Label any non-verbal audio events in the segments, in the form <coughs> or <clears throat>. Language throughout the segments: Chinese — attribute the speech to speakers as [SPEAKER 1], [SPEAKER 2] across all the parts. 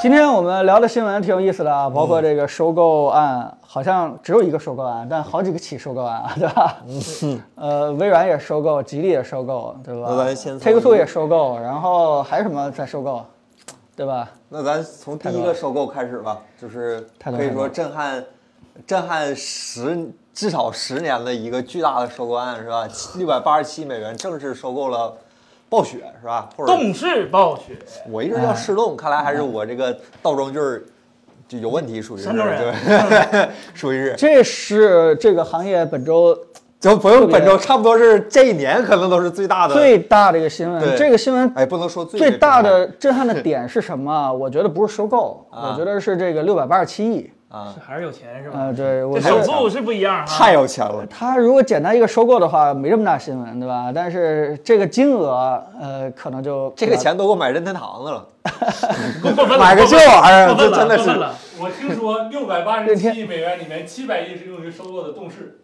[SPEAKER 1] 今天我们聊的新闻挺有意思的啊，包括这个收购案，好像只有一个收购案，但好几个起收购案啊，对吧？呃，微软也收购，吉利也收购，对吧
[SPEAKER 2] 那咱先从
[SPEAKER 1] ？Take Two 也收购，然后还有什么在收购，对吧？
[SPEAKER 2] 那咱从第一个收购开始吧，就是
[SPEAKER 1] 太多
[SPEAKER 2] 可以
[SPEAKER 1] 太
[SPEAKER 2] 说
[SPEAKER 1] 多
[SPEAKER 2] 震撼，震撼十至少十年的一个巨大的收购案是吧？六百八十七美元正式收购了暴雪是吧？或者
[SPEAKER 3] 动哎视暴 <laughs> 雪，
[SPEAKER 2] 我一直叫世动，看来还是我这个倒装句儿就有问题，属于是
[SPEAKER 3] 山东人
[SPEAKER 2] 对， <laughs> 属于是。
[SPEAKER 1] 这是这个行业本周
[SPEAKER 2] 就不用本周，差不多是这一年可能都是最大的。
[SPEAKER 1] 最大的一个新闻。
[SPEAKER 2] 对
[SPEAKER 1] 这个新闻
[SPEAKER 2] 哎，不能说最
[SPEAKER 1] 最大
[SPEAKER 2] 这个
[SPEAKER 1] 的震撼的点是什么 <laughs> 啊？我觉得不是收购，
[SPEAKER 2] 啊
[SPEAKER 1] 我觉得是这个六百八十七亿。
[SPEAKER 2] 啊，
[SPEAKER 3] 还是有钱是吧？
[SPEAKER 1] 呃，对，我
[SPEAKER 3] 这
[SPEAKER 1] 觉
[SPEAKER 3] 手
[SPEAKER 1] 得
[SPEAKER 3] 速是不一样啊哈。
[SPEAKER 2] 太有钱了。
[SPEAKER 1] 它如果简单一个收购的话，没这么大新闻，对吧？但是这个金额，呃，可能就
[SPEAKER 2] 这个钱都够买任天堂的了，
[SPEAKER 3] 过过分了，
[SPEAKER 2] 买个这玩意儿，
[SPEAKER 3] 过分
[SPEAKER 2] 这真
[SPEAKER 3] 了，
[SPEAKER 2] 的
[SPEAKER 3] 过分
[SPEAKER 2] 是
[SPEAKER 3] 了。
[SPEAKER 4] 我听说六百八十七亿美元里面，七百亿是用于收购的动视。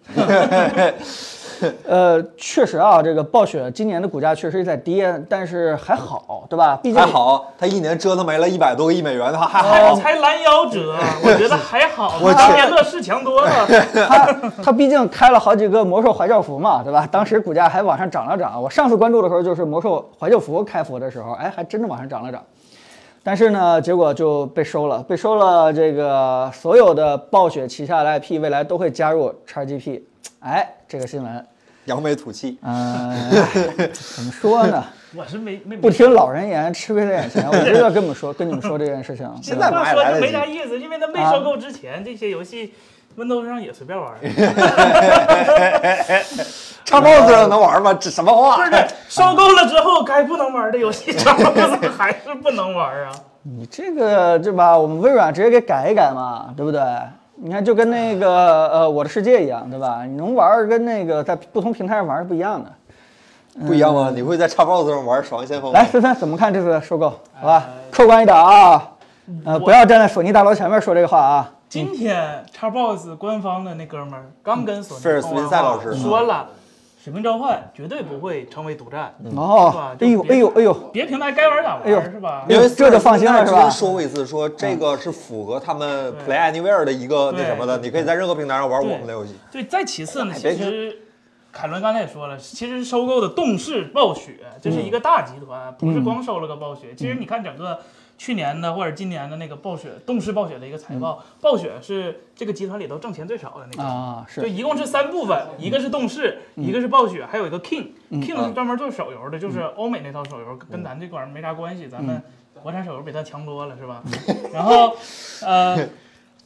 [SPEAKER 1] 呃，确实啊，这个暴雪今年的股价确实在跌，但是还好，对吧？毕竟
[SPEAKER 2] <laughs> 还好，他一年折腾没了一百多个亿美元，他还
[SPEAKER 3] 还
[SPEAKER 2] 好。
[SPEAKER 1] 哦
[SPEAKER 3] 才拦腰
[SPEAKER 2] <laughs>
[SPEAKER 3] 折，我觉得还好，
[SPEAKER 2] 哦我
[SPEAKER 3] 比当年乐视强多了。
[SPEAKER 1] 它它毕竟开了好几个魔兽怀旧服嘛，对吧？当时股价还往上涨了涨。我上次关注的时候就是魔兽怀旧服开服的时候，哎，还真的往上涨了涨。但是呢，结果就被收了，被收了。这个所有的暴雪旗下的 IP 未来都会加入 XGP，哎，这个新闻，
[SPEAKER 2] 扬眉吐气，
[SPEAKER 1] 嗯、怎么说呢？
[SPEAKER 3] <laughs> 我是没没
[SPEAKER 1] 不听老人言，吃亏在眼前。我就是要跟你们说，跟你们说这件事情。
[SPEAKER 2] 现在
[SPEAKER 3] 话
[SPEAKER 2] 买
[SPEAKER 3] 说
[SPEAKER 2] 来
[SPEAKER 3] 就
[SPEAKER 2] 得
[SPEAKER 3] 没啥
[SPEAKER 2] 及。
[SPEAKER 3] 意思，因为它没
[SPEAKER 2] 啊
[SPEAKER 3] 收购之前，这些游戏 Windows 上也随便 <laughs> 玩儿。
[SPEAKER 2] 啊叉 box 上能玩吗？这什么
[SPEAKER 3] 不
[SPEAKER 2] 话
[SPEAKER 3] 是？收购了之后，该不能玩儿的游戏， <laughs> 怎么还是不能玩儿啊？
[SPEAKER 1] 你这个对吧？我们微软直接给改一改嘛，对不对？你看，就跟那个呃《我的世界》一样，对吧？你能玩儿跟那个在不同平台上玩儿是不一样的。
[SPEAKER 2] 不一样吗？你会在叉 box 上玩《守望先锋》吗
[SPEAKER 1] 来，？森森怎么看这次的收购？好吧，客观一点啊，呃，不要站在索尼大楼前面说这个话啊。
[SPEAKER 3] 今天 Xbox 官方的那哥们儿刚跟索尼
[SPEAKER 2] 菲尔斯
[SPEAKER 3] 通完
[SPEAKER 2] 宾塞
[SPEAKER 3] 话
[SPEAKER 2] 老师
[SPEAKER 3] 说了，《使命召唤》绝对不会成为独占，
[SPEAKER 2] 嗯
[SPEAKER 1] 哦，哎呦，哎呦，哎呦，
[SPEAKER 3] 嗯别平台该玩儿咋玩
[SPEAKER 1] 哎呦
[SPEAKER 3] 儿是吧？
[SPEAKER 2] 因为
[SPEAKER 1] 这就放心了是吧嗯
[SPEAKER 2] 斯坦之前说过一次，说这个是符合他们 Play Anywhere 的一个那什么的，你可以在任何平台上玩我们的游戏。
[SPEAKER 3] 对，再其次呢，
[SPEAKER 2] 哎
[SPEAKER 3] 其
[SPEAKER 2] 别
[SPEAKER 3] 实凯伦刚才也说了，其实收购的动视暴雪这是一个大集团，不是光收了个暴
[SPEAKER 2] 嗯
[SPEAKER 3] 雪。其实你看整个去年的或者今年的那个暴雪动视暴雪的一个财报，
[SPEAKER 2] 嗯
[SPEAKER 3] 暴雪是这个集团里头挣钱最少的那个。
[SPEAKER 1] 啊，
[SPEAKER 3] 就是一共是三部分，一个是动视，一个是暴雪，还有一个 King。King 是专门做手游的，就是欧美那套手游，跟咱这块儿没啥关系，咱们国产手游比它强多了，是吧？然后，呃，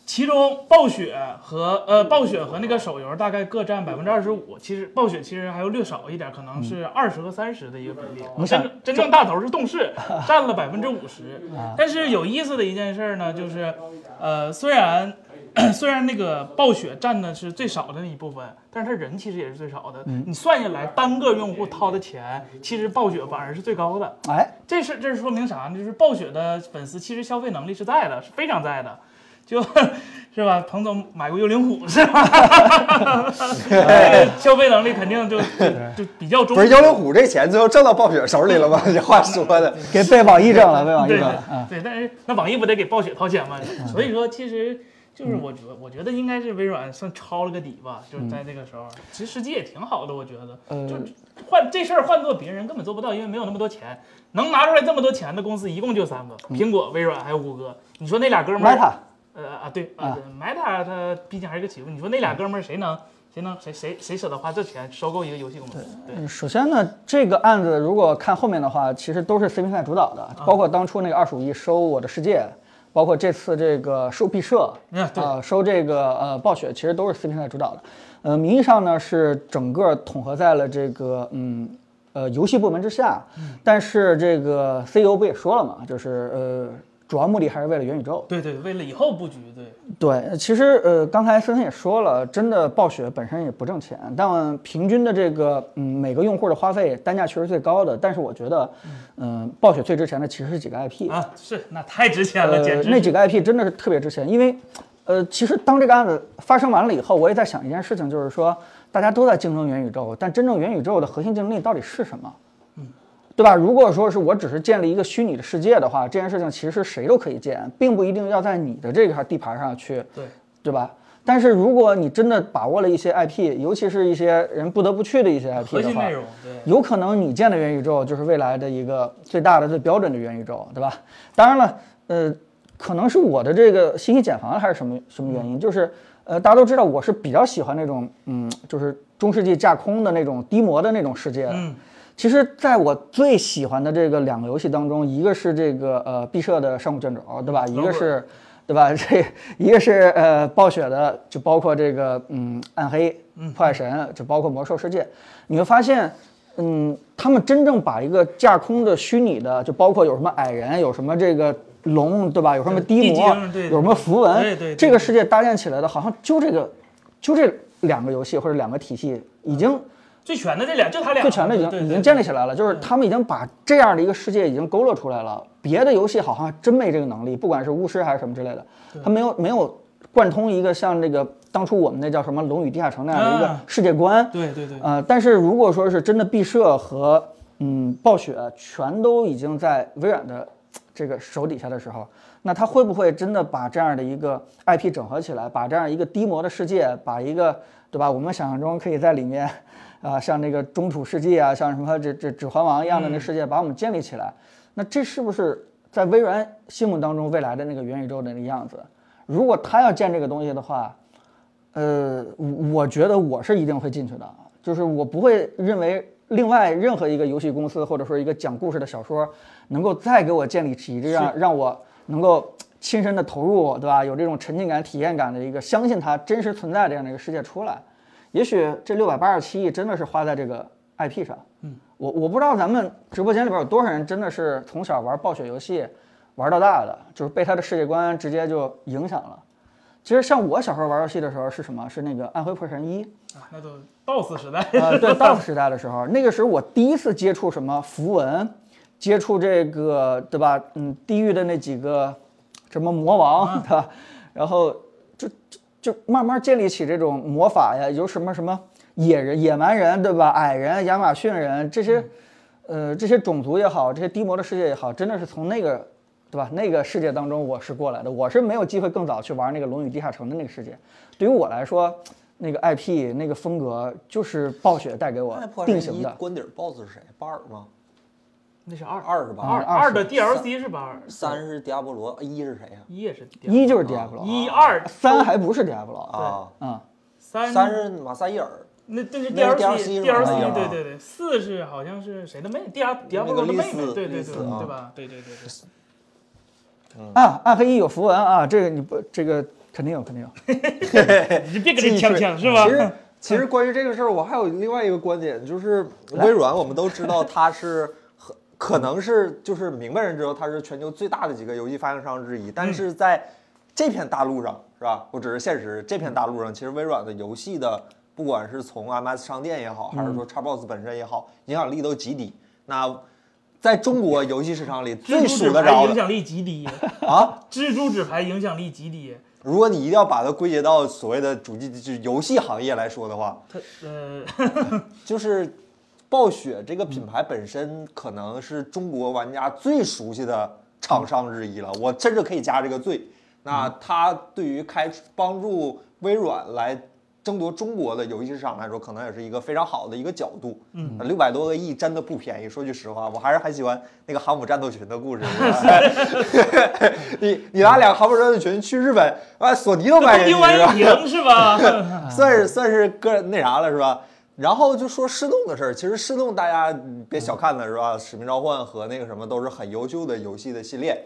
[SPEAKER 3] 其中暴雪和呃暴雪和那个手游大概各占百分之二十五，其实暴雪其实还要略少一点，可能是二十和三十的一个比例。
[SPEAKER 1] 嗯我想啊
[SPEAKER 3] 真真正大头是
[SPEAKER 1] <laughs>
[SPEAKER 3] 动视，占了百分之五十。但是有意思的一件事儿呢，就是，呃，虽然 <coughs> 虽然那个暴雪占的是最少的那一部分，但是它人其实也是最少的。
[SPEAKER 1] 嗯
[SPEAKER 3] 你算下来，单个用户掏的钱，其实暴雪反而是最高的。
[SPEAKER 1] 哎，
[SPEAKER 3] 这是这是说明啥呢？就是暴雪的粉丝其实消费能力是在的，是非常在的，就是吧？彭总买过幽灵虎是吧？这个消费能力肯定就就就比较中。
[SPEAKER 2] 不是幽灵虎这钱最后挣到暴雪手里
[SPEAKER 1] <laughs>
[SPEAKER 2] 了吗？这话说的，
[SPEAKER 1] 给被网易挣了，被网易
[SPEAKER 3] 对
[SPEAKER 1] 挣
[SPEAKER 3] 对
[SPEAKER 1] 了。嗯，
[SPEAKER 3] 对，但是那网易不得给暴雪掏钱吗？所以说，其实就是我觉我觉得应该是微软算抄了个底吧，就是在那个时候，其实实际也挺好的，我觉得，
[SPEAKER 1] 嗯呃
[SPEAKER 3] 就换这事儿换做别人根本做不到，因为没有那么多钱，能拿出来这么多钱的公司一共就三个，
[SPEAKER 1] 嗯
[SPEAKER 3] 苹果、微软还有谷歌。你说那俩哥们
[SPEAKER 1] 买
[SPEAKER 3] 儿，
[SPEAKER 1] 它，
[SPEAKER 3] 呃啊对
[SPEAKER 1] 啊
[SPEAKER 3] 啊对，Meta 它毕竟还是个起步，你说那俩哥们儿谁能谁能谁谁谁舍得花这钱收购一个游戏公司？对，
[SPEAKER 1] 嗯首先呢，这个案子如果看后面的话，其实都是 C 平赛主导的，包括当初那个二十五亿收《我的世界》，包括这次这个收毕设
[SPEAKER 3] 嗯
[SPEAKER 1] 啊、
[SPEAKER 3] 对
[SPEAKER 1] 收这个呃暴雪，其实都是 C 平赛主导的。呃，名义上呢是整个统合在了这个嗯呃游戏部门之下，但是这个 CEO 不也说了嘛，就是呃主要目的还是为了元宇宙。
[SPEAKER 3] 对对，为了以后布局，对。
[SPEAKER 1] 对，其实呃，刚才森森也说了，真的暴雪本身也不挣钱，但平均的这个嗯每个用户的花费单价确实最高的，但是我觉得，嗯、暴雪最值钱的其实是几个 IP，、
[SPEAKER 3] 啊，是那太值钱了，
[SPEAKER 1] 呃
[SPEAKER 3] 简，直
[SPEAKER 1] 那几个 IP 真的是特别值钱，因为，呃，其实当这个案子发生完了以后，我也在想一件事情，
[SPEAKER 3] 嗯
[SPEAKER 1] 就是说大家都在竞争元宇宙，但真正元宇宙的核心竞争力到底是什么？对吧？如果说是我只是建立一个虚拟的世界的话，这件事情其实谁都可以建，并不一定要在你的这块地盘上去，
[SPEAKER 3] 对
[SPEAKER 1] 对吧？但是如果你真的把握了一些 IP，尤其是一些人不得不去的一些 IP
[SPEAKER 3] 核
[SPEAKER 1] 的
[SPEAKER 3] 心
[SPEAKER 1] 话
[SPEAKER 3] 内，容，对，
[SPEAKER 1] 有可能你建的元宇宙就是未来的一个最大的、最标准的元宇宙，对吧？当然了，呃，可能是我的这个信息茧房还是什么什么原因，就是呃，大家都知道我是比较喜欢那种嗯，就是中世纪架空的那种低模的那种世界的。
[SPEAKER 3] 嗯
[SPEAKER 1] 其实，在我最喜欢的这个两个游戏当中，一个是这个呃毕设的《上古卷轴》，对吧？一个是，对吧？这一个是呃暴雪的，就包括这个嗯暗黑、破坏
[SPEAKER 3] 嗯
[SPEAKER 1] 神，就包括魔兽世界。你会发现，嗯，他们真正把一个架空的虚拟的，就包括有什么矮人，有什么这个龙，对吧？有什么
[SPEAKER 3] 对
[SPEAKER 1] 低
[SPEAKER 3] 地
[SPEAKER 1] 魔
[SPEAKER 3] 精，对
[SPEAKER 1] 有什么符文，
[SPEAKER 3] 对对对
[SPEAKER 1] 这个世界搭建起来的，好像就这个，就这两个游戏或者两个体系已经。
[SPEAKER 3] 最全的这俩就他俩，
[SPEAKER 1] 最全的已
[SPEAKER 3] 对
[SPEAKER 1] 经
[SPEAKER 3] 对
[SPEAKER 1] 已
[SPEAKER 3] 对
[SPEAKER 1] 经建立起来了，就是他们已经把这样的一个世界已经勾勒出来了。别的游戏好像还真没这个能力，不管是巫师还是什么之类的，他没有没有贯通一个像这个当初我们那叫什么《龙与地下城》那样的一个
[SPEAKER 3] 啊
[SPEAKER 1] 世界观。
[SPEAKER 3] 对对对，
[SPEAKER 1] 呃，但是如果说是真的毕设和嗯暴雪全都已经在微软的这个手底下的时候，那他会不会真的把这样的一个 IP 整合起来，把这样一个低模的世界，把一个对吧，我们想象中可以在里面 <laughs> 啊、像那个中土世纪啊，像什么这这指环王一样的
[SPEAKER 3] 嗯
[SPEAKER 1] 那世界，把我们建立起来？那这是不是在微软心目当中未来的那个元宇宙的那个样子？如果他要建这个东西的话，呃，我觉得我是一定会进去的，就是我不会认为另外任何一个游戏公司或者说一个讲故事的小说能够再给我建立起这样让我能够亲身的投入，对吧？有这种沉浸感、体验感的一个相信它真实存在这样的一个世界出来。也许这六百八十七亿真的是花在这个 IP 上。嗯，我我不知道咱们直播间里边有多少人真的是从小玩暴雪游戏玩到大的，就是被它的世界观直接就影响了。其实像我小时候玩游戏的时候是什么？是那个《暗黑破神一》 <laughs>
[SPEAKER 3] 啊那都 DOS 时代，
[SPEAKER 1] 呃，对 DOS 时代的时候，那个时候我第一次接触什么符文，接触这个对吧？嗯，地狱的那几个什么魔王，对吧？然后就就就慢慢建立起这种魔法呀，有什么什么野人、野蛮人，对吧？矮人、亚马逊人这些，呃，这些种族也好，这些低魔的世界也好，真的是从那个。对吧？那个世界当中，我是过来的，我是没有机会更早去玩那个《龙与地下城》的那个世界。对于我来说，那个 IP 那个风格就是暴雪带给我
[SPEAKER 2] 那破
[SPEAKER 1] 定
[SPEAKER 2] 神
[SPEAKER 1] 型
[SPEAKER 2] 一
[SPEAKER 1] 的。
[SPEAKER 2] 关底儿 BOSS 是谁？巴尔吗？
[SPEAKER 3] 那是二
[SPEAKER 2] 二是吧？
[SPEAKER 1] 啊
[SPEAKER 3] 二
[SPEAKER 1] 二
[SPEAKER 3] 二
[SPEAKER 1] 是
[SPEAKER 3] 的 DLC 是吧？二
[SPEAKER 2] 三是迪亚波罗，一是谁呀？
[SPEAKER 3] 一也是 DLC
[SPEAKER 1] 一就是 Diablo，啊
[SPEAKER 3] 一二
[SPEAKER 1] 三还不是 Diablo 啊
[SPEAKER 2] 啊，
[SPEAKER 1] 啊，
[SPEAKER 3] 三
[SPEAKER 2] 三是马赛伊尔，
[SPEAKER 3] 那这是
[SPEAKER 2] 那是
[SPEAKER 3] DLC
[SPEAKER 2] DLC 是吧哎
[SPEAKER 1] 啊
[SPEAKER 3] 对对对，四是好像是谁的妹迪亚迪亚波
[SPEAKER 2] 那个
[SPEAKER 3] 罗的
[SPEAKER 2] 丽
[SPEAKER 3] 妹妹，
[SPEAKER 2] 丝
[SPEAKER 3] 对对对
[SPEAKER 2] 丽丝啊
[SPEAKER 3] 对吧？对对对对。嗯
[SPEAKER 1] 啊，暗黑一有符文啊，这个你不，这个肯定有，肯定有。
[SPEAKER 3] 哎你别跟这呛呛是吧
[SPEAKER 2] 其？
[SPEAKER 3] <laughs>
[SPEAKER 2] 实其实关于这个事儿，我还有另外一个观点，就是微软，我们都知道它是很可能是就是明白人知道它是全球最大的几个游戏发行商之一，但
[SPEAKER 3] 嗯
[SPEAKER 2] 是在这片大陆上是吧？我只是现实，这片大陆上其实微软的游戏的，不管是从 MS 商店也
[SPEAKER 3] 嗯
[SPEAKER 2] 好，还是说 Xbox 本身也好，影响力都极低。那在中国游戏市场里
[SPEAKER 3] 蜘
[SPEAKER 2] 最
[SPEAKER 3] 蛛纸
[SPEAKER 2] 数得
[SPEAKER 3] 牌
[SPEAKER 2] 着
[SPEAKER 3] 影
[SPEAKER 2] 的
[SPEAKER 3] 响力极低，
[SPEAKER 2] <laughs> 啊，
[SPEAKER 3] <laughs> 蜘蛛纸牌影响力极低。
[SPEAKER 2] 如果你一定要把它归结到所谓的主机就是游戏行业来说的话，
[SPEAKER 3] 它呃，
[SPEAKER 2] 就是暴雪这个品牌本身可能是中国玩家最熟悉的厂商之一了，我甚至可以加这个最。那它对于开帮助微软来争夺中国的游戏市场来说，可能也是一个非常好的一个角度。嗯，六百多个亿真的不便宜。说句实话，我还是很喜欢那个航母战斗群的故事。 <laughs> 你你拿两个航母战斗群去日本，啊，索尼都卖给你
[SPEAKER 3] 东京
[SPEAKER 2] 是
[SPEAKER 3] 湾
[SPEAKER 2] 吧？
[SPEAKER 3] 一赢是
[SPEAKER 2] <laughs>
[SPEAKER 3] 吧？
[SPEAKER 2] 算是算是个人那啥了是吧？然后就说失动的事儿，其实失动大家别小看它是吧？使命召唤和那个什么都是很优秀的游戏的系列。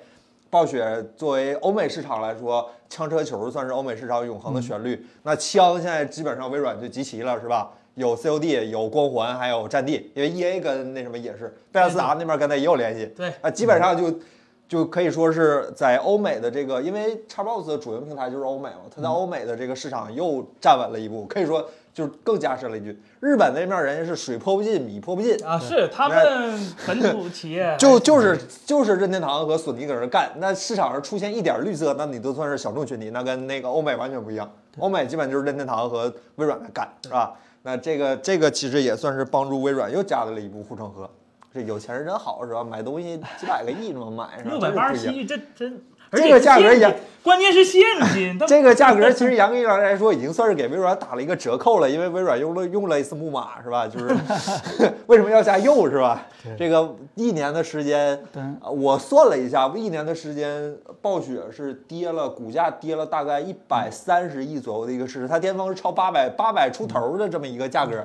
[SPEAKER 2] 暴雪作为欧美市场来说，枪车球算是欧美市场永恒的旋律。
[SPEAKER 3] 嗯
[SPEAKER 2] 那枪现在基本上微软就集齐了是吧？有 COD，有光环，还有战地，因为 EA 跟那什么也是，贝塞斯达那边跟他也有联系。
[SPEAKER 3] 对
[SPEAKER 2] 啊，基本上就就可以说是在欧美的这个，因为 Xbox 的主营平台就是欧美嘛，它
[SPEAKER 3] 嗯
[SPEAKER 2] 在欧美的这个市场又站稳了一步，可以说就是更加深了一句。日本那面人家是水泼不进，米泼不进，
[SPEAKER 3] 啊，是他们本土企业
[SPEAKER 2] 就就是就是任天堂和索尼搁那干，那市场上出现一点绿色，那你都算是小众群体，那跟那个欧美完全不一样。欧美基本就是任天堂和
[SPEAKER 3] 嗯
[SPEAKER 2] 微软在干，是吧？那这个这个其实也算是帮助微软又加了一步护城河。这有钱人真好是吧？买东西几百个亿这么买是吧？
[SPEAKER 3] 六百八十
[SPEAKER 2] 真是不一样
[SPEAKER 3] 七，这真
[SPEAKER 2] 这个价格
[SPEAKER 3] 而且是现
[SPEAKER 2] 也
[SPEAKER 3] 金关键是现
[SPEAKER 1] <laughs>
[SPEAKER 3] 金，它
[SPEAKER 2] 这个价格其实严格意义上来说，已经算是给微软打了一个折扣了，因为微软用了用了一次木马是吧？ <laughs> 就是为什么要加又是吧？这个一年的时间，
[SPEAKER 1] 对
[SPEAKER 2] 啊我算了一下，一年的时间，暴雪是跌了，股价跌了大概一百三十亿左右的一个市值，它巅峰是超八百八百出头的这么一个价格。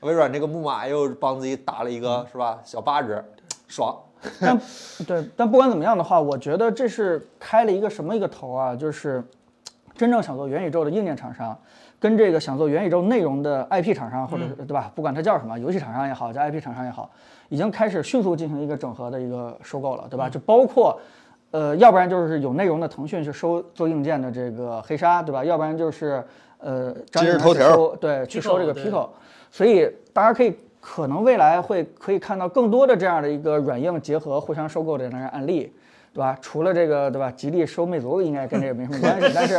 [SPEAKER 2] 微软这个木马又帮自己打了一
[SPEAKER 1] 嗯
[SPEAKER 2] 个是吧小八折，爽。
[SPEAKER 1] 但对，但不管怎么样的话，我觉得这是开了一个什么一个头啊？就是真正想做元宇宙的硬件厂商，跟这个想做元宇宙内容的 IP 厂商，或者是对吧？不管它叫什么，游戏厂商也好，叫 IP 厂商也好，已经开始迅速进行一个整合的一个收购了，对吧？就包括。呃，要不然就是有内容的腾讯去收做硬件的这个黑鲨，对吧？要不然就是呃，张
[SPEAKER 2] 今日
[SPEAKER 1] 一鸣
[SPEAKER 2] 头
[SPEAKER 1] 去
[SPEAKER 2] 条
[SPEAKER 1] 收对去收这个 Pico，所以大家可以可能未来会可以看到更多的这样的一个软硬结合、互相收购的这样的案例，对吧？除了这个，对吧？吉利收魅族应该跟这个没什么关系，但是，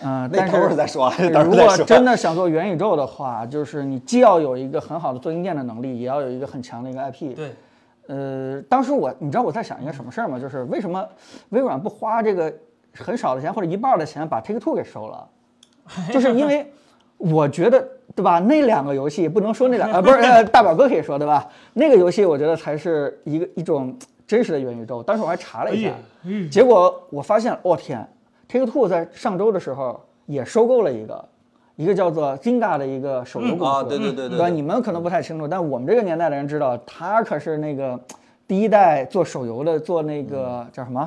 [SPEAKER 1] 嗯、呃，
[SPEAKER 2] <laughs> 那
[SPEAKER 1] 但
[SPEAKER 2] 等会儿
[SPEAKER 1] 是
[SPEAKER 2] 再说，等
[SPEAKER 1] 如
[SPEAKER 2] 会儿
[SPEAKER 1] 果
[SPEAKER 2] 再说。
[SPEAKER 1] 真的想做元宇宙的话，就是你既要有一个很好的做硬件的能力，也要有一个很强的一个 IP。
[SPEAKER 3] 对，
[SPEAKER 1] 呃，当时我你知道我在想一个什么事儿吗？就是为什么微软不花这个很少的钱或者一半儿的钱把 Take Two 给收了？就是因为我觉得对吧？那两个游戏不能说那两啊、呃，不是、呃、大表哥可以说对吧？那个游戏我觉得才是一个一种真实的元宇宙。当时我还查
[SPEAKER 3] 哎
[SPEAKER 1] 了一下，结果我发现，我、天，Take Two 在上周的时候也收购了一个。一个叫做 Zynga 的一个手游公司，
[SPEAKER 2] 啊，对对对对
[SPEAKER 1] 对吧？
[SPEAKER 2] 对，
[SPEAKER 1] 你们可能不太清楚，但我们这个年代的人知道，他可是那个第一代做手游的，做那
[SPEAKER 2] 嗯
[SPEAKER 1] 个叫什么，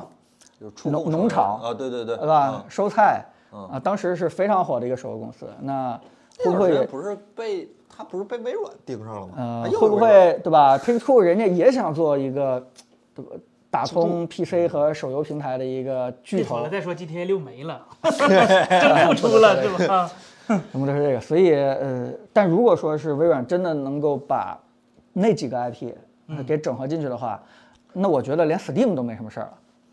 [SPEAKER 2] 有触
[SPEAKER 1] 农
[SPEAKER 2] 控
[SPEAKER 1] 农场
[SPEAKER 2] 啊，对对对，
[SPEAKER 1] 对
[SPEAKER 2] 嗯
[SPEAKER 1] 吧？收菜啊，当时是非常火的一个手游公司。那会不会
[SPEAKER 2] 那会儿
[SPEAKER 1] 也
[SPEAKER 2] 不是被他不是被微软盯上了吗？
[SPEAKER 1] 呃
[SPEAKER 2] 哎，又
[SPEAKER 1] 会不
[SPEAKER 2] 是微软
[SPEAKER 1] 会对吧？Take Two 人家也想做一个，对吧打通 PC 和手游平台的一个巨
[SPEAKER 3] 别说
[SPEAKER 1] 头
[SPEAKER 3] 了，，再说 GTA 六没 <laughs> 了，真不出了是 <laughs> 吧？
[SPEAKER 1] 什么都是这个。所以呃，但如果说是微软真的能够把那几个 IP
[SPEAKER 3] 嗯
[SPEAKER 1] 呃给整合进去的话，那我觉得连 Steam 都没什么事儿了。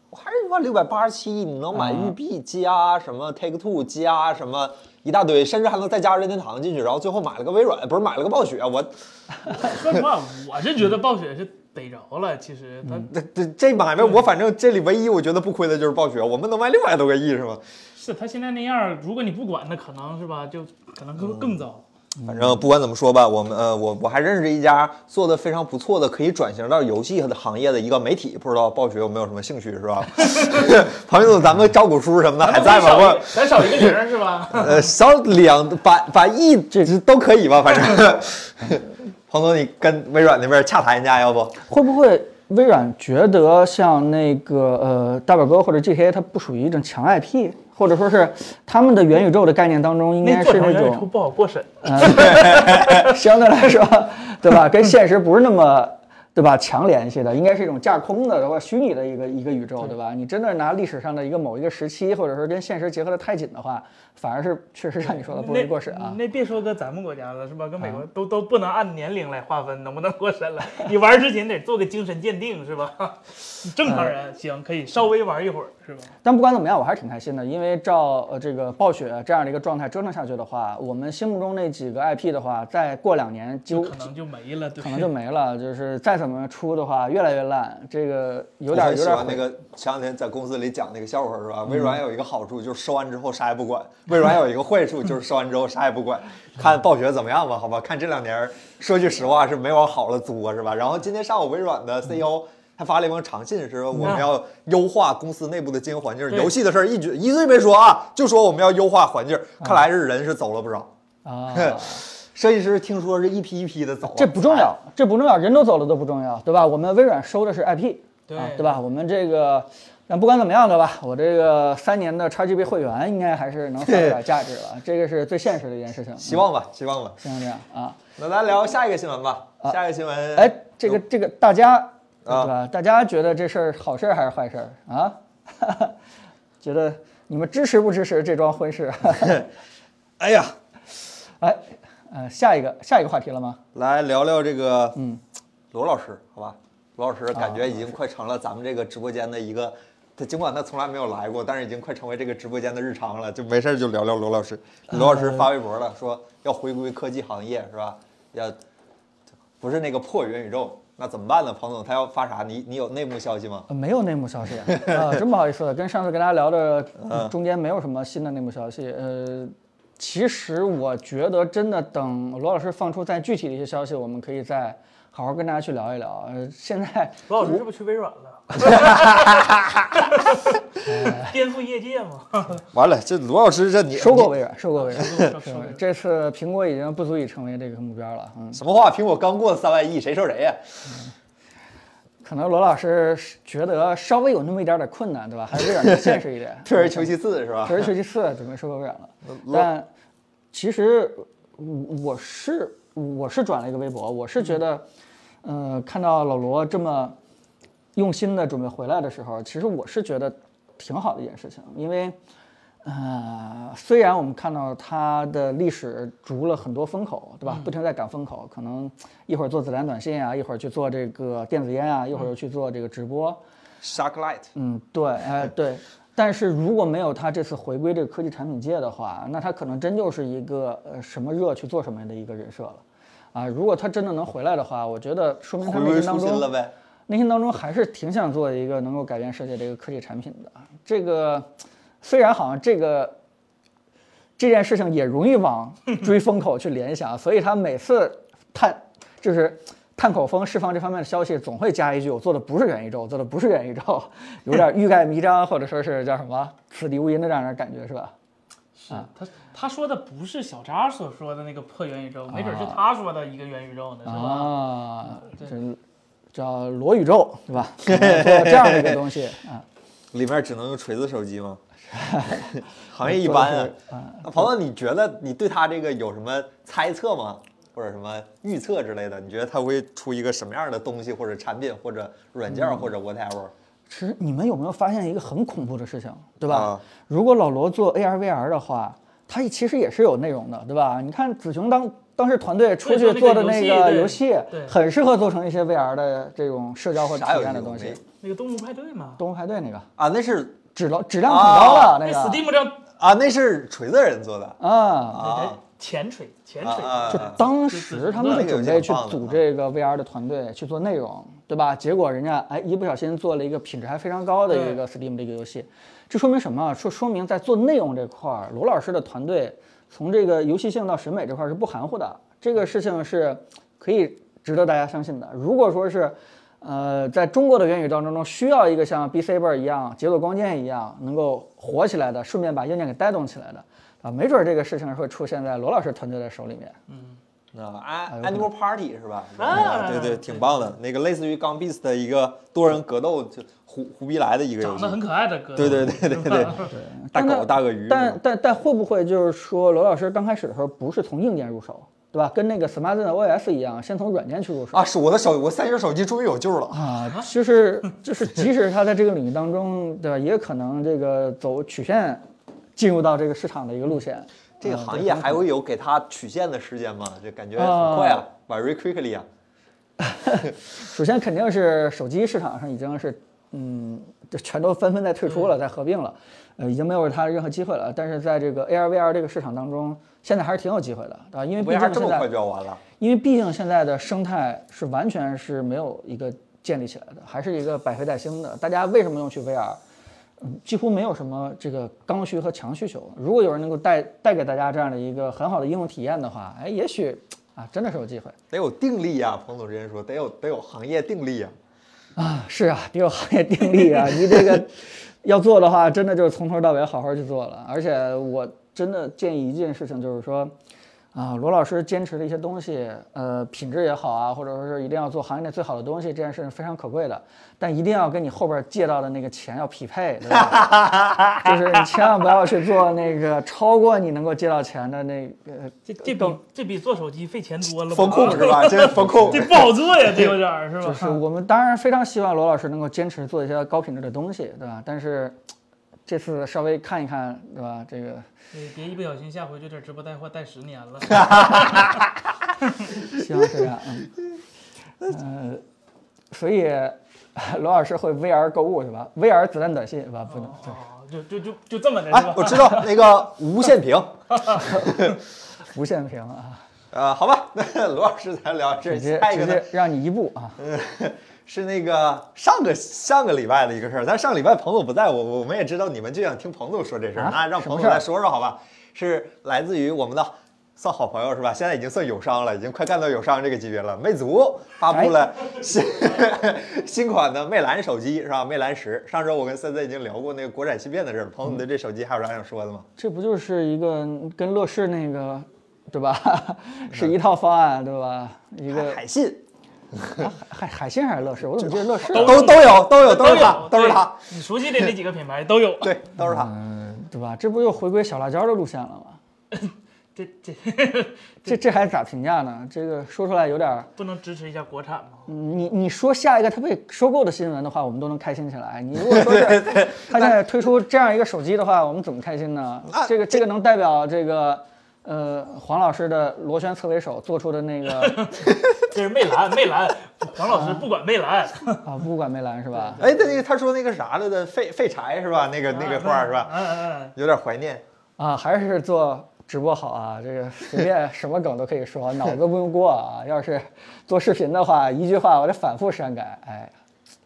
[SPEAKER 2] 我还是他妈六百八十七，你能买
[SPEAKER 1] 嗯
[SPEAKER 2] 育碧加什么 Take Two 加什么一大堆，甚至还能再加任天堂进去，然后最后买了个微软，不是买了个暴雪，我
[SPEAKER 3] 说实话，我是觉得暴雪是逮着了，其实他
[SPEAKER 2] 这这这买卖我反正这里唯一我觉得不亏的就是暴雪，我们能卖六百多个亿是吗？
[SPEAKER 3] 是他现在那样，如果你不管，那可能是吧，就可能
[SPEAKER 2] 嗯
[SPEAKER 3] 更更糟。
[SPEAKER 2] 反
[SPEAKER 1] 嗯
[SPEAKER 2] 正不管怎么说吧，我们呃我我还认识一家做的非常不错的，可以转型到游戏行业的一个媒体，不知道暴雪有没有什么兴趣是吧？ <laughs>
[SPEAKER 1] <laughs>
[SPEAKER 2] 庞总，咱们招股书什么的还在吗？哎我。
[SPEAKER 3] 咱少一个零
[SPEAKER 2] <laughs>
[SPEAKER 3] 是吧？
[SPEAKER 2] 呃，少两把把亿这都可以吧，反正。 <laughs> 彭总，你跟微软那边洽谈一下，要不？
[SPEAKER 1] 会不会微软觉得像那个呃大表哥或者 GTA 它不属于一种强 IP，或者说是他们的元宇宙的概念当中应该
[SPEAKER 3] 做
[SPEAKER 1] 是
[SPEAKER 3] 成
[SPEAKER 1] 那
[SPEAKER 3] 人抽
[SPEAKER 1] 种
[SPEAKER 3] 不好过审，
[SPEAKER 1] <laughs> 相对来说，对吧，跟现实不是那么。对吧？强联系的应该是一种架空的，或者虚拟的一个一个宇宙，对吧？你真的拿历史上的一个某一个时期，或者说跟现实结合的太紧的话，反而是确实像你说的不容易过审啊。
[SPEAKER 3] 那别说搁咱们国家了，是吧？搁美国都都不能按年龄来划分，能不能过审了？你玩之前得做个精神鉴定，是吧？ <laughs> 正常
[SPEAKER 1] 啊
[SPEAKER 3] 人行，可以稍微玩一会儿，是吧？
[SPEAKER 1] 但不管怎么样，我还是挺开心的，因为照呃这个暴雪这样的一个状态折腾下去的话，我们心目中那几个 IP 的话，再过两年几乎
[SPEAKER 3] 可能就没了，对
[SPEAKER 1] 可能就没了，就是再怎么出的话，越来越烂，这个有
[SPEAKER 2] 我
[SPEAKER 1] 点
[SPEAKER 2] 很
[SPEAKER 1] 有
[SPEAKER 2] 喜
[SPEAKER 1] 点嗯
[SPEAKER 2] 欢那
[SPEAKER 1] 悔
[SPEAKER 2] 个前两天在公司里讲那个笑话是吧？微软有一个好处就是收完之后啥也不管，微软有一个坏处就是收完之后啥也不管，看暴雪怎么样吧，好吧？看这两年儿，说句实话是没往好了作是吧？然后今天上午微软
[SPEAKER 1] 嗯
[SPEAKER 2] 的 CEO 还发了一封长信，是吧？我们要优化公司内部的经营环境，
[SPEAKER 3] 对
[SPEAKER 2] 游戏的事儿一句一句没说啊，就说我们要优化环境，
[SPEAKER 1] 嗯
[SPEAKER 2] 看来是人是走了不少。
[SPEAKER 1] 啊，
[SPEAKER 2] 设计师听说是一批一批的走啊，
[SPEAKER 1] 这不重要，这不重要，人都走了都不重要，对吧？我们微软收的是 IP，
[SPEAKER 3] 对
[SPEAKER 1] 啊、对吧？我们这个，但不管怎么样的吧，我这个三年的 XGP 会员应该还是能发挥点价值吧，这个是最现实的一件事情。
[SPEAKER 2] 希望吧，希望吧。
[SPEAKER 1] 希望这样啊。
[SPEAKER 2] 那咱聊下一个新闻吧，下一个新闻，
[SPEAKER 1] 哎，这个这个大家
[SPEAKER 2] 啊
[SPEAKER 1] 对吧？大家觉得这事儿好事儿还是坏事儿啊？ <laughs> 觉得你们支持不支持这桩婚事？ <laughs>
[SPEAKER 2] 哎呀，
[SPEAKER 1] 哎，呃，下一个下一个话题了吗？
[SPEAKER 2] 来聊聊这个，嗯，啊罗老师，好吧，罗老师感觉已经快成了咱们这个直播间的一个，他尽管他从来没有来过，但是已经快成为这个直播间的日常了，就没事儿就聊聊罗老师。罗老师发微博了，说要回归科技行业，是吧？要不是那个破元宇宙，那怎么办呢？庞总，他要发啥？你你有内幕消息吗？
[SPEAKER 1] 呃没有内幕消息啊，真不好意思，跟上次跟大家聊的 <laughs> 嗯中间没有什么新的内幕消息。呃，其实我觉得真的等罗老师放出再具体的一些消息，我们可以再好好跟大家去聊一聊。呃，现在
[SPEAKER 3] 罗老师是不是去微
[SPEAKER 1] <laughs>
[SPEAKER 3] 软了？ <laughs> 颠覆业界嘛？
[SPEAKER 2] 完了，这罗老师这你
[SPEAKER 1] 收购微啊软，收购微软，
[SPEAKER 3] 收购
[SPEAKER 1] 是
[SPEAKER 3] 收购
[SPEAKER 1] 吧这次苹果已经不足以成为这个目标了。嗯，
[SPEAKER 2] 什么话？苹果刚过三万亿，谁受谁呀、。
[SPEAKER 1] 可能罗老师是觉得稍微有那么一点点困难，对吧？还是微软更现实一点
[SPEAKER 2] 退而求其次是吧？
[SPEAKER 1] 退而求其次，啊准备收购微软了。但其实我我是我是转了一个微博，我是觉得，呃，看到老罗这么用心的准备回来的时候，其实我是觉得挺好的一件事情，因为。呃，虽然我们看到它的历史逐了很多风口，对吧？不停地在赶风口，可能一会儿做子弹短信啊，一会儿去做这个电子烟啊，一会儿又去做这个直播，
[SPEAKER 2] Shark Light，
[SPEAKER 1] 嗯，对，哎，对。但是如果没有他这次回归这个科技产品界的话，那他可能真就是一个呃什么热去做什么的一个人设了，啊，如果他真的能回来的话，我觉得说明他
[SPEAKER 2] 回
[SPEAKER 1] 内
[SPEAKER 2] 归
[SPEAKER 1] 心
[SPEAKER 2] 初
[SPEAKER 1] 当
[SPEAKER 2] 心
[SPEAKER 1] 中
[SPEAKER 2] 了呗。
[SPEAKER 1] 内心当中还是挺想做一个能够改变世界的一个科技产品的。啊这个虽然好像这个这件事情也容易往追风口去联想，啊所以他每次探就是探口风释放这方面的消息，总会加一句“我做的不是元宇宙，我做的不是元宇宙”，有点欲盖弥彰，或者说是叫什么“此地无银”的这样的感 <laughs> 觉，是吧？
[SPEAKER 3] 是啊他他说的不是小扎所说的那个破元宇宙，没准是他说的一个元宇宙呢，是吧？
[SPEAKER 1] 啊，这叫罗宇宙，对吧？ <laughs> 做这样的一个东西啊。
[SPEAKER 2] 里面只能用锤子手机 <laughs> 吗？行业一般啊。那朋友，你觉得你对他这个有什么猜测吗？或者什么预测之类的？你觉得他会出一个什么样的东西，或者产品，或者软件，或者 whatever？
[SPEAKER 1] 其实你们有没有发现一个很恐怖的事情，对吧？
[SPEAKER 2] 啊
[SPEAKER 1] 如果老罗做 AR VR 的话，他其实也是有内容的，对吧？你看子雄当当时团队出去
[SPEAKER 3] 对
[SPEAKER 1] 做
[SPEAKER 3] 做
[SPEAKER 1] 的
[SPEAKER 3] 那个
[SPEAKER 1] 那
[SPEAKER 3] 游戏
[SPEAKER 1] 个
[SPEAKER 3] 对
[SPEAKER 1] 游戏
[SPEAKER 3] 对，
[SPEAKER 1] 很适合做成一些 VR 的这种社交或者
[SPEAKER 2] 啥
[SPEAKER 1] 体
[SPEAKER 2] 有
[SPEAKER 1] 验的
[SPEAKER 2] 用
[SPEAKER 1] 东
[SPEAKER 2] 没
[SPEAKER 1] 西。
[SPEAKER 3] 那个动物派对嘛，
[SPEAKER 1] 动物派对那个
[SPEAKER 2] 啊，那是
[SPEAKER 1] 质量质量挺高的、
[SPEAKER 2] 啊
[SPEAKER 1] 那
[SPEAKER 3] 那
[SPEAKER 1] 个
[SPEAKER 3] Steam 上哎
[SPEAKER 2] 啊，那是锤子人做的
[SPEAKER 1] 啊，
[SPEAKER 2] 啊
[SPEAKER 3] 前锤前
[SPEAKER 2] 啊
[SPEAKER 3] 锤，
[SPEAKER 2] 啊！
[SPEAKER 1] 就
[SPEAKER 2] 啊
[SPEAKER 1] 当时他们就准备去
[SPEAKER 2] 那个有
[SPEAKER 1] 组
[SPEAKER 2] 点棒的
[SPEAKER 1] 这个 VR 的团队去做内容，对吧？结果人家哎一不小心做了一个品质还非常高的一个 Steam 的一个游戏，这说明什么啊？说说明在做内容这块儿，罗老师的团队从这个游戏性到审美这块儿是不含糊的，这个事情是可以值得大家相信的。如果说是。呃，在中国的元宇宙当中，需要一个像 B Saber 一样、节奏光剑一样能够火起来的，顺便把硬件给带动起来的啊，没准儿这个事情会出现在罗老师团队的手里面。
[SPEAKER 2] 啊啊，Animal Party 是吧？
[SPEAKER 3] 啊
[SPEAKER 2] 对对，
[SPEAKER 3] 对
[SPEAKER 2] 挺棒的。那个类似于《钢 Beast》的一个多人格斗，就胡胡逼来的一个游
[SPEAKER 3] 长
[SPEAKER 2] 戏
[SPEAKER 3] 得。很可爱的
[SPEAKER 2] <laughs>
[SPEAKER 3] 哥，
[SPEAKER 2] 对对对
[SPEAKER 1] <laughs>
[SPEAKER 2] 对对，大
[SPEAKER 1] 但
[SPEAKER 2] 狗
[SPEAKER 1] 那
[SPEAKER 2] 大鳄鱼。
[SPEAKER 1] 但但但会不会就是说，罗老师刚开始的时候不是从硬件入手，对吧？跟那个 Smart OS 一样，先从软件去入手
[SPEAKER 2] 啊，是我的手，我三星手机终于有救了。
[SPEAKER 1] 啊，就是就是，即使他在这个领域当中，对吧，也可能这个走曲线进入到这个市场的一个路线。
[SPEAKER 2] 这个
[SPEAKER 1] 啊 <laughs>
[SPEAKER 2] 行
[SPEAKER 1] 对
[SPEAKER 2] 业还会有给它曲线的时间吗？这感觉
[SPEAKER 1] 啊
[SPEAKER 2] 很快啊，very quickly 啊。
[SPEAKER 1] 首先肯定是手机市场上已经是，嗯，就全都纷纷在退
[SPEAKER 2] 嗯
[SPEAKER 1] 出了，在合并了，呃，已经没有它的任何机会了。但是在这个 AR VR 这个市场当中，现在还是挺有机会的，对吧？因为毕竟
[SPEAKER 2] VR 这
[SPEAKER 1] 现
[SPEAKER 2] 么
[SPEAKER 1] 在
[SPEAKER 2] 快就要完了，
[SPEAKER 1] 因为毕竟现在的生态是完全是没有一个建立起来的，还是一个百废待兴的。大家为什么用去 VR？嗯，几乎没有什么这个刚需和强需求。如果有人能够带带给大家这样的一个很好的应用体验的话，哎，也许啊，真的是有机会
[SPEAKER 2] 得有定力啊。彭总之前说，得有得有行业定力啊。
[SPEAKER 1] 啊！是啊， <laughs> 得有行业定力啊！你这个要做的话，真的就是从头到尾好好去做了。而且我真的建议一件事情，就是说，啊，罗老师坚持的一些东西，呃，品质也好啊，或者说是一定要做行业内最好的东西，这件事情非常可贵的，但一定要跟你后边借到的那个钱要匹配，对吧？就是你千万不要去做那个超过你能够借到钱的那个。
[SPEAKER 3] 这这比这比做手机费钱多了吧，
[SPEAKER 2] 风控是吧？这风控
[SPEAKER 3] <laughs> 这不好做呀，这有点儿是
[SPEAKER 1] 就是
[SPEAKER 2] 嗯
[SPEAKER 3] 吧？
[SPEAKER 1] 我们当然非常希望罗老师能够坚持做一些高品质的东西，对吧？但是这次稍微看一看，对吧？这个
[SPEAKER 3] 你别一不小心，下回就这直播带货带十
[SPEAKER 2] <laughs>
[SPEAKER 3] 年了。
[SPEAKER 1] 希望这样，嗯，
[SPEAKER 2] <laughs>
[SPEAKER 1] 呃，所以罗老师会 VR 购物是吧？VR 子弹短信是吧？不能，对
[SPEAKER 3] 哦，就就就就这么的是
[SPEAKER 2] 哎，
[SPEAKER 3] 吧？
[SPEAKER 1] <laughs>
[SPEAKER 2] 我知道那个无线屏，
[SPEAKER 1] 无限屏啊。
[SPEAKER 2] 呃，好吧，那罗老师咱聊这
[SPEAKER 1] 直接
[SPEAKER 2] 下一个
[SPEAKER 1] 直
[SPEAKER 2] 呢嗯
[SPEAKER 1] 接让你一步啊，
[SPEAKER 2] 是那个上个上个礼拜的一个事儿，但上个礼拜彭总不在，我我们也知道你们就想听彭总说这事儿，
[SPEAKER 1] 啊
[SPEAKER 2] 那让
[SPEAKER 1] 什么事
[SPEAKER 2] 彭总
[SPEAKER 1] 儿
[SPEAKER 2] 来说说好吧？是来自于我们的算好朋友是吧？现在已经算友商了，已经快干到友商这个级别了。魅族发布了新、 <laughs> 新款的魅蓝手机是吧？魅蓝十，上周我跟森森已经聊过那个国产芯片的事儿，彭总对这手机还有啥想说的吗？
[SPEAKER 1] 这不就是一个跟乐视那个对
[SPEAKER 2] <laughs>
[SPEAKER 1] 吧，是一套方案对吧？一个
[SPEAKER 2] 海信
[SPEAKER 1] 啊海海海信还是乐视，我怎么记得乐视啊
[SPEAKER 2] 都都有都有都是他
[SPEAKER 3] 有，
[SPEAKER 2] 都是
[SPEAKER 3] 对
[SPEAKER 2] 他，
[SPEAKER 3] 你熟悉的那几个品牌
[SPEAKER 2] <laughs>
[SPEAKER 3] 都有。
[SPEAKER 2] 对都是他。
[SPEAKER 1] 嗯对吧？这不又回归小辣椒的路线了吗？
[SPEAKER 3] 这这
[SPEAKER 1] 这这还咋评价呢？这个说出来有点儿，
[SPEAKER 3] 不能支持一下国产吗？
[SPEAKER 1] 嗯你你说下一个它被收购的新闻的话，我们都能开心起来。你如果说是它现在推出这样一个手机的话，我们怎么开心呢？这个这个能代表这个呃黄老师的螺旋侧尾手做出的那个 <laughs>
[SPEAKER 3] 这是魅蓝，魅蓝，黄老师不管魅
[SPEAKER 2] <laughs>
[SPEAKER 3] 蓝，
[SPEAKER 1] 啊，不管梅兰是吧？
[SPEAKER 2] 哎，对那个他说那个啥来的废废柴是吧？那个那个话是吧？<laughs>
[SPEAKER 3] 嗯嗯嗯，
[SPEAKER 2] 有点怀念。
[SPEAKER 1] 啊，还是做直播好啊，这个随便什么梗都可以说，脑子不用过啊。要是做视频的话，一句话我得反复删改，哎。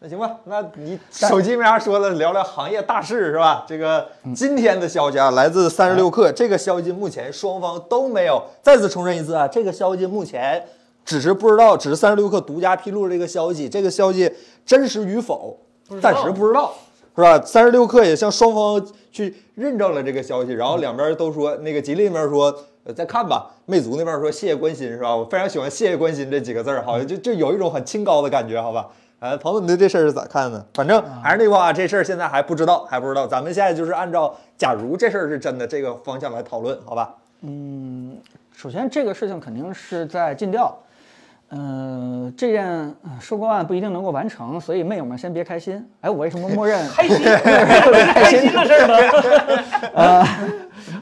[SPEAKER 2] 那行吧，那你手机没啥说的，聊聊行业大事是吧？这个今天的消息啊，来自三十六氪。这个消息目前双方都没有。再次重申一次啊，这个消息目前只是不知道，只是三十六氪独家披露这个消息，这个消息真实与否
[SPEAKER 3] 不知道
[SPEAKER 2] 暂时不知道，是吧？三十六氪也向双方去认证了这个消息，然后两边都说，那个吉利那边说。呃，再看吧。魅族那边说谢谢关心是吧？我非常喜欢谢谢关心这几个字儿，好像就就有一种很清高的感觉，好吧？呃，彭总，你对这事儿是咋看的？反正还是那句话，这事儿现在还不知道，还不知道。咱们现在就是按照假如这事儿是真的这个方向来讨论，好吧？
[SPEAKER 1] 首先，这个事情肯定是在尽调，呃，这件呃收购案不一定能够完成，所以魅友们先别开心。哎，我为什么默认？ <laughs>
[SPEAKER 3] 开心，开心的事儿呢？
[SPEAKER 1] <laughs> 呃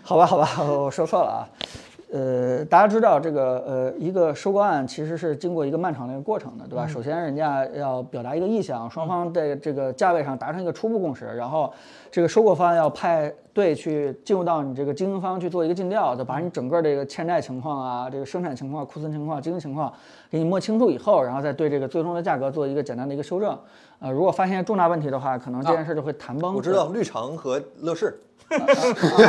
[SPEAKER 1] 好吧，好吧，我说错了啊。呃，大家知道这个呃，一个收购案其实是经过一个漫长的一个过程的，对
[SPEAKER 2] 嗯
[SPEAKER 1] 吧？首先人家要表达一个意向，双方在这个价位上达成一个初步共识，然后这个收购方要派队去进入到你这个经营方去做一个尽调，就
[SPEAKER 2] 嗯
[SPEAKER 1] 把你整个这个欠债情况啊、这个生产情况、库存情况、经营情况给你摸清楚以后，然后再对这个最终的价格做一个简单的一个修正。呃，如果发现重大问题的话，可能这件事就会谈崩。
[SPEAKER 2] 啊我知道绿城和乐视，
[SPEAKER 1] 啊，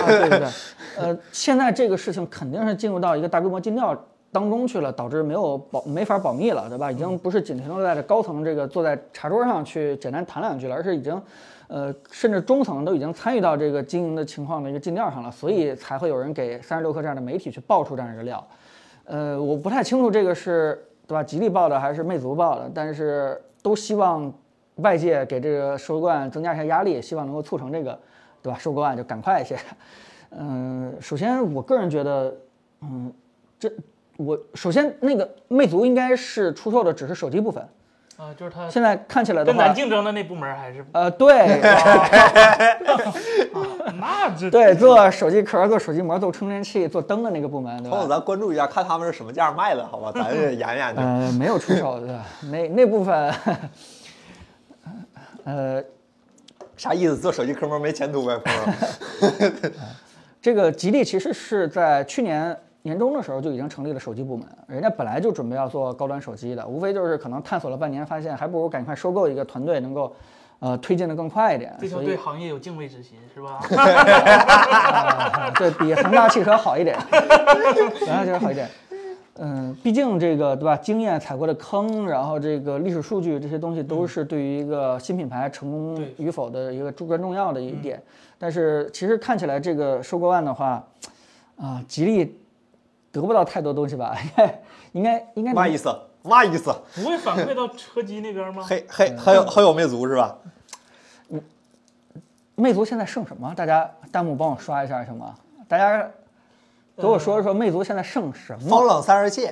[SPEAKER 1] 对对对，呃，现在这个事情肯定是进入到一个大规模尽调当中去了，导致没有保没法保密了，对吧？已经不是仅停留在这高层这个坐在茶桌上去简单谈两句了，而是已经。呃，甚至中层都已经参与到这个经营的情况的一个尽调上了，所以才会有人给三十六氪这样的媒体去爆出这样一个料。呃，我不太清楚这个是对吧？吉利报的还是魅族报的，但是都希望外界给这个收购案增加一下压力，希望能够促成这个对吧？收购案就赶快一些。嗯、首先我个人觉得，嗯，这我首先那个魅族应该是出售的只是手机部分，
[SPEAKER 3] 啊，就是他
[SPEAKER 1] 现在看起来的
[SPEAKER 3] 跟咱
[SPEAKER 1] 话，
[SPEAKER 3] 竞争的那部门
[SPEAKER 2] <laughs>
[SPEAKER 3] 还是
[SPEAKER 1] 呃，对， <laughs>
[SPEAKER 3] 那这
[SPEAKER 1] 对，做手机壳、做手机膜、做充电器、做灯的那个部门，对
[SPEAKER 2] 彭总，
[SPEAKER 1] 吧？
[SPEAKER 2] 咱关注一下，看他们是什么价卖的，好吧？咱也研究研究。
[SPEAKER 1] 呃，没有出手的那那部分，呃，
[SPEAKER 2] 啥意思？做手机壳膜没前途呗，朋友。
[SPEAKER 1] 这个吉利其实是在去年年中的时候就已经成立了手机部门，人家本来就准备要做高端手机的，无非就是可能探索了半年，发现还不如赶快收购一个团队，能够呃推进的更快一点。
[SPEAKER 3] 这就
[SPEAKER 1] 所
[SPEAKER 3] 对
[SPEAKER 1] 以
[SPEAKER 3] 行业有敬畏之心是
[SPEAKER 2] <laughs>
[SPEAKER 3] 吧？
[SPEAKER 1] 啊对比恒大汽车好一点，恒大汽车好一点。嗯，毕竟这个对吧？经验踩过的坑，然后这个历史数据这些东西都是对于一个新品牌成功
[SPEAKER 3] 对
[SPEAKER 1] 与否的一个至关重要的一点。但是其实看起来这个收购案的话，啊、吉利得不到太多东西吧？应该应该
[SPEAKER 2] 嘛
[SPEAKER 1] 能
[SPEAKER 2] 意思？嘛意思？
[SPEAKER 3] 不会反馈到车机那边吗？
[SPEAKER 2] 黑黑黑有黑有魅族是吧？
[SPEAKER 1] 魅族现在剩什么？大家弹幕帮我刷一下行吗？大家给我说一说魅族现在剩什
[SPEAKER 3] 嗯
[SPEAKER 2] 风
[SPEAKER 1] 么
[SPEAKER 2] 冷散热器，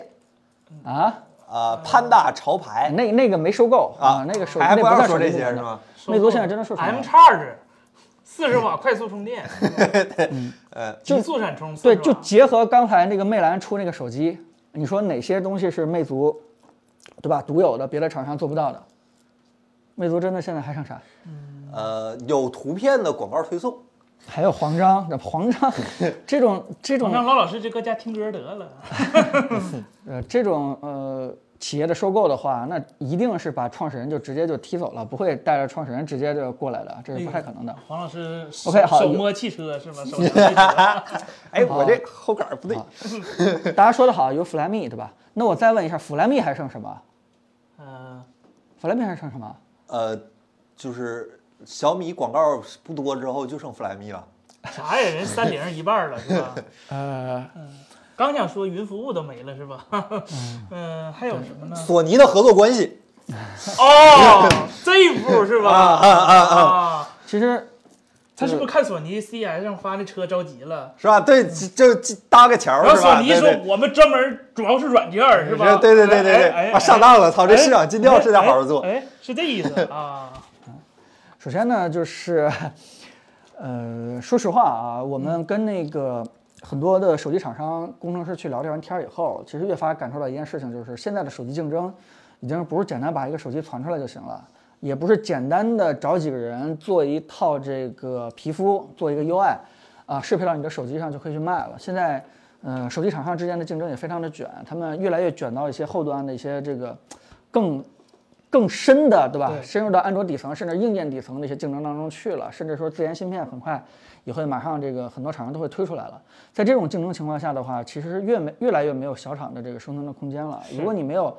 [SPEAKER 1] 啊？
[SPEAKER 2] 啊，潘达潮
[SPEAKER 3] 嗯
[SPEAKER 2] 牌，
[SPEAKER 1] 哎那那个没收购
[SPEAKER 2] 啊
[SPEAKER 1] 那个收
[SPEAKER 2] 还
[SPEAKER 1] 那
[SPEAKER 2] 不
[SPEAKER 1] 在
[SPEAKER 2] 要
[SPEAKER 1] 手
[SPEAKER 2] 说
[SPEAKER 1] 机
[SPEAKER 2] 这
[SPEAKER 1] 部
[SPEAKER 2] 些
[SPEAKER 1] 门
[SPEAKER 2] 是
[SPEAKER 1] 的
[SPEAKER 2] 吗？
[SPEAKER 1] 魅族现在真的是
[SPEAKER 3] M Charge，四十瓦快速充电，
[SPEAKER 2] 呃，
[SPEAKER 3] 极速闪充40瓦，
[SPEAKER 1] 对，就结合刚才那个魅蓝出那个手机，你说哪些东西是魅族，对吧？独有的，别的厂商做不到的。魅族真的现在还剩啥？
[SPEAKER 2] 呃，有图片的广告推送，
[SPEAKER 1] 还有黄章，那黄章这种这
[SPEAKER 3] 我
[SPEAKER 1] 种
[SPEAKER 3] 让老老师就搁家听歌得了。
[SPEAKER 1] 呃，这种呃企业的收购的话，那一定是把创始人就直接就踢走了，不会带着创始人直接就过来的，这是
[SPEAKER 3] 哎
[SPEAKER 1] 不太可能的。
[SPEAKER 3] 黄老师手
[SPEAKER 1] OK，好
[SPEAKER 3] 手摸汽车是吧？
[SPEAKER 1] <laughs>
[SPEAKER 3] 手摸汽车
[SPEAKER 2] 哎，
[SPEAKER 3] 啊
[SPEAKER 2] 我这后杆儿不对，
[SPEAKER 1] 大家说的好，有 Flyme 对吧？那我再问一下，Flyme 还剩什么
[SPEAKER 3] 嗯，
[SPEAKER 1] ？Flyme 还剩什么？
[SPEAKER 2] 呃，就是小米广告不多之后就剩 Flyme 了。
[SPEAKER 3] 啥呀？人三菱一半了是吧？
[SPEAKER 1] <laughs>
[SPEAKER 3] 嗯
[SPEAKER 1] 呃，
[SPEAKER 3] 刚想说云服务都没了是吧？ <laughs> 嗯，还有什么呢？
[SPEAKER 2] 索尼的合作关系
[SPEAKER 3] 哦，这一步
[SPEAKER 1] <laughs>
[SPEAKER 3] 是吧？
[SPEAKER 2] 啊啊啊
[SPEAKER 3] 啊！
[SPEAKER 1] 其实
[SPEAKER 3] 他是不是看索尼 CES 上发那车着急了？
[SPEAKER 2] 是吧？对，这这这搭个桥
[SPEAKER 3] 然后
[SPEAKER 2] 是吧？
[SPEAKER 3] 索尼
[SPEAKER 2] 对
[SPEAKER 3] 说
[SPEAKER 2] 对哎
[SPEAKER 3] 我们专门主要是软件儿是吧？
[SPEAKER 2] 对对对对对，
[SPEAKER 3] 哎哎
[SPEAKER 2] 啊上当了！操，这市
[SPEAKER 3] 哎
[SPEAKER 2] 场尽调是得好好做。
[SPEAKER 3] 哎，哎是这意思
[SPEAKER 2] <laughs>
[SPEAKER 3] 啊。
[SPEAKER 1] 首先呢，就是，呃，说实话啊，我们跟那个很多的手机厂商工程师去聊这完天儿以后，其实越发感受到一件事情，就是现在的手机竞争已经不是简单把一个手机传出来就行了，也不是简单的找几个人做一套这个皮肤，做一个 UI，啊，适配到你的手机上就可以去卖了。现在，呃，手机厂商之间的竞争也非常的卷，他们越来越卷到一些后端的一些这个更更深的，对吧？
[SPEAKER 3] 对
[SPEAKER 1] 深入到安卓底层甚至硬件底层的一些竞争当中去了，甚至说自研芯片很快也会马上这个很多厂商都会推出来了。在这种竞争情况下的话，其实是越没越来越没有小厂的这个生存的空间了。如果你没有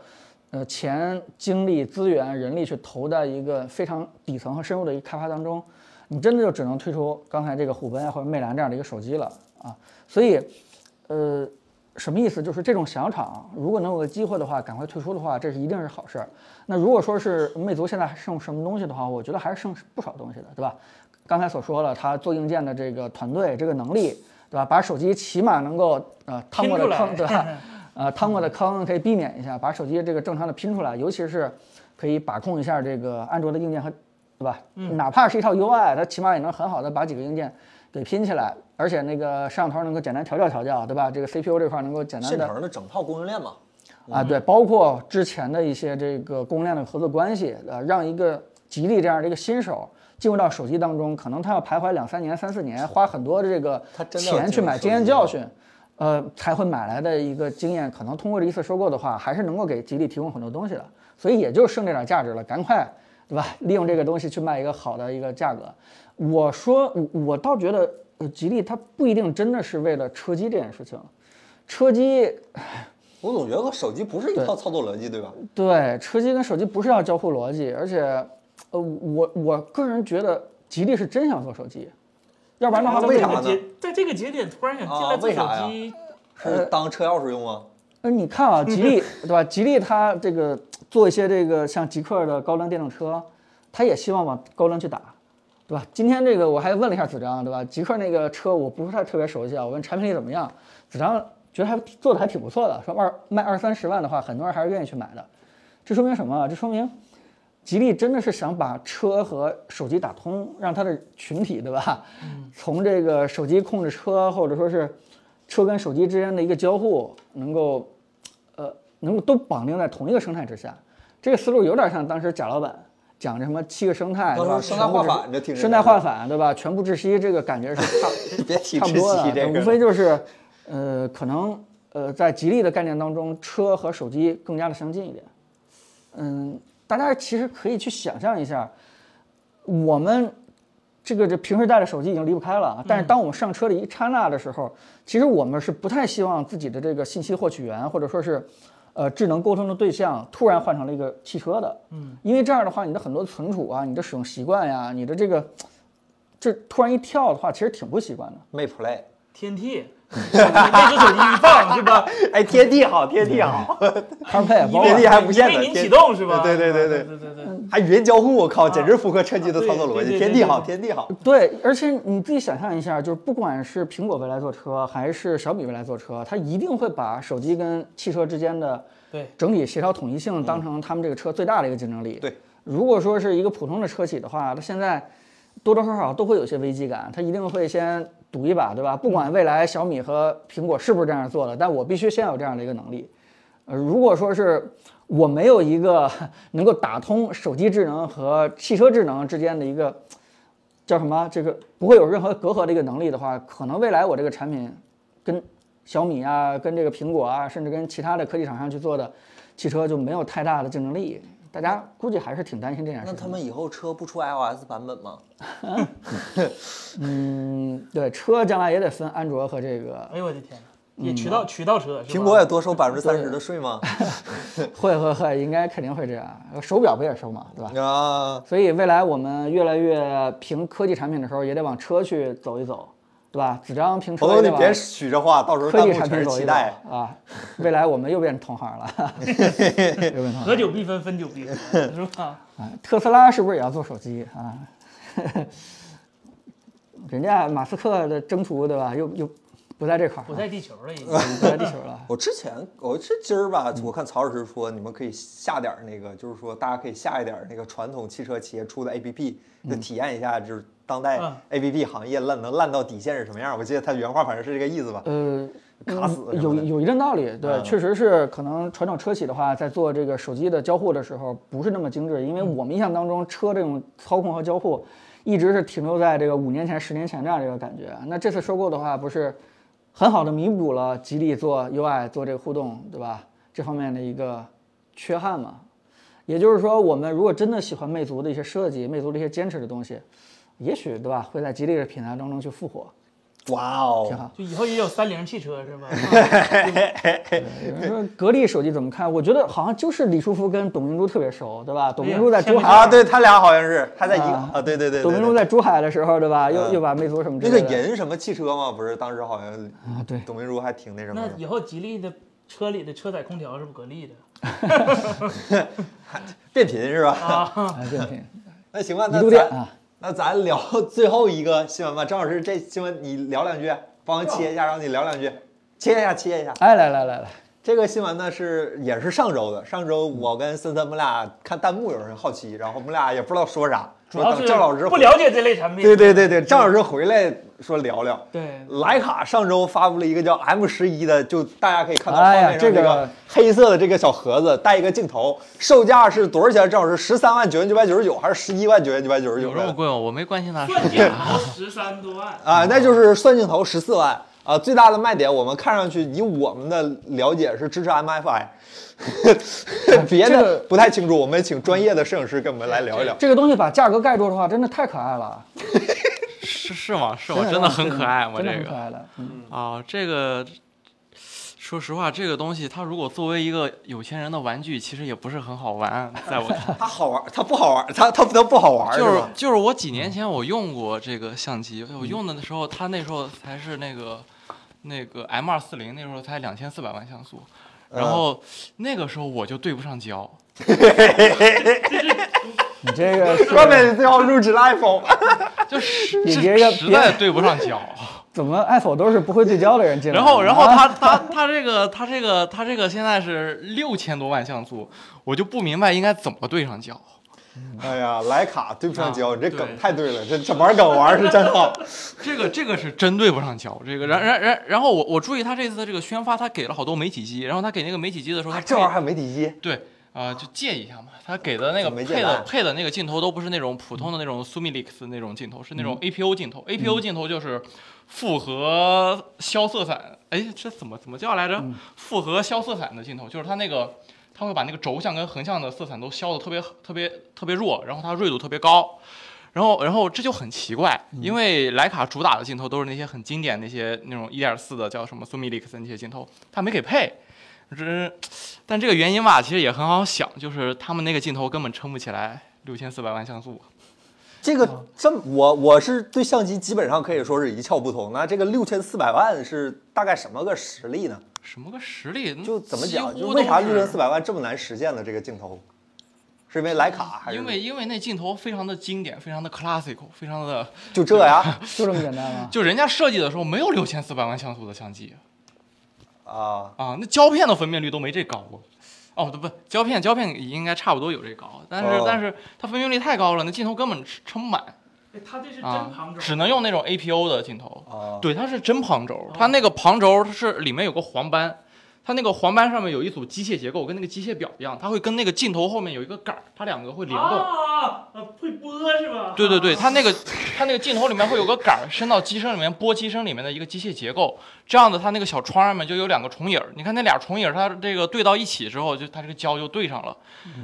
[SPEAKER 1] 呃钱、精力、资源、人力去投在一个非常底层和深入的一个开发当中，你真的就只能推出刚才这个虎贲啊或者魅蓝这样的一个手机了啊。所以，呃，什么意思？就是这种小厂如果能有个机会的话，赶快退出的话，这是一定是好事儿。那如果说是魅族现在还剩什么东西的话，我觉得还是剩不少东西的，对吧？刚才所说了，它做硬件的这个团队、这个能力，对吧？把手机起码能够呃趟过的
[SPEAKER 3] 拼出来
[SPEAKER 1] 坑，对吧？呃，趟过的坑可以避免一下，把手机这个正常的拼出来，尤其是可以把控一下这个安卓的硬件和，对吧？哪怕是一套 UI，它起码也能很好的把几个硬件给拼起来，而且那个摄像头能够简单调教调教，对吧？这个 CPU 这块儿能够简单
[SPEAKER 2] 现
[SPEAKER 1] 的
[SPEAKER 2] 成的整套供应链嘛，
[SPEAKER 1] 啊，
[SPEAKER 2] 嗯
[SPEAKER 1] 对，包括之前的一些这个供应链的合作关系，呃，让一个吉利这样的一个新手进入到手机当中，可能他要徘徊两三年、三四年，花很多的这个
[SPEAKER 2] 他真的要
[SPEAKER 1] 钱去
[SPEAKER 2] 进入
[SPEAKER 1] 买
[SPEAKER 2] 手
[SPEAKER 1] 经验
[SPEAKER 2] 机
[SPEAKER 1] 教
[SPEAKER 2] 了
[SPEAKER 1] 训，呃，才会买来的一个经验，可能通过这一次收购的话，还是能够给吉利提供很多东西的，所以也就剩这点价值了，赶快。对吧？ <laughs> 利用这个东西去卖一个好的一个价格。我说，我我倒觉得，呃吉利它不一定真的是为了车机这件事情，车机
[SPEAKER 2] 我总觉得和手机不是一套操作逻辑，对吧？
[SPEAKER 1] 对，车机跟手机不是要交互逻辑，而且，呃，我我个人觉得吉利是真想做手机，要不然的话
[SPEAKER 2] 那
[SPEAKER 1] 它
[SPEAKER 2] 为
[SPEAKER 1] 为
[SPEAKER 2] 啥
[SPEAKER 1] 啥？
[SPEAKER 2] 呢
[SPEAKER 3] 在这个节在这个节点突然想进
[SPEAKER 2] 啊
[SPEAKER 3] 来做
[SPEAKER 2] 为啥
[SPEAKER 3] 手
[SPEAKER 2] 呀
[SPEAKER 3] 机，
[SPEAKER 2] 是当车钥匙用吗？
[SPEAKER 1] 呃，你看啊，吉利对吧？吉利它这个做一些这个像极氪的高端电动车，它也希望往高端去打，对吧？今天这个我还问了一下子章，对吧？极氪那个车我不是太特别熟悉啊，我问产品力怎么样，子章觉得还做的还挺不错的，说二卖二三十万的话，很多人还是愿意去买的，这说明什么啊？这说明吉利真的是想把车和手机打通，让它的群体对吧？
[SPEAKER 2] 嗯
[SPEAKER 1] 从这个手机控制车，或者说是车跟手机之间的一个交互，能够呃能够都绑定在同一个生态之下。这个思路有点像当时贾老板讲这什么七个生态，对吧？
[SPEAKER 2] 当时生态化反这
[SPEAKER 1] 全部
[SPEAKER 2] 挺
[SPEAKER 1] 生态化反，对吧？全部窒息，这个感觉是差
[SPEAKER 2] <laughs> 别提
[SPEAKER 1] 差不
[SPEAKER 2] 吃
[SPEAKER 1] 多
[SPEAKER 2] 鸡
[SPEAKER 1] 的，
[SPEAKER 2] 这
[SPEAKER 1] 无
[SPEAKER 2] 个
[SPEAKER 1] 非就是，呃，可能呃，在吉利的概念当中，车和手机更加的相近一点。嗯，大家其实可以去想象一下，我们这个这平时带着手机已经离不开了
[SPEAKER 2] 嗯
[SPEAKER 1] 啊，但是当我们上车的一刹那的时候，其实我们是不太希望自己的这个信息获取源或者说是。呃，智能沟通的对象突然换成了一个汽车的，嗯，因为这样的话，你的很多存储啊，你的使用习惯呀、你的这个，这突然一跳的话，其实挺不习惯的。
[SPEAKER 2] 没 Play。
[SPEAKER 3] 天梯， <laughs> 那只手机一放是吧？
[SPEAKER 2] 哎，天地好，天地好，
[SPEAKER 1] CarPlay 包
[SPEAKER 2] 遍 <laughs> 地
[SPEAKER 1] 括
[SPEAKER 2] 还无线的
[SPEAKER 3] 为您
[SPEAKER 2] 天
[SPEAKER 3] 启动是吧？
[SPEAKER 2] 对对对对
[SPEAKER 3] 对对对。
[SPEAKER 2] <laughs> 还语音交互，我靠，简直符合车机的操作
[SPEAKER 3] 啊
[SPEAKER 2] 逻
[SPEAKER 3] 对对
[SPEAKER 2] 辑。
[SPEAKER 3] 对
[SPEAKER 2] 天地好，天地好。
[SPEAKER 1] 对，而且你自己想象一下，就是不管是苹果未来做车，还是小米未来做车，它一定会把手机跟汽车之间的
[SPEAKER 3] 对
[SPEAKER 1] 整体协调统一性当成他们这个车最大的一个竞争力。
[SPEAKER 2] 对，
[SPEAKER 1] 如果说是一个普通的车企的话，它现在多多少少都会有些危机感，它一定会先赌一把，对吧？不
[SPEAKER 2] 嗯
[SPEAKER 1] 管未来小米和苹果是不是这样做的，但我必须先有这样的一个能力。呃，如果说是我没有 <laughs> 一个能够打通手机智能和汽车智能之间的一个叫什么这个不会有任何隔阂的一个能力的话，可能未来我这个产品跟小米啊、跟这个苹果啊，甚至跟其他的科技厂商去做的汽车就没有太大的竞争力。大家估计还是挺担心这件事
[SPEAKER 2] 那
[SPEAKER 1] 情。
[SPEAKER 2] 他们以后车不出 iOS 版本吗？
[SPEAKER 1] 嗯，对，车将来也得分安卓和这个
[SPEAKER 3] 哎呦我的天哪，也渠道渠道车是吧
[SPEAKER 2] 嗯苹果也多收百分之三十的税 <laughs> 吗？
[SPEAKER 1] 会会会，应该肯定会这样。手表不也收嘛，对吧？
[SPEAKER 2] 啊，
[SPEAKER 1] 所以未来我们越来越凭科技产品的时候，也得往车去走一走，对吧？只张凭车
[SPEAKER 2] 朋友
[SPEAKER 1] 也得
[SPEAKER 2] 你
[SPEAKER 1] 往
[SPEAKER 2] 别许这话，到时候
[SPEAKER 1] 科
[SPEAKER 2] 弹
[SPEAKER 1] 技
[SPEAKER 2] 幕
[SPEAKER 1] 产品
[SPEAKER 2] 全是
[SPEAKER 1] 走
[SPEAKER 2] 期
[SPEAKER 1] 一走
[SPEAKER 2] 待。
[SPEAKER 1] 啊！未来我们又变同行
[SPEAKER 2] <laughs>
[SPEAKER 1] 了，又变同行
[SPEAKER 3] 合久必分，分久必合，是吧？
[SPEAKER 1] 啊！特斯拉是不是也要做手机啊？ <laughs> 人家马斯克的征途，对吧？又又不在这块儿，
[SPEAKER 3] 不在地球
[SPEAKER 2] <laughs>
[SPEAKER 3] 了已经。
[SPEAKER 1] 不在地球了。
[SPEAKER 2] 我之前我是今儿吧，我看曹老师说你们可以下点儿那个，就是说大家可以下一点儿那个传统汽车企业出的 APP，就体验一下，就是当代
[SPEAKER 3] 嗯
[SPEAKER 2] APP 行业烂能烂到底线是什么样儿。我记得他原话反正是这个意思吧。
[SPEAKER 1] 呃，
[SPEAKER 2] 卡死
[SPEAKER 1] 嗯
[SPEAKER 2] 什
[SPEAKER 1] 有
[SPEAKER 2] 么的
[SPEAKER 1] 有一定道理，对，
[SPEAKER 2] 嗯
[SPEAKER 1] 确实是可能传统车企的话，在做这个手机的交互的时候不是那么精致，因为
[SPEAKER 2] 嗯
[SPEAKER 1] 我们印象当中车这种操控和交互一直是停留在这个五年前、十年前这样的一个感觉。那这次收购的话，不是很好的弥补了吉利做 UI 做这个互动，对吧？这方面的一个缺憾嘛。也就是说，我们如果真的喜欢魅族的一些设计、魅族的一些坚持的东西，也许对吧，会在吉利的品牌当中去复活。
[SPEAKER 2] 哇
[SPEAKER 1] 挺好
[SPEAKER 2] 哦，
[SPEAKER 3] 就以后也有三菱汽车是吧？
[SPEAKER 2] <laughs>
[SPEAKER 1] <laughs> 有人说格力手机怎么看？我觉得好像就是李书福跟董明珠特别熟，对吧？董明珠在珠
[SPEAKER 3] 天
[SPEAKER 1] 海，
[SPEAKER 2] 啊，对他俩好像是还在一个
[SPEAKER 1] 啊
[SPEAKER 2] 啊，对对对，
[SPEAKER 1] 董
[SPEAKER 2] 对
[SPEAKER 1] 明
[SPEAKER 2] 对
[SPEAKER 1] 珠在珠海的时候，对吧？又
[SPEAKER 2] 嗯
[SPEAKER 1] 又把魅族什么之
[SPEAKER 2] 那个
[SPEAKER 1] 类的
[SPEAKER 2] 银什么汽车嘛，不是当时好
[SPEAKER 1] <laughs>
[SPEAKER 2] 像
[SPEAKER 1] 啊，
[SPEAKER 2] <laughs>
[SPEAKER 1] 对，
[SPEAKER 2] 董明珠还挺那什么
[SPEAKER 3] 那
[SPEAKER 2] 的。
[SPEAKER 3] 以后吉利的车里的车载空调是不格
[SPEAKER 2] <laughs>
[SPEAKER 3] 力的
[SPEAKER 2] 变频是吧？
[SPEAKER 3] 啊？
[SPEAKER 1] 啊，这品
[SPEAKER 2] <laughs> 那行吧，
[SPEAKER 1] 一
[SPEAKER 2] 那
[SPEAKER 1] 度电
[SPEAKER 2] 咱
[SPEAKER 1] 啊，
[SPEAKER 2] 那咱聊 <laughs> 最后一个新闻吧。张老师，这新闻你聊两句，帮我切一下，让你聊两句，切一下，切一下。
[SPEAKER 1] 哎，来来来来，
[SPEAKER 2] 这个新闻呢是也是上周的，上周
[SPEAKER 1] 嗯
[SPEAKER 2] 我跟森森我们俩看弹幕，有人好奇，然后我们俩也不知道说啥，
[SPEAKER 3] 主
[SPEAKER 2] 说
[SPEAKER 3] 要
[SPEAKER 2] 等
[SPEAKER 3] 是
[SPEAKER 2] 赵老师
[SPEAKER 3] 不
[SPEAKER 2] 回，
[SPEAKER 3] 了解这类产品。
[SPEAKER 2] 对对对对，赵老师回来说聊聊。
[SPEAKER 3] 对
[SPEAKER 2] 徕卡上周发布了一个叫 M 十一的，就大家可以看到画
[SPEAKER 1] 哎呀
[SPEAKER 2] 面上
[SPEAKER 1] 这
[SPEAKER 2] 个
[SPEAKER 1] 个
[SPEAKER 2] 黑色的这个小盒子，带一个镜头，售价是多少钱？正好是十三万九千九百九十九，还是十一万九千九百九十九
[SPEAKER 5] 有这么贵吗？我没关心它
[SPEAKER 3] 钻
[SPEAKER 5] 售
[SPEAKER 3] 镜
[SPEAKER 4] 啊
[SPEAKER 5] 价。
[SPEAKER 3] 头十三多万，
[SPEAKER 2] 啊？那就是算镜头十四万啊。最大的卖点，我们看上去以我们的了解是支持 MFI，
[SPEAKER 1] <laughs>
[SPEAKER 2] 别
[SPEAKER 1] 这
[SPEAKER 2] 的
[SPEAKER 1] 个
[SPEAKER 2] 不太清楚，我们请专业的摄影师跟我们来聊一聊。
[SPEAKER 1] 这个东西把价格盖住的话，真的太可爱了，
[SPEAKER 5] 是是吗？是
[SPEAKER 1] 真
[SPEAKER 5] 吗？
[SPEAKER 1] 的
[SPEAKER 5] 真的很可爱吗？
[SPEAKER 1] 真的
[SPEAKER 5] 这
[SPEAKER 1] 很可
[SPEAKER 5] 个
[SPEAKER 1] 爱了，嗯
[SPEAKER 5] 啊，这个，说实话，这个东西它如果作为一个有钱人的玩具，其实也不是很好玩，在我
[SPEAKER 4] <laughs>
[SPEAKER 5] 看来。
[SPEAKER 2] 它好玩，它不好玩，它它它不好玩
[SPEAKER 5] 就是是
[SPEAKER 2] 吧？
[SPEAKER 5] 就是我几年前我用过这个相机，我用的时候它那时候才是那个那个 M 二四零，那时候才两千四百万像素，然
[SPEAKER 4] 嗯
[SPEAKER 5] 后那个时候我就对不上焦，
[SPEAKER 1] 你这个
[SPEAKER 2] 外
[SPEAKER 1] 是
[SPEAKER 2] 面最后入职了 iPhone，
[SPEAKER 5] 就是
[SPEAKER 1] 你
[SPEAKER 5] 这
[SPEAKER 1] 别个
[SPEAKER 5] 实
[SPEAKER 1] 别 <laughs>
[SPEAKER 5] 在对不上焦。
[SPEAKER 1] 怎么爱否都是不会对焦的人进来的
[SPEAKER 5] 然
[SPEAKER 1] 啊，
[SPEAKER 5] 后然后它它它这个它这个它这个现在是六千多万像素，我就不明白应该怎么对上焦。
[SPEAKER 2] 哎呀，徕卡对不上焦，
[SPEAKER 5] 啊
[SPEAKER 2] 你这梗
[SPEAKER 5] 对
[SPEAKER 2] 太对了，这这玩梗玩是真 <laughs> 好。
[SPEAKER 5] 这个这个是真对不上焦，这个然然然然后我我注意他这次的这个宣发，他给了好多媒体机，然后他给那个媒体机的时候，他
[SPEAKER 2] 啊，这玩意儿
[SPEAKER 5] 配
[SPEAKER 2] 还没底机，
[SPEAKER 5] 对啊、就借一下嘛。他给的那个
[SPEAKER 2] 怎么没借
[SPEAKER 5] 配
[SPEAKER 2] 来
[SPEAKER 5] 的配的那个镜头都不是那种普通的那种 Sumilix 那种镜头，是
[SPEAKER 2] 嗯
[SPEAKER 5] 那种 APO 镜头。APO 镜头就是复合消色散，哎，这怎么怎么叫来
[SPEAKER 2] 嗯
[SPEAKER 5] 着？复合消色散的镜头，就是它那个它会把那个轴向跟横向的色散都消的特别特别特别弱，然后它锐度特别高。然后，然后这就很奇怪，
[SPEAKER 2] 嗯
[SPEAKER 5] 因为徕卡主打的镜头都是那些很经典那些那种一点四的，叫什么 Sumilix 那些镜头，它没给配。这，但这个原因吧，其实也很好想，就是他们那个镜头根本撑不起来六千四百万像素。
[SPEAKER 2] 这个
[SPEAKER 5] 嗯
[SPEAKER 2] 这么我我是对相机基本上可以说是一窍不通。那这个六千四百万是大概什么个实力呢？
[SPEAKER 5] 什么个实力？
[SPEAKER 2] 就怎么讲，
[SPEAKER 5] 几
[SPEAKER 2] 就
[SPEAKER 5] 乎
[SPEAKER 2] 为啥
[SPEAKER 5] 都
[SPEAKER 2] 六
[SPEAKER 5] 是
[SPEAKER 2] 千四百万这么难实现的这个镜头？是因为徕卡还是
[SPEAKER 5] 因为因为那镜头非常的经典，非常的 classical，非常的
[SPEAKER 2] 就这
[SPEAKER 5] <laughs>
[SPEAKER 2] 呀？
[SPEAKER 1] 就这么简单吗？
[SPEAKER 5] 就人家设计的时候没有六千四百万像素的相机
[SPEAKER 2] 啊，
[SPEAKER 5] 啊，那胶片的分辨率都没这高过。哦，不不，胶片胶片应该差不多有这高，但是、
[SPEAKER 2] 哦
[SPEAKER 5] 但是它分辨率太高了，那镜头根本撑不满
[SPEAKER 3] 哎它这是真
[SPEAKER 5] 啊
[SPEAKER 3] 旁，轴，
[SPEAKER 5] 只能用那种 APO 的镜头。
[SPEAKER 2] 啊
[SPEAKER 5] 对，它是真旁轴，它那个旁轴它是里面有个黄斑，它那个黄斑上面有一组机械结构，跟那个机械表一样，它会跟那个镜头后面有一个杆儿，它两个会联动。
[SPEAKER 3] 啊，呃会播是吧？
[SPEAKER 5] 对对对，它那个它那个镜头里面会有个杆儿伸到机身里面，拨机身里面的一个机械结构，这样子它那个小窗上面就有两个重影儿。你看那俩重影儿，它这个对到一起之后，就它这个胶就对上了。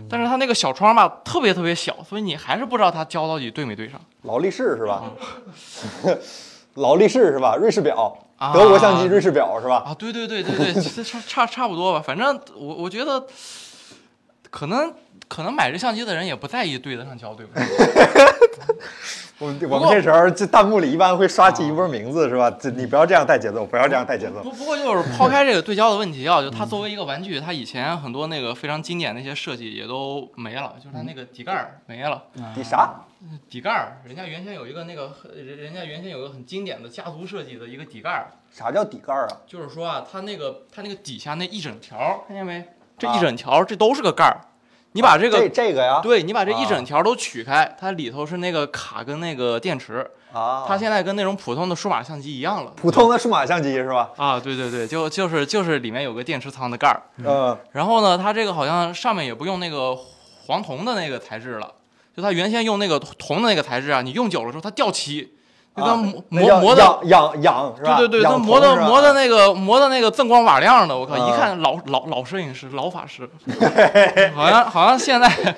[SPEAKER 5] 但是它那个小窗吧特别特别小，所以你还是不知道它胶到底对没对上。
[SPEAKER 2] 劳力士是吧？ <laughs> 劳力士是吧？瑞士表，
[SPEAKER 5] 嗯啊
[SPEAKER 2] 德国相机瑞士表是吧？
[SPEAKER 5] 啊，对对对对对，这差差差不多吧。反正我我觉得，可能可能买这相机的人也不在意对得上胶对不 <laughs> 对。
[SPEAKER 2] 我们我们这时候这弹幕里一般会刷起一波名字是吧？这你不要这样带节奏，不要这样带节奏。
[SPEAKER 5] 不不过就是抛开这个对焦的问题啊，就它作为一个玩具，它以前很多那个非常经典的一些设计也都没了，就是它那个底盖儿没了。
[SPEAKER 2] 你啥？
[SPEAKER 5] 底盖儿，人家原先有一个那个，人人家原先有个很经典的家族设计的一个底盖儿，
[SPEAKER 2] 啥叫底盖儿啊？
[SPEAKER 5] 就是说啊，它那个它那个底下那一整条儿，看见没？这
[SPEAKER 2] 啊
[SPEAKER 5] 一整条儿，这都是个盖儿。你把这个
[SPEAKER 2] 这这个呀？
[SPEAKER 5] 对你把这
[SPEAKER 2] 啊
[SPEAKER 5] 一整条都取开，它里头是那个卡跟那个电池，
[SPEAKER 2] 啊，
[SPEAKER 5] 它现在跟那种普通的数码相机一样了。
[SPEAKER 2] 普通的数码相机是吧？
[SPEAKER 5] 啊，对对对，就就是就是里面有个电池仓的盖儿，
[SPEAKER 2] 嗯，
[SPEAKER 5] 然后呢，它这个好像上面也不用那个黄铜的那个材质了，就它原先用那个铜的那个材质啊，你用久了之后它掉漆，就它
[SPEAKER 2] 啊
[SPEAKER 5] 磨
[SPEAKER 2] 那
[SPEAKER 5] 磨
[SPEAKER 2] 叫
[SPEAKER 5] 磨的，
[SPEAKER 2] 痒痒痒是吧？
[SPEAKER 5] 对对对，它
[SPEAKER 2] 痒
[SPEAKER 5] 磨
[SPEAKER 2] 疼
[SPEAKER 5] 的
[SPEAKER 2] 是吧
[SPEAKER 5] 磨的那个磨的那个锃光瓦亮的，我靠，
[SPEAKER 2] 啊
[SPEAKER 5] 一看老老老摄影师老法师， <laughs> 好像好像现在 <laughs>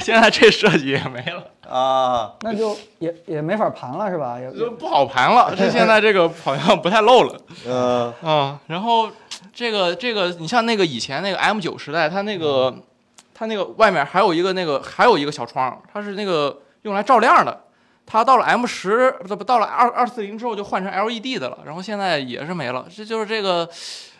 [SPEAKER 5] 现在这设计也没了。
[SPEAKER 2] 啊，
[SPEAKER 1] 那就也也没法盘了是吧？也
[SPEAKER 5] 就不好盘了，这现在这个好像不太漏了
[SPEAKER 2] 嗯
[SPEAKER 5] 啊。然后这个这个，你像那个以前那个 M 九时代，它那个它那个外面还有一个那个还有一个小窗，它是那个用来照亮的。它到了 M 十不不到了二二四零之后就换成 LED 的了，然后现在也是没了。这就是这个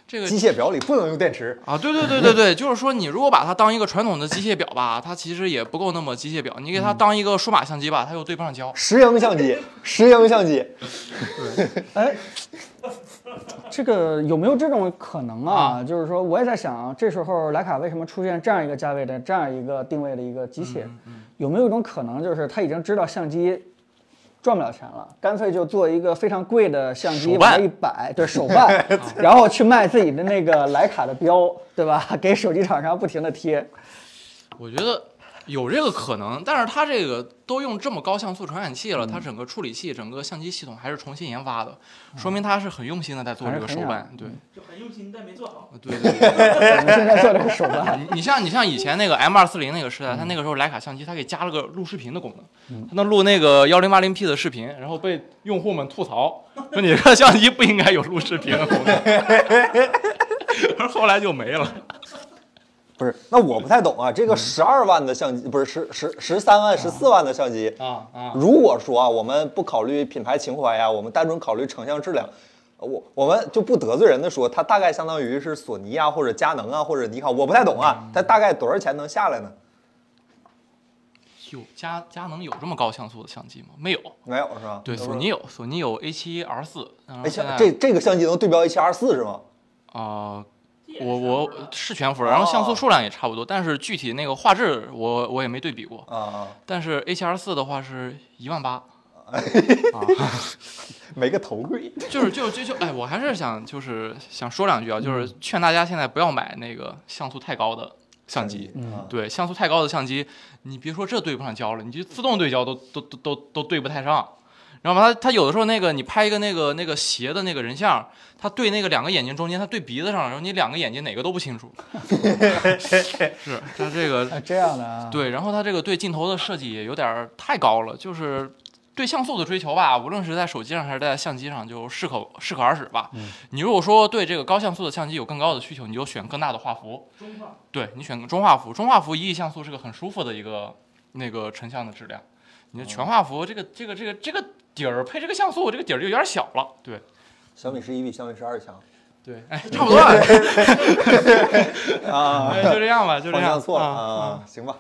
[SPEAKER 5] 这个
[SPEAKER 2] 机械表里不能用电池
[SPEAKER 5] 啊，对对对对对，就是说你如果把它当一个传统的机械表吧，它其实也不够那么机械表；你给它当一个数码相机吧，它又对不上焦。
[SPEAKER 2] 石英相机，石英相机
[SPEAKER 1] 哎，这个有没有这种可能啊？就是说，我也在想，这时候徕卡为什么出现这样一个价位的、这样一个定位的一个机器？有没有一种可能，就是他已经知道相机赚不了钱了，干脆就做一个非常贵的相机
[SPEAKER 5] 手办
[SPEAKER 1] 往那一摆，对手办， <laughs> 然后去卖自己的那个徕卡的标，对吧？给手机厂商不停的 <laughs> 贴。
[SPEAKER 5] 我觉得有这个可能，但是它这个都用这么高像素传感器了，它整个处理器、整个相机系统嗯还是重新研发的，说明它是很用心的在嗯做这个手办。对，
[SPEAKER 3] 就很用心，但没做好。
[SPEAKER 5] 对对对，
[SPEAKER 1] 我们现在做这个手办，
[SPEAKER 5] 你你 <laughs> 像你像以前那个 M 二四零那个时代，它那个时候徕卡相机它给加了个录视频的功能，它能录那个幺零八零 P 的视频，然后被用户们吐槽说你这个相机不应该有录视频的功能， <laughs> 而后来就没了。
[SPEAKER 2] 不是？那我不太懂啊，这个十二万的相机不是十十十三万、十四万的相机，
[SPEAKER 5] 啊啊！
[SPEAKER 2] 如果说啊，我们不考虑品牌情怀呀、啊我们单纯考虑成像质量，呃我我们就不得罪人的说，它大概相当于是索尼啊，或者佳能啊，或者尼康，我不太懂
[SPEAKER 5] 嗯
[SPEAKER 2] 啊，它大概多少钱能下来呢？
[SPEAKER 5] 有佳佳能有这么高像素的相机吗？没有。
[SPEAKER 2] 没有是吧？
[SPEAKER 5] 对，
[SPEAKER 2] 都是
[SPEAKER 5] 索尼有，索尼有 A 七 R 四，然后
[SPEAKER 2] 哎，
[SPEAKER 5] 现在
[SPEAKER 2] 像这这个相机能对标一七二四是吗？
[SPEAKER 5] 啊、我
[SPEAKER 3] 我
[SPEAKER 5] 我
[SPEAKER 3] 我
[SPEAKER 5] 是全幅，然后像素
[SPEAKER 2] 哦
[SPEAKER 5] 数量也差不多，但是具体那个画质我我也没对比过。
[SPEAKER 2] 啊啊，
[SPEAKER 5] 但是 A 七 R 四的话是一万八，
[SPEAKER 2] 没个头盔。
[SPEAKER 5] 就是就就就哎，我还是想就是想说两句啊，
[SPEAKER 2] 嗯
[SPEAKER 5] 就是劝大家现在不要买那个像素太高的相机。嗯
[SPEAKER 2] 啊
[SPEAKER 5] 对，像素太高的相机，你别说这对不上焦了，你就自动对焦都都都都都对不太上。然后吧，它它有的时候那个你拍一个那个那个斜的那个人像，它对那个两个眼睛中间，它对鼻子上，然后你两个眼睛哪个都不清楚。是，它这个
[SPEAKER 1] <laughs> 啊，这样的啊。
[SPEAKER 5] 对，然后它这个对镜头的设计也有点儿太高了，就是对像素的追求吧，无论是在手机上还是在相机上，就适可适可而止吧。你如果说对这个高像素的相机有更高的需求，你就选更大的画幅。
[SPEAKER 3] 中化
[SPEAKER 5] 对你选个中画幅，中画幅一亿像素是个很舒服的一个那个成像的质量。你的全
[SPEAKER 1] 哦
[SPEAKER 5] 画幅这个这个这个这个底儿配这个像素，这个底儿就有点小了。对
[SPEAKER 2] 小米十一比小米十二
[SPEAKER 5] <laughs>
[SPEAKER 2] 强
[SPEAKER 5] 对，哎，差不多了，
[SPEAKER 2] 啊，
[SPEAKER 5] 哎就这样吧，就这
[SPEAKER 2] 方
[SPEAKER 5] 样
[SPEAKER 2] 向错了
[SPEAKER 5] 啊
[SPEAKER 2] 啊，行吧，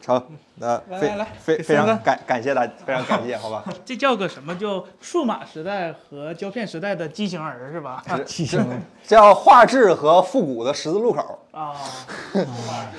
[SPEAKER 2] 成，那
[SPEAKER 5] 来
[SPEAKER 2] 非
[SPEAKER 5] 来来
[SPEAKER 2] 非
[SPEAKER 5] 给
[SPEAKER 2] 非
[SPEAKER 5] 三
[SPEAKER 2] 常
[SPEAKER 5] 三
[SPEAKER 2] 感感谢大，非常感谢，好吧，
[SPEAKER 3] 这叫个什么叫数码时代和胶片时代的畸形儿是吧？
[SPEAKER 1] 畸形了，
[SPEAKER 2] 叫画质和复古的十字路口。
[SPEAKER 3] 啊，
[SPEAKER 4] 时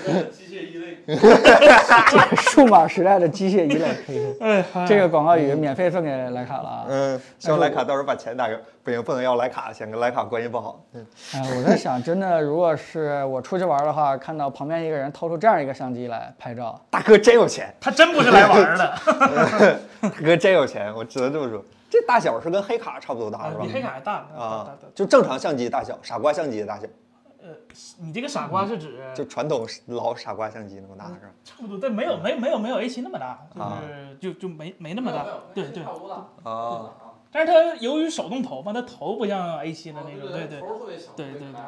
[SPEAKER 4] 代的机械异类。
[SPEAKER 1] 这个 <laughs> 数码时代的机械 <laughs> 依赖可以说。
[SPEAKER 3] 哎，
[SPEAKER 1] 这个广告语免费分给莱卡了啊！
[SPEAKER 2] 嗯，希望莱卡到时候把钱打给，不行，不能要莱卡，显跟莱卡关系不好。嗯
[SPEAKER 1] 哎，我在想，真的，如果是我出去玩的话，看到旁边一个人掏出这样一个相机来拍照，
[SPEAKER 2] 大哥真有钱，
[SPEAKER 3] 他真不是来玩儿 <laughs> 的，
[SPEAKER 2] 大哥真有钱，我只能这么说。这大小是跟黑卡差不多大是吧
[SPEAKER 3] 啊比？黑卡还大大大大
[SPEAKER 2] 啊
[SPEAKER 3] 大。，
[SPEAKER 2] 就正常相机大小，傻瓜相机的大小，
[SPEAKER 3] 你这个傻瓜是指
[SPEAKER 2] 就传统老傻瓜相机那么大是吧？
[SPEAKER 3] 差不多，但没有没没有没有 A 7那么大，
[SPEAKER 2] 啊
[SPEAKER 3] 就是就就没没那么大，对对
[SPEAKER 4] 差。不多大。
[SPEAKER 2] 啊，
[SPEAKER 3] 但是它由于手动头嘛，它头不像 A 7的那种，哦对
[SPEAKER 4] 对，头儿特别小，
[SPEAKER 3] 对对
[SPEAKER 4] 特别开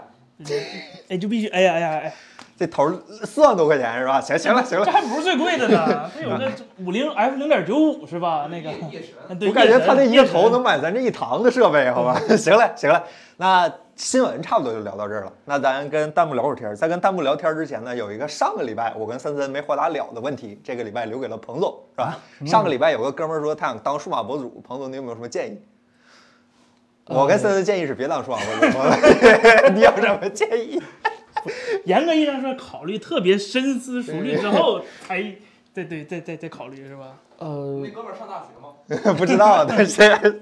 [SPEAKER 3] 对，哎就必须哎呀哎呀哎，
[SPEAKER 2] 这头儿四万多块钱是吧？行行了行
[SPEAKER 3] 这
[SPEAKER 2] 了，
[SPEAKER 3] 还不是最贵的呢，它有个五零 F 零点九五是吧？那个，
[SPEAKER 4] 夜夜神，
[SPEAKER 3] 对，
[SPEAKER 2] 我感觉他那一个头
[SPEAKER 3] 能。
[SPEAKER 2] 能买咱这一堂的设备，
[SPEAKER 3] <laughs>
[SPEAKER 2] 好吧？行了行了，那新闻差不多就聊到这儿了。那咱跟弹幕聊会儿天儿，在跟弹幕聊天儿之前呢，有一个上个礼拜我跟森森没回答了的问题，这个礼拜留给了彭总，是吧？
[SPEAKER 3] 啊嗯
[SPEAKER 2] 上个礼拜有个哥们儿说他想当数码博主，彭总你有没有什么建议？
[SPEAKER 3] 啊
[SPEAKER 2] 我跟森森建议是别当数码博主， <laughs> 你有什么建议？ <laughs>
[SPEAKER 3] 严格意义上说，考虑特别深思熟虑之后才，对对再再再考虑
[SPEAKER 2] <laughs>
[SPEAKER 3] 是吧？
[SPEAKER 1] 呃
[SPEAKER 4] 那，哥们儿上大学吗？
[SPEAKER 1] 哎
[SPEAKER 2] 不知道，但是
[SPEAKER 3] 哦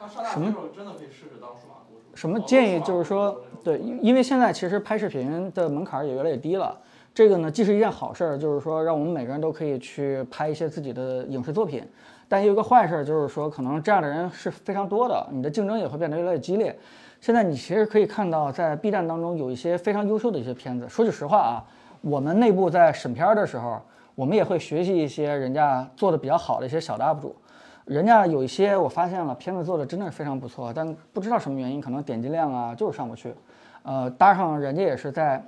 [SPEAKER 4] 他上大学的时候真的可以试试当数码博主。
[SPEAKER 1] 什么
[SPEAKER 4] 网络
[SPEAKER 1] 建议
[SPEAKER 4] 数码
[SPEAKER 1] 就是说
[SPEAKER 4] 博主，
[SPEAKER 1] 对，因因为现在其实拍视频的门槛儿也越来越低了。这个呢，既是一件好事儿，就是说让我们每个人都可以去拍一些自己的影视作品，但也有一个坏事儿，就是说可能这样的人是非常多的，你的竞争也会变得越来越激烈。现在你其实可以看到，在 B 站当中有一些非常优秀的一些片子。说句实话啊，我们内部在审片儿的时候，我们也会学习一些人家做的比较好的一些小的 UP 主。人家有一些我发现了片子做的真的是非常不错，但不知道什么原因，可能点击量啊就是上不去。呃，搭上人家也是在，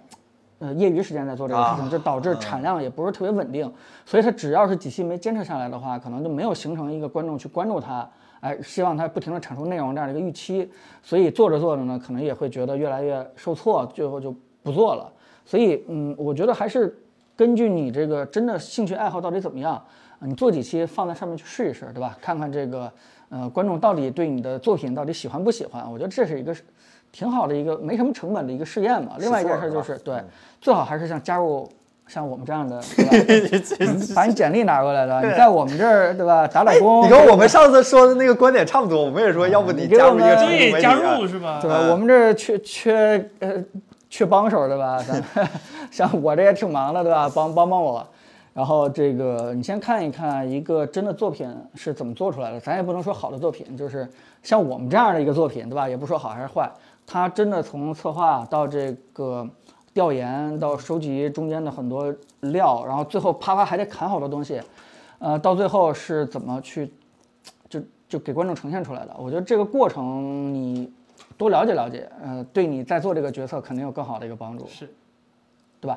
[SPEAKER 1] 呃，业余时间在做这个事情，
[SPEAKER 2] 啊
[SPEAKER 1] 就导致产量也不是特别稳定。所以他只要是几期没坚持下来的话，可能就没有形成一个观众去关注他，哎，希望他不停的产出内容这样的一个预期。所以做着做着呢，可能也会觉得越来越受挫，最后就不做了。所以，嗯，我觉得还是根据你这个真的兴趣爱好到底怎么样，呃你做几期放在上面去试一试，对吧？看看这个，呃，观众到底对你的作品到底喜欢不喜欢？我觉得这是一个是挺好的一个没什么成本的一个试验嘛。另外一件事就
[SPEAKER 2] 试错
[SPEAKER 1] 是，
[SPEAKER 2] 是吧
[SPEAKER 1] 对，最好还是像加入像我们这样
[SPEAKER 2] <laughs>
[SPEAKER 1] 的，对吧嗯你把你简历拿过来了，你在我们这儿，对吧？打打工，
[SPEAKER 2] 哎你跟我们上次说的那个观点差不多，我们也说，要不你
[SPEAKER 1] 你给
[SPEAKER 2] 加
[SPEAKER 1] 我
[SPEAKER 2] 入一
[SPEAKER 1] 们
[SPEAKER 2] 个传统媒
[SPEAKER 3] 对，
[SPEAKER 2] 体
[SPEAKER 3] 加
[SPEAKER 2] 啊
[SPEAKER 3] 入是吧
[SPEAKER 1] 对？吧？我们这儿缺缺呃缺帮手对吧？咱
[SPEAKER 2] <laughs>
[SPEAKER 1] 像我这也挺忙的对吧？帮帮帮我。然后这个你先看一看一个真的作品是怎么做出来的，咱也不能说好的作品，就是像我们这样的一个作品对吧？也不说好还是坏，它真的从策划到这个调研到收集中间的很多料，然后最后啪啪还得砍好多东西，呃，到最后是怎么去就就给观众呈现出来的。我觉得这个过程你多了解了解，呃，对你在做这个决策肯定有更好的一个帮助，
[SPEAKER 3] 是，
[SPEAKER 1] 对吧？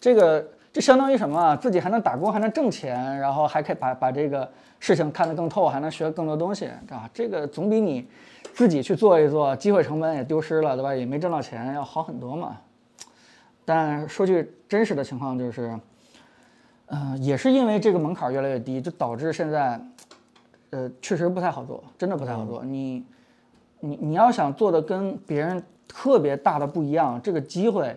[SPEAKER 1] 这个这相当于什么啊？自己还能打工，还能挣钱，然后还可以把把这个事情看得更透，还能学更多东西啊。这个总比你自己去做一做，机会成本也丢失了，对吧？也没挣到钱，要好很多嘛。但说句真实的情况就是，呃，也是因为这个门槛儿越来越低，就导致现在，呃，确实不太好做，真的不太好做。你，你你要想做的跟别人特别大的不一样，这个机会，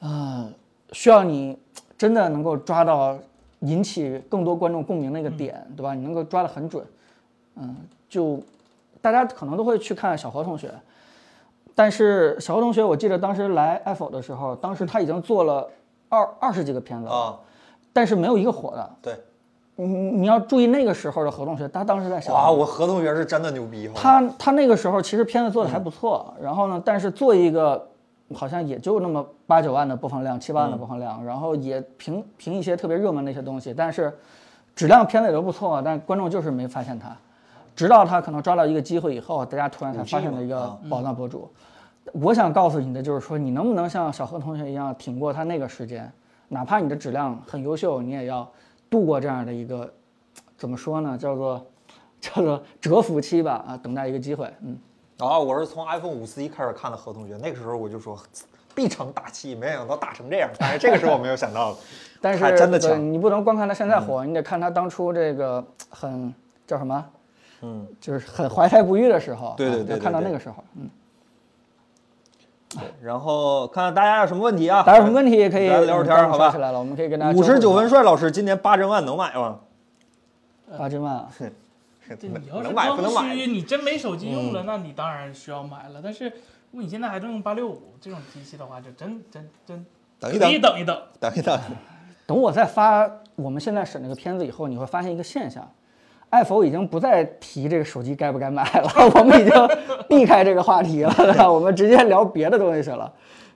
[SPEAKER 1] 呃，需要你真的能够抓到引起更多观众共鸣的一个点，对吧？你能够抓得很准，嗯、就大家可能都会去看小何同学，但是小何同学，我记得当时来 i p h o 的时候，当时他已经做了二二十几个片子了。
[SPEAKER 2] 啊，
[SPEAKER 1] 但是没有一个火的。
[SPEAKER 2] 对，
[SPEAKER 1] 你你要注意那个时候的何同学，他当时在想，
[SPEAKER 2] 哇，啊我何同学是真的牛逼，好吧
[SPEAKER 1] 他他那个时候其实片子做的还不错，然后呢，但是做一个好像也就那么八九万的播放量，七八万的播放量，然后也评评一些特别热门的一些东西，但是质量片子也都不错，啊但观众就是没发现他，直到他可能抓到一个机会以后，大家突然才发现了一
[SPEAKER 2] 啊
[SPEAKER 1] 个
[SPEAKER 2] 嗯
[SPEAKER 1] 宝藏博主。我想告诉你的就是说，你能不能像小何同学一样挺过他那个时间，哪怕你的质量很优秀，你也要度过这样的一个怎么说呢，叫做叫做蛰伏期吧，啊，等待一个机会，嗯，
[SPEAKER 2] 然后啊我是从 iPhone 五四一开始看的何同学，那个时候我就说必成大器，没想到大成这样。但是这个是我没有想到的，
[SPEAKER 1] 但
[SPEAKER 2] 他
[SPEAKER 1] 是
[SPEAKER 2] 真的
[SPEAKER 1] 对
[SPEAKER 2] 强，
[SPEAKER 1] 你不能光看他现在火，你得看他当初这个很叫什么，
[SPEAKER 2] 嗯，
[SPEAKER 1] 就是很怀才不遇的时候，
[SPEAKER 2] 对对
[SPEAKER 1] 啊
[SPEAKER 2] 对
[SPEAKER 1] 要看到
[SPEAKER 2] 对
[SPEAKER 1] 那
[SPEAKER 2] 对
[SPEAKER 1] 个时候，嗯，哎
[SPEAKER 2] <laughs> 然后看看大家有什么问
[SPEAKER 1] <laughs>
[SPEAKER 2] 题啊？
[SPEAKER 1] 大家有什么问题也可以
[SPEAKER 2] 咱聊会儿天儿
[SPEAKER 1] 嗯
[SPEAKER 2] 好吧
[SPEAKER 1] 说起来了，我们可以跟大家
[SPEAKER 2] 五十九文帅老师今年八帧万能买吗？
[SPEAKER 1] 八千万，
[SPEAKER 3] 对你要是
[SPEAKER 2] 能买不能
[SPEAKER 3] 刚
[SPEAKER 2] 买？嗯
[SPEAKER 3] 需，你真没手机用了，那你当然需要买了。但是如果你现在还在用八六五这种机器的话，就真真真
[SPEAKER 2] 等一
[SPEAKER 3] 可以
[SPEAKER 2] 等，
[SPEAKER 3] 等一等。
[SPEAKER 2] 等一等。
[SPEAKER 1] 等我再发我们现在审这个片子以后，你会发现一个现象。爱否已经不再提这个手机该不该买了， <laughs> 我们已经避开这个话题
[SPEAKER 2] <laughs>
[SPEAKER 1] 了，对吧我们直接聊别的东西去了。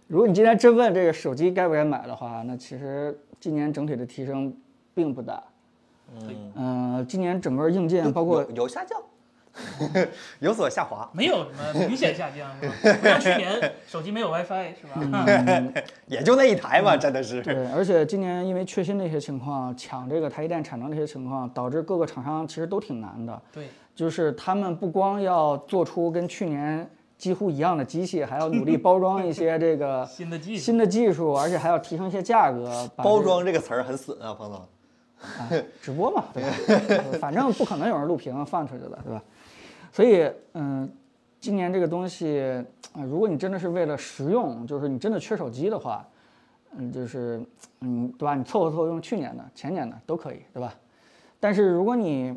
[SPEAKER 1] 如果你今天真问这个手机该不该买的话，那其实今年整体的提升并不大。嗯，呃，今年整个硬件包括
[SPEAKER 2] <laughs> 有有下降， <laughs> 有所下滑，
[SPEAKER 3] 没有什么明显下降，是吧？不像去
[SPEAKER 2] <laughs>
[SPEAKER 3] 年手机没有 WiFi 是
[SPEAKER 2] 嗯
[SPEAKER 3] 吧？
[SPEAKER 2] 也就那一台嘛，真的是。
[SPEAKER 1] 对，而且今年因为缺芯的一些情况，抢这个台积电产能的一些情况，导致各个厂商其实都挺难的。
[SPEAKER 3] <laughs> 对，
[SPEAKER 1] 就是他们不光要做出跟去年几乎一样的机器，还要努力包装一些这个
[SPEAKER 3] 新的技术，
[SPEAKER 1] 新的技术，而且还要提升一些价格。把
[SPEAKER 2] 包
[SPEAKER 1] 这
[SPEAKER 2] 装这个词儿很损啊，彭总。
[SPEAKER 1] 直播嘛，对吧？ <laughs> 呃反正不可能有人录屏放出去的，对吧？所以，嗯、今年这个东西，呃如果你真的是为了实用，就是你真的缺手机的话，嗯，就是，嗯，对吧？你凑合凑合用去年的、前年的都可以，对吧？但是如果你，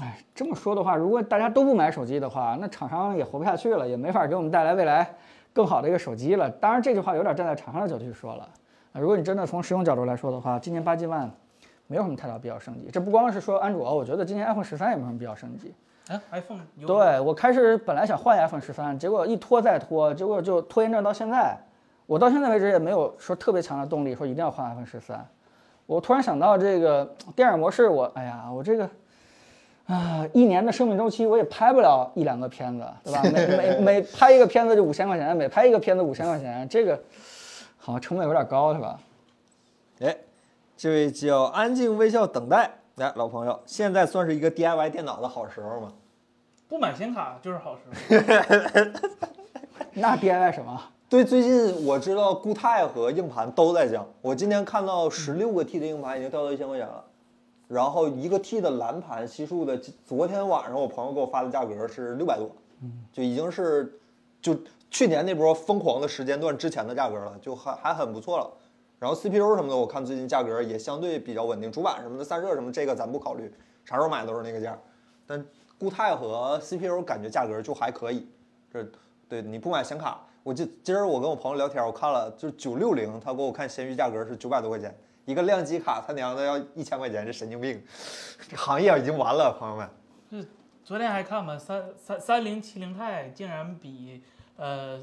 [SPEAKER 1] 哎，这么说的话，如果大家都不买手机的话，那厂商也活不下去了，也没法给我们带来未来更好的一个手机了。当然，这句话有点站在厂商的角度去说了。啊如果你真的从实用角度来说的话，今年八 G 万没有什么太大必要升级。这不光是说安卓，我觉得今年 iPhone 十三也没有什么必要升级。
[SPEAKER 3] 啊，iPhone 有
[SPEAKER 1] 对我开始本来想换 iPhone 十三，结果一拖再拖，结果就拖延症到现在。我到现在为止也没有说特别强的动力说一定要换 iPhone 十三。我突然想到这个电影模式，我哎呀，我这个啊，一年的生命周期我也拍不了一两个片子，对吧？每每每拍一个片子就五千块钱，每拍一个片子五千块钱，这个好像成本有点高，是吧？
[SPEAKER 2] 哎，这位叫安静微笑等待，来老朋友，现在算是一个 DIY 电脑的好时候吗？
[SPEAKER 3] 不买显卡就是好时候。
[SPEAKER 2] <laughs>
[SPEAKER 1] 那 DIY 什么？
[SPEAKER 2] 对，最近我知道固态和硬盘都在降，我今天看到十六个 T 的硬盘已经掉到一千块钱了，然后一个 T 的蓝盘西数的，昨天晚上我朋友给我发的价格是六百多，就已经是就去年那波疯狂的时间段之前的价格了，就还还很不错了。然后 CPU 什么的，我看最近价格也相对比较稳定，主板什么的、散热什么这个咱不考虑，啥时候买都是那个价儿。但固态和 CPU 感觉价格就还可以，这对你不买显卡，我就今儿我跟我朋友聊天，我看了就是九六零，他给我看闲鱼价格是九百多块钱，一个量机卡他娘的要一千块钱，这神经病，这行业已经完了，朋友们。
[SPEAKER 3] 昨天还看嘛，三三三零七零钛竟然比呃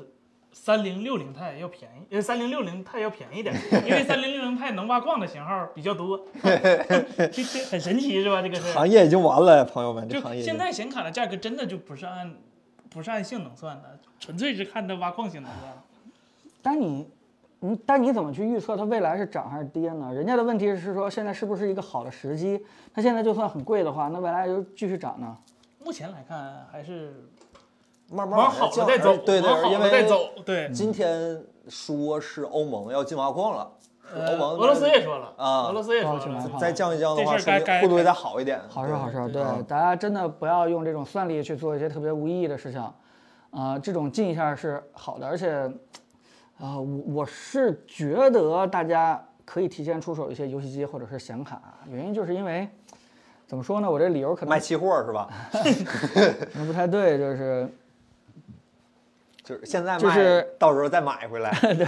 [SPEAKER 3] 三零六零钛要便宜，呃三零六零钛要便宜点，因为三零六零钛能挖矿的型号比
[SPEAKER 2] <laughs>
[SPEAKER 3] 较多，这这很神奇是吧？这个是。
[SPEAKER 2] 行业已经完了，朋友们，这
[SPEAKER 3] 就
[SPEAKER 2] 行业已经
[SPEAKER 3] 现在显卡的价格真的就不是按不是按性能算的，纯粹是看它挖矿性能算。
[SPEAKER 1] 但你，你但你怎么去预测它未来是涨还是跌呢？人家的问题是说现在是不是一个好的时机？它现在就算很贵的话，那未来就继续涨呢？
[SPEAKER 3] 目前来看还是
[SPEAKER 2] 慢慢
[SPEAKER 3] 往
[SPEAKER 2] 往
[SPEAKER 3] 好
[SPEAKER 2] 下
[SPEAKER 3] 了再
[SPEAKER 2] 降
[SPEAKER 3] 走，
[SPEAKER 2] 对
[SPEAKER 3] 往
[SPEAKER 2] 对，
[SPEAKER 3] 好
[SPEAKER 2] 因
[SPEAKER 3] 了再
[SPEAKER 2] 为
[SPEAKER 3] 走，对。
[SPEAKER 2] 今天说是欧盟要禁挖矿了，是
[SPEAKER 3] 呃
[SPEAKER 2] 欧盟
[SPEAKER 3] 俄罗斯也说了
[SPEAKER 2] 啊
[SPEAKER 3] 俄罗斯也说
[SPEAKER 1] 哦去
[SPEAKER 3] 了
[SPEAKER 1] 买，矿
[SPEAKER 2] 再降一降的话，
[SPEAKER 3] 这事儿
[SPEAKER 2] 说不定
[SPEAKER 3] 该该
[SPEAKER 2] 会不会再好一点？
[SPEAKER 1] 好事儿好事儿，对
[SPEAKER 2] 对嗯
[SPEAKER 1] 大家真的不要用这种算力去做一些特别无意义的事情，啊、这种静一下是好的，而且，啊、我我是觉得大家可以提前出手一些游戏机或者是显卡，原因就是因为，怎么说呢，我这理由可能
[SPEAKER 2] 卖期货是吧？
[SPEAKER 1] 可能不太对，就是
[SPEAKER 2] 就是现在
[SPEAKER 1] 就
[SPEAKER 2] 卖
[SPEAKER 1] 是，
[SPEAKER 2] 到时候再买回来， <laughs> 对，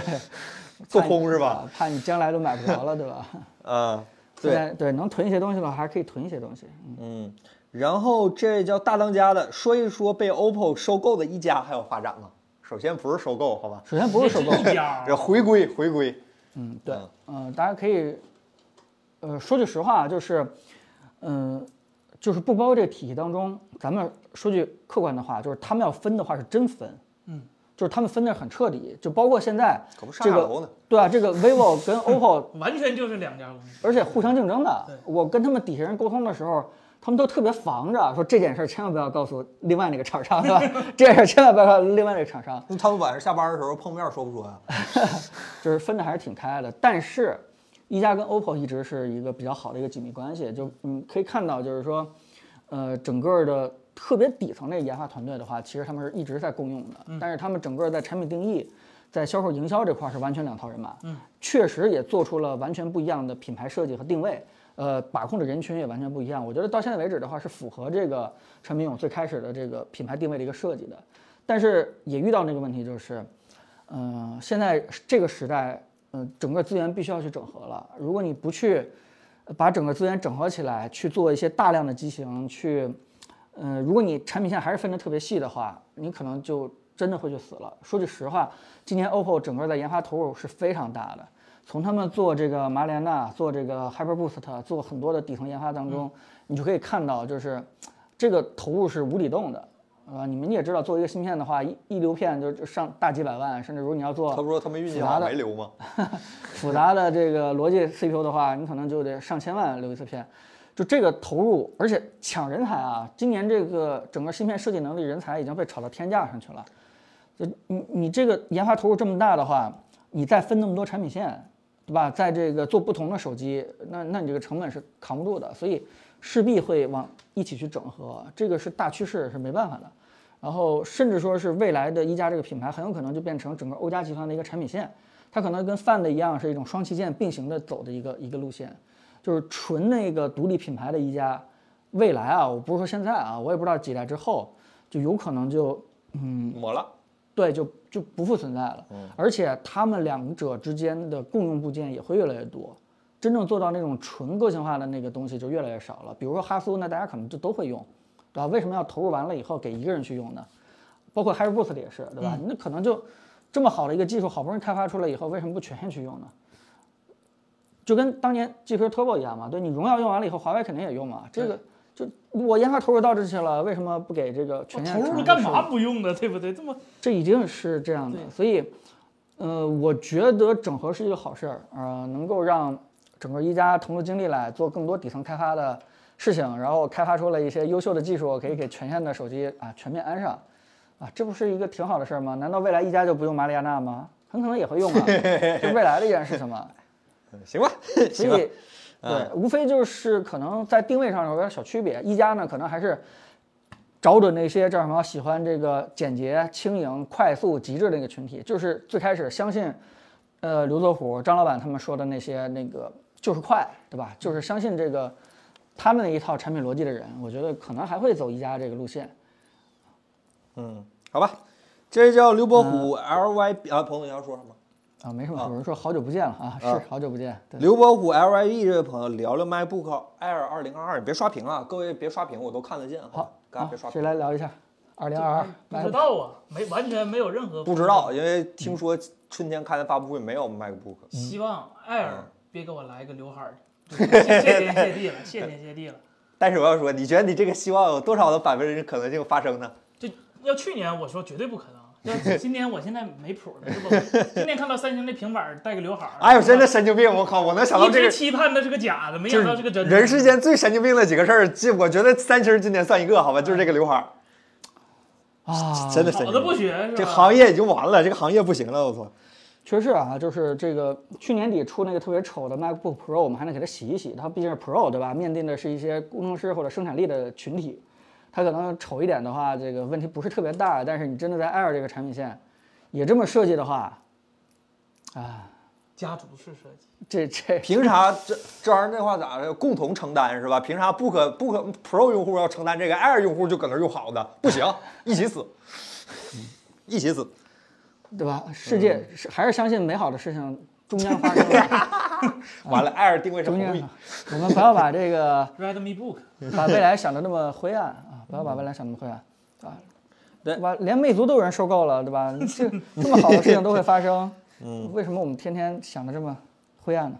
[SPEAKER 2] 做空是吧？？
[SPEAKER 1] 怕你将来都买不着了，对吧？
[SPEAKER 2] 嗯，
[SPEAKER 1] 现
[SPEAKER 2] 对，
[SPEAKER 1] 在对，能囤一些东西的话，还是可以囤一些东西。嗯，
[SPEAKER 2] 嗯。然后这叫大当家的，说一说被 OPPO 收购的一家还有发展吗？首先不是收购，好吧，
[SPEAKER 1] 首先不是首购，
[SPEAKER 3] <laughs> 一家
[SPEAKER 2] 这回归回归，
[SPEAKER 1] 嗯，对
[SPEAKER 2] 嗯，
[SPEAKER 1] 嗯，大家可以，呃，说句实话，就是，嗯、就是不包括这个体系当中，咱们说句客观的话，就是他们要分的话是真分，
[SPEAKER 3] 嗯，
[SPEAKER 1] 就是他们分的很彻底，就包括现在
[SPEAKER 2] 可不上
[SPEAKER 1] 这
[SPEAKER 2] 下
[SPEAKER 1] 个，
[SPEAKER 2] 楼呢。
[SPEAKER 1] 对啊，这个 vivo
[SPEAKER 3] <laughs>
[SPEAKER 1] 跟 OPPO
[SPEAKER 3] 完全就是两家公司。
[SPEAKER 1] 而且互相竞争的
[SPEAKER 3] 对。
[SPEAKER 1] 我跟他们底下人沟通的时候，他们都特别防着，说这件事儿千万不要告诉另外那个厂商，对
[SPEAKER 3] <laughs>
[SPEAKER 1] 吧？这件事儿千万不要告诉另外那个厂商，
[SPEAKER 2] 那他们晚上下班的时候碰面说不说啊呀？
[SPEAKER 1] 就是分的还是挺开的。但是，一加跟 OPPO 一直是一个比较好的一个紧密关系，就嗯可以看到，就是说，呃，整个的特别底层的研发团队的话，其实他们是一直在共用的，但是他们整个在产品定义。在销售营销这块儿是完全两套人马，嗯，确实也做出了完全不一样的品牌设计和定位，呃，把控的人群也完全不一样。我觉得到现在为止的话，是符合这个陈明勇最开始的这个品牌定位的一个设计的，但是也遇到那个问题就是，呃，现在这个时代，呃，整个资源必须要去整合了，如果你不去把整个资源整合起来，去做一些大量的机型，去，呃，如果你产品线还是分得特别细的话，你可能就真的会去死了。说句实话，今年 OPPO 整个在研发投入是非常大的，从他们做这个马里亚纳、做这个 HyperBoost、做很多的底层研发当中，你就可以看到，就是这个投入是无底洞的。呃，你们也知道，做一个芯片的话，一一流片就就上大几百万，甚至如果你要做
[SPEAKER 2] 他不说他们运气
[SPEAKER 1] 复杂
[SPEAKER 2] 好
[SPEAKER 1] 哦的
[SPEAKER 2] 没留吗？
[SPEAKER 1] 复杂的这个逻辑 CPU 的话，你可能就得上千万留一次片，就这个投入，而且抢人才啊！今年这个整个芯片设计能力人才已经被炒到天价上去了。就你你这个研发投入这么大的话，你再分那么多产品线，对吧？在这个做不同的手机，那那你这个成本是扛不住的，所以势必会往一起去整合，这个是大趋势，是没办法的。然后甚至说是未来的一加这个品牌很有可能就变成整个欧家集团的一个产品线，它可能跟 Find 一样是一种双旗舰并行的走的一个一个路线，就是纯那个独立品牌的一加，未来啊，我不是说现在啊，我也不知道几代之后，就有可能就嗯
[SPEAKER 2] 抹了，
[SPEAKER 1] 对，就就不复存在了。
[SPEAKER 3] 嗯
[SPEAKER 1] 而且他们两者之间的共用部件也会越来越多，真正做到那种纯个性化的那个东西就越来越少了。比如说哈苏，那大家可能就都会用，对吧？为什么要投入完了以后给一个人去用呢？包括 HyperBoost 也是，对吧？
[SPEAKER 3] 嗯
[SPEAKER 1] 那可能就这么好的一个技术，好不容易开发出来以后，为什么不全线去用呢？就跟当年 GQ Turbo 一样嘛，对你荣耀用完了以后，华为肯定也用嘛。这个就我研发投入到这去了，为什么不给这个全线
[SPEAKER 3] 投
[SPEAKER 1] 厂
[SPEAKER 3] 入
[SPEAKER 1] 商
[SPEAKER 3] 了
[SPEAKER 1] 去
[SPEAKER 3] 干
[SPEAKER 1] 用
[SPEAKER 3] 嘛不用呢？对不对？这么
[SPEAKER 1] 这一定是这样的。所以，呃，我觉得整合是一个好事儿，呃，能够让整个一加腾出精力来做更多底层开发的事情，然后开发出了一些优秀的技术，可以给全线的手机啊全面安上，啊，这不是一个挺好的事儿吗？难道未来一加就不用马里亚纳吗？很可能也会
[SPEAKER 2] <laughs>
[SPEAKER 1] 用啊，这是未来的一件事情嘛。
[SPEAKER 2] 嗯行吧，
[SPEAKER 1] 所
[SPEAKER 2] 行吧，
[SPEAKER 1] 以，
[SPEAKER 2] 啊
[SPEAKER 1] 对，无非就是可能在定位上有点小区别。一加呢，可能还是找准那些叫什么喜欢这个简洁、轻盈、快速、极致的那个群体，就是最开始相信，呃，刘作虎、张老板他们说的那些那个就是快，对吧？就是相信这个他们那一套产品逻辑的人，我觉得可能还会走一加这个路线。
[SPEAKER 2] 嗯，好吧，这叫刘伯虎
[SPEAKER 1] 嗯
[SPEAKER 2] L Y B 啊，彭总你要说什么？
[SPEAKER 1] 啊，没什么，有人说好久不见了啊，是好久不见，对，
[SPEAKER 2] 刘伯虎 L Y B 这位朋友聊聊 MacBook Air 二零二二，你别刷屏啊，各位别刷屏，我都看得见哈，
[SPEAKER 1] 好，
[SPEAKER 2] 大家
[SPEAKER 1] 好
[SPEAKER 2] 别刷，屏
[SPEAKER 1] 谁。来聊一下？二零二
[SPEAKER 3] 不
[SPEAKER 1] 二
[SPEAKER 3] 知，道啊，没完全没有任何
[SPEAKER 2] 不知。道，因
[SPEAKER 1] 嗯
[SPEAKER 2] 为听说春天开的发布会没有 MacBook，
[SPEAKER 3] 希望艾尔别给我来个刘海儿，谢天谢地了，谢天谢地了。
[SPEAKER 2] 但是我要说，你觉得你这个希望有多少的百分之可能性发生呢？
[SPEAKER 3] 这要去年我说绝对不可能，要今年我现在没谱了，是不？今年看到三星那平板儿带个刘海儿，
[SPEAKER 2] 哎呦，真的神经病！我靠，我能想到
[SPEAKER 3] 啊一
[SPEAKER 2] 这
[SPEAKER 3] 直
[SPEAKER 2] 个，
[SPEAKER 3] 期盼的是个假的，没想到是个真的。
[SPEAKER 2] 人世间最神经病的几个事儿，这我觉得三星今年算一个，好吧，就是这个刘海儿，
[SPEAKER 1] 啊，
[SPEAKER 2] 真的神
[SPEAKER 3] 好
[SPEAKER 2] 经
[SPEAKER 3] 的不
[SPEAKER 2] 病。
[SPEAKER 3] 学是吧？
[SPEAKER 2] 这行业已经完了，这个行业不行了，我操！
[SPEAKER 1] 确实啊，就是这个去年底出那个特别丑的 MacBook Pro，我们还能给它洗一洗，它毕竟是 Pro 对吧？面对的是一些工程师或者生产力的群体，它可能丑一点的话，这个问题不是特别大。但是你真的在 Air 这个产品线也这么设计的话，啊，
[SPEAKER 3] 家族式设计，
[SPEAKER 1] 这这
[SPEAKER 2] 凭啥这这玩意儿那话咋的？共同承担是吧？凭啥不可不可 Pro 用户要承担这个，Air 用户就搁那儿用好的？不行，一起死，一起死！
[SPEAKER 1] 对吧？世界是还是相信美好的事情终将发生了，
[SPEAKER 2] 完了，Air 定位是
[SPEAKER 1] 终
[SPEAKER 2] 红
[SPEAKER 1] 将
[SPEAKER 2] 米。。
[SPEAKER 1] 我们不要把这个
[SPEAKER 3] Redmi Book，
[SPEAKER 1] 把未来想的那么灰暗啊，不要把未来想那么灰暗啊。
[SPEAKER 3] 嗯
[SPEAKER 2] 对
[SPEAKER 1] 吧？连魅族都有人收购了，对吧？这这么好的事情都会发
[SPEAKER 3] <laughs>
[SPEAKER 1] 生，嗯，为什么我们天天想的这么灰暗呢？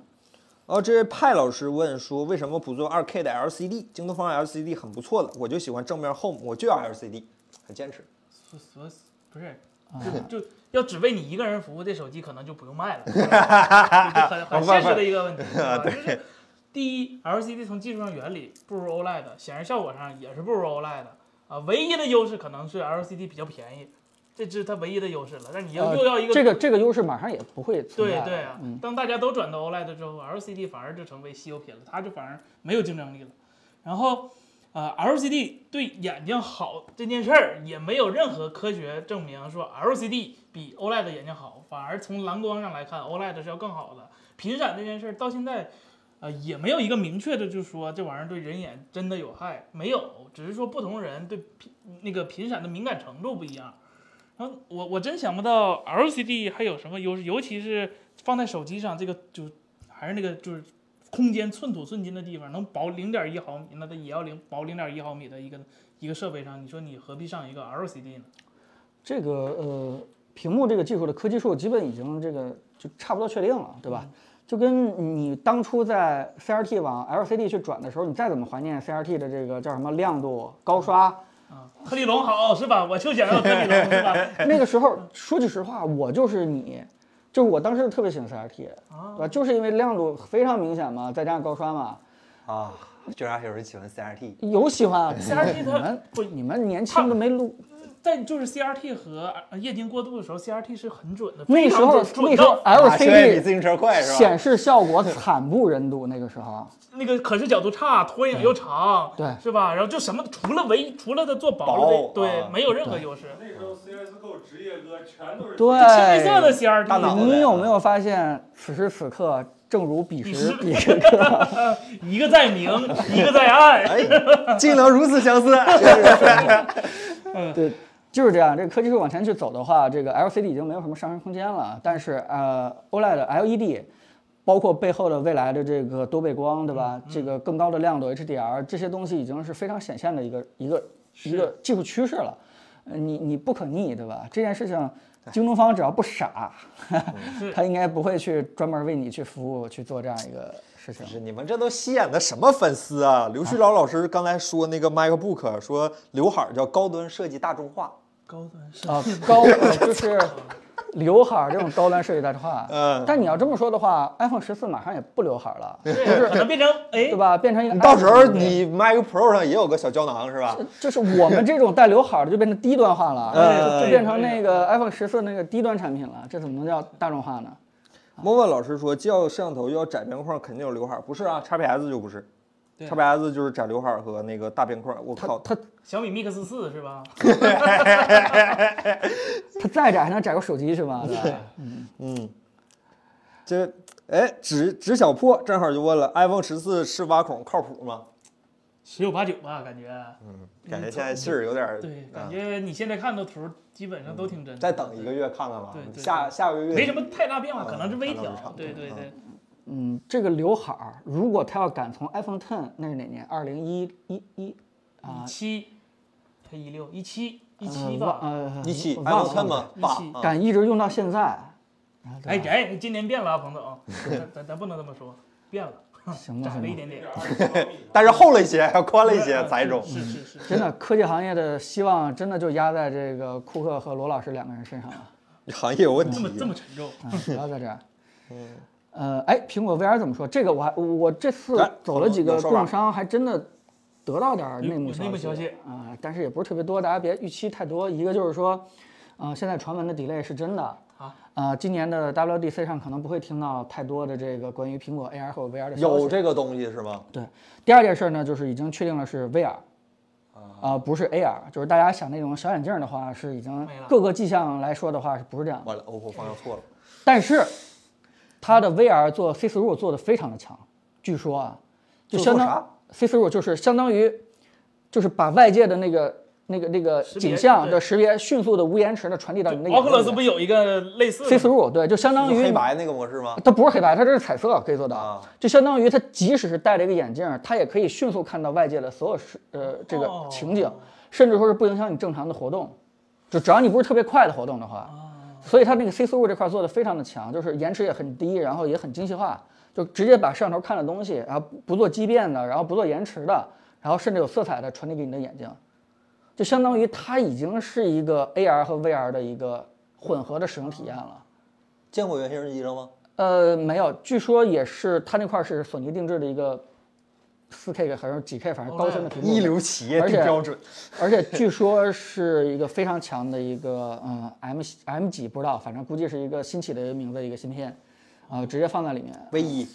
[SPEAKER 2] 哦，这位派老师问说，为什么不做 2K 的 LCD？京东方 LCD 很不错的，我就喜欢正面 Home，我就要 LCD，很坚持。
[SPEAKER 3] 所所不是，
[SPEAKER 1] 啊
[SPEAKER 3] 就就要只为你一个人服务，这手机可能就不用 <laughs> 卖了，就很很现实的一个 <laughs> 问题，啊对吧？就是第一，LCD 从技术上原理不如 OLED，显示效果上也是不如 OLED 啊。唯一的优势可能是 LCD 比较便宜，这是它唯一的优势了。但你要
[SPEAKER 1] 呃
[SPEAKER 3] 又要一个
[SPEAKER 1] 这个这个优势马上也不会存在
[SPEAKER 3] 对
[SPEAKER 1] 了。嗯
[SPEAKER 3] 对啊，当大家都转到 OLED 之后，LCD 反而就成为稀有品了，它就反而没有竞争力了。然后，啊、呃，LCD 对眼睛好这件事儿，也没有任何科学证明说 LCD 比 OLED 的眼睛好，反而从蓝光上来看，OLED 是要更好的。频闪这件事儿到现在，呃，也没有一个明确的，就是说这玩意儿对人眼真的有害，没有，只是说不同人对频那个频闪的敏感程度不一样。然后我我真想不到 LCD 还有什么优势，尤其是放在手机上，这个就还是那个就是空间寸土寸金的地方，能薄零点一毫米，那它也要零薄零点一毫米的一个一个设备上，你说你何必上一个 <laughs> LCD 呢？
[SPEAKER 1] 这个呃，屏幕这个技术的科技树基本已经这个就差不多确定了，对吧？就跟你当初在 CRT 往 LCD 去转的时候，你再怎么怀念 CRT 的这个叫什么亮度、高刷，
[SPEAKER 3] 啊，特立龙好是吧？我就想要特立龙 <laughs> 是吧？
[SPEAKER 1] 那个时候说句实话，我就是你，就是我当时特别喜欢 CRT，对
[SPEAKER 3] 啊
[SPEAKER 1] 吧？啊就是因为亮度非常明显嘛，再加上高刷嘛，
[SPEAKER 2] 啊，居然还有人喜欢 CRT，
[SPEAKER 1] 有喜
[SPEAKER 3] <laughs>
[SPEAKER 1] 欢啊。
[SPEAKER 3] CRT
[SPEAKER 1] 你
[SPEAKER 3] 它
[SPEAKER 1] 们
[SPEAKER 3] 不
[SPEAKER 1] 你们年轻的没录，
[SPEAKER 3] 在就是 CRT 和呃液晶过渡的时候，CRT 是很准的，
[SPEAKER 1] 那
[SPEAKER 3] 非
[SPEAKER 1] 时
[SPEAKER 3] 常
[SPEAKER 1] 候
[SPEAKER 3] 准
[SPEAKER 1] 那
[SPEAKER 3] 准
[SPEAKER 1] 时候
[SPEAKER 3] 到
[SPEAKER 2] 啊虽然比自
[SPEAKER 1] LCD
[SPEAKER 2] 行车快是吧
[SPEAKER 1] 显？示效果惨不忍睹，那个时候。
[SPEAKER 3] 那个可视角度差，拖影又长，
[SPEAKER 1] 对
[SPEAKER 3] 是吧？然后就什么除了唯除了它做薄了
[SPEAKER 2] 薄
[SPEAKER 3] 的，对，
[SPEAKER 2] 啊
[SPEAKER 3] 没有任何优势。
[SPEAKER 4] 那时候 CSGO 职业歌全都是
[SPEAKER 1] 对，
[SPEAKER 3] 清一色的
[SPEAKER 2] 大脑
[SPEAKER 3] CRT，
[SPEAKER 2] 子
[SPEAKER 1] 你有没有发现，此时此刻，正如彼
[SPEAKER 3] <laughs>
[SPEAKER 1] 时
[SPEAKER 3] 彼
[SPEAKER 1] 彼时刻，
[SPEAKER 3] 一个在明，一个在 <laughs> 暗。
[SPEAKER 2] <laughs> 哎，竟能如此相似，
[SPEAKER 1] 对，就是这样。这个科技树往前去走的话，这个 LCD 已经没有什么上升空间了。但是呃，OLED、LED，包括背后的未来的这个多倍光，对吧？这个更高的亮度、HDR 这些东西已经是非常显现的一个一个一个技术趋势了。呃你你不可逆，对吧？这件事情，京东方只要不傻， <laughs>
[SPEAKER 3] 是
[SPEAKER 1] 他应该不会去专门为你去服务去做这样一个事情
[SPEAKER 2] 不。是你们这都吸引的什么粉丝啊？刘旭老老师刚才说那个 MacBook，说啊刘海儿叫高端设计大众化，
[SPEAKER 3] 高端是
[SPEAKER 1] 啊，高就是刘海儿这种高端设计大众化。
[SPEAKER 2] 嗯
[SPEAKER 1] 但你要这么说的话，iPhone 十四马上也不留海儿了，
[SPEAKER 3] 对，可能变成哎
[SPEAKER 1] 对，吧？变成一个
[SPEAKER 2] 你到时候
[SPEAKER 1] iPhone
[SPEAKER 2] 你 Mac Pro 上也有个小胶囊是吧？
[SPEAKER 1] 就是我们这种带刘海儿的就变成低端化了，
[SPEAKER 2] 嗯
[SPEAKER 1] 就就变成那个 iPhone 十四那个低端产品了，这怎么能叫大众化呢？
[SPEAKER 3] 啊
[SPEAKER 2] 莫问老师说，既要摄像头又要窄边框，肯定有刘海儿，不是啊？XPS 就不是，XPS 就是窄刘海儿和那个大边框。我靠，
[SPEAKER 1] 它
[SPEAKER 3] 小米 Mix 四是吧？
[SPEAKER 1] 它再窄还能窄个手机是吧？对吧
[SPEAKER 2] 嗯，这哎，纸纸小破正好就问了，iPhone 十四是挖孔靠谱吗？
[SPEAKER 3] 十有八九吧，感觉。
[SPEAKER 2] 感觉现在信儿有点儿
[SPEAKER 3] 对，
[SPEAKER 2] 嗯
[SPEAKER 3] 感觉你现在看的图基本上都挺真的。
[SPEAKER 2] 再等一个，月看看吧
[SPEAKER 3] 对，对
[SPEAKER 2] 下下个月
[SPEAKER 3] 没什么太大变化，可能是微
[SPEAKER 2] 可能嗯是差
[SPEAKER 3] 调。
[SPEAKER 2] 不多
[SPEAKER 3] 对对对，
[SPEAKER 1] 嗯，这个刘海儿如果它要敢从 iPhone Ten 那是哪年？二零一一一啊
[SPEAKER 2] 嗯
[SPEAKER 3] 一，七，它一六一七一
[SPEAKER 1] 呃
[SPEAKER 3] 七
[SPEAKER 1] 忘
[SPEAKER 3] 吧。
[SPEAKER 1] 呃
[SPEAKER 2] 一起
[SPEAKER 1] 我
[SPEAKER 2] iPhone
[SPEAKER 1] 忘
[SPEAKER 2] 10
[SPEAKER 1] 了
[SPEAKER 2] 嘛，
[SPEAKER 3] 一
[SPEAKER 2] 爸
[SPEAKER 3] 起，
[SPEAKER 2] 嗯
[SPEAKER 1] 敢一直用到现在，啊
[SPEAKER 3] 哎哎，今年变了啊，彭
[SPEAKER 2] <laughs>
[SPEAKER 3] 总，咱咱咱不能这么说，变了，
[SPEAKER 1] 行吧
[SPEAKER 3] 窄
[SPEAKER 1] 行
[SPEAKER 3] 了
[SPEAKER 1] 吧 <laughs>
[SPEAKER 3] 一。点点，
[SPEAKER 2] 但是厚了一些，还宽了一些，载重。
[SPEAKER 3] 啊
[SPEAKER 2] 嗯
[SPEAKER 3] 是是是，
[SPEAKER 1] 真的，科技行业的希望真的就压在这个库克和罗老师两个人身上了，
[SPEAKER 2] 行业有问
[SPEAKER 3] 这
[SPEAKER 2] 题
[SPEAKER 3] 么，这么沉重。
[SPEAKER 1] 啊，不要在这
[SPEAKER 2] <laughs>
[SPEAKER 1] 儿。
[SPEAKER 2] 嗯
[SPEAKER 1] 呃，哎，苹果 VR 怎么说？这个我还我这次
[SPEAKER 2] 来
[SPEAKER 1] 走了几个
[SPEAKER 2] 有说法
[SPEAKER 1] 供应商，还真的得到点儿
[SPEAKER 3] 有
[SPEAKER 1] 内幕
[SPEAKER 3] 有
[SPEAKER 1] 消息。
[SPEAKER 3] 内幕消息
[SPEAKER 1] 啊、但是也不是特别多，大家别预期太多。一个就是说，呃，现在传闻的 delay 是真的。
[SPEAKER 3] 啊。
[SPEAKER 1] 呃，今年的 WDC 上可能不会听到太多的这个关于苹果 AR 和 VR 的消息。
[SPEAKER 2] 有这个东西是吗？
[SPEAKER 1] 对，第二件事儿呢，就是已经确定了是 VR，啊、不是 AR，就是大家想那种小眼镜儿的话，是已经
[SPEAKER 3] 没了
[SPEAKER 1] 各个迹象来说的话是不是这
[SPEAKER 3] 啊
[SPEAKER 1] 样？
[SPEAKER 2] 完了，OPPO 方向错了。
[SPEAKER 1] 但是它的 VR 做 C through 做的非常的强，据说啊，就
[SPEAKER 2] 做
[SPEAKER 1] 相
[SPEAKER 2] 做啥
[SPEAKER 1] 当 C through 就是相当于就是把外界的那个那个那个
[SPEAKER 3] 识别
[SPEAKER 1] 景象的
[SPEAKER 3] 对
[SPEAKER 1] 识别迅速的无延迟的传递到你那个眼睛里面。
[SPEAKER 3] Oculus 不有一个类似
[SPEAKER 1] C
[SPEAKER 3] 的吗？
[SPEAKER 1] through 对，就相当
[SPEAKER 2] 就
[SPEAKER 1] 于
[SPEAKER 2] 黑
[SPEAKER 1] 你
[SPEAKER 2] 白那个模式吗？
[SPEAKER 1] 它不是黑白，它这是彩色可以做到，
[SPEAKER 2] 啊
[SPEAKER 1] 就相当于它即使是戴着一个眼镜儿，它也可以迅速看到外界的所有事呃这个
[SPEAKER 3] 哦
[SPEAKER 1] 情景，甚至说是不影响你正常的活动，就只要你不是特别快的活动的话，所以它那个 C through 这块做的非常的强，就是延迟也很低，然后也很精细化，就直接把摄像头看的东西，然后不不做畸变的，然后不做延迟的，然后甚至有色彩的传递给你的眼睛，就相当于它已经是一个 AR 和 VR 的一个混合的使用体验了。
[SPEAKER 2] 见过原型机了吗？
[SPEAKER 1] 呃，没有，据说也是它那块儿是索尼定制的一个四 K 还是几 K，反正高清的屏幕，
[SPEAKER 2] 一流企业
[SPEAKER 1] 而且
[SPEAKER 2] 定标准，
[SPEAKER 1] 而且据说是一个非常强的一个嗯 M M 几不知道，反正估计是一个新起的一个名字一个芯片，啊、直接放在里面。
[SPEAKER 2] 唯一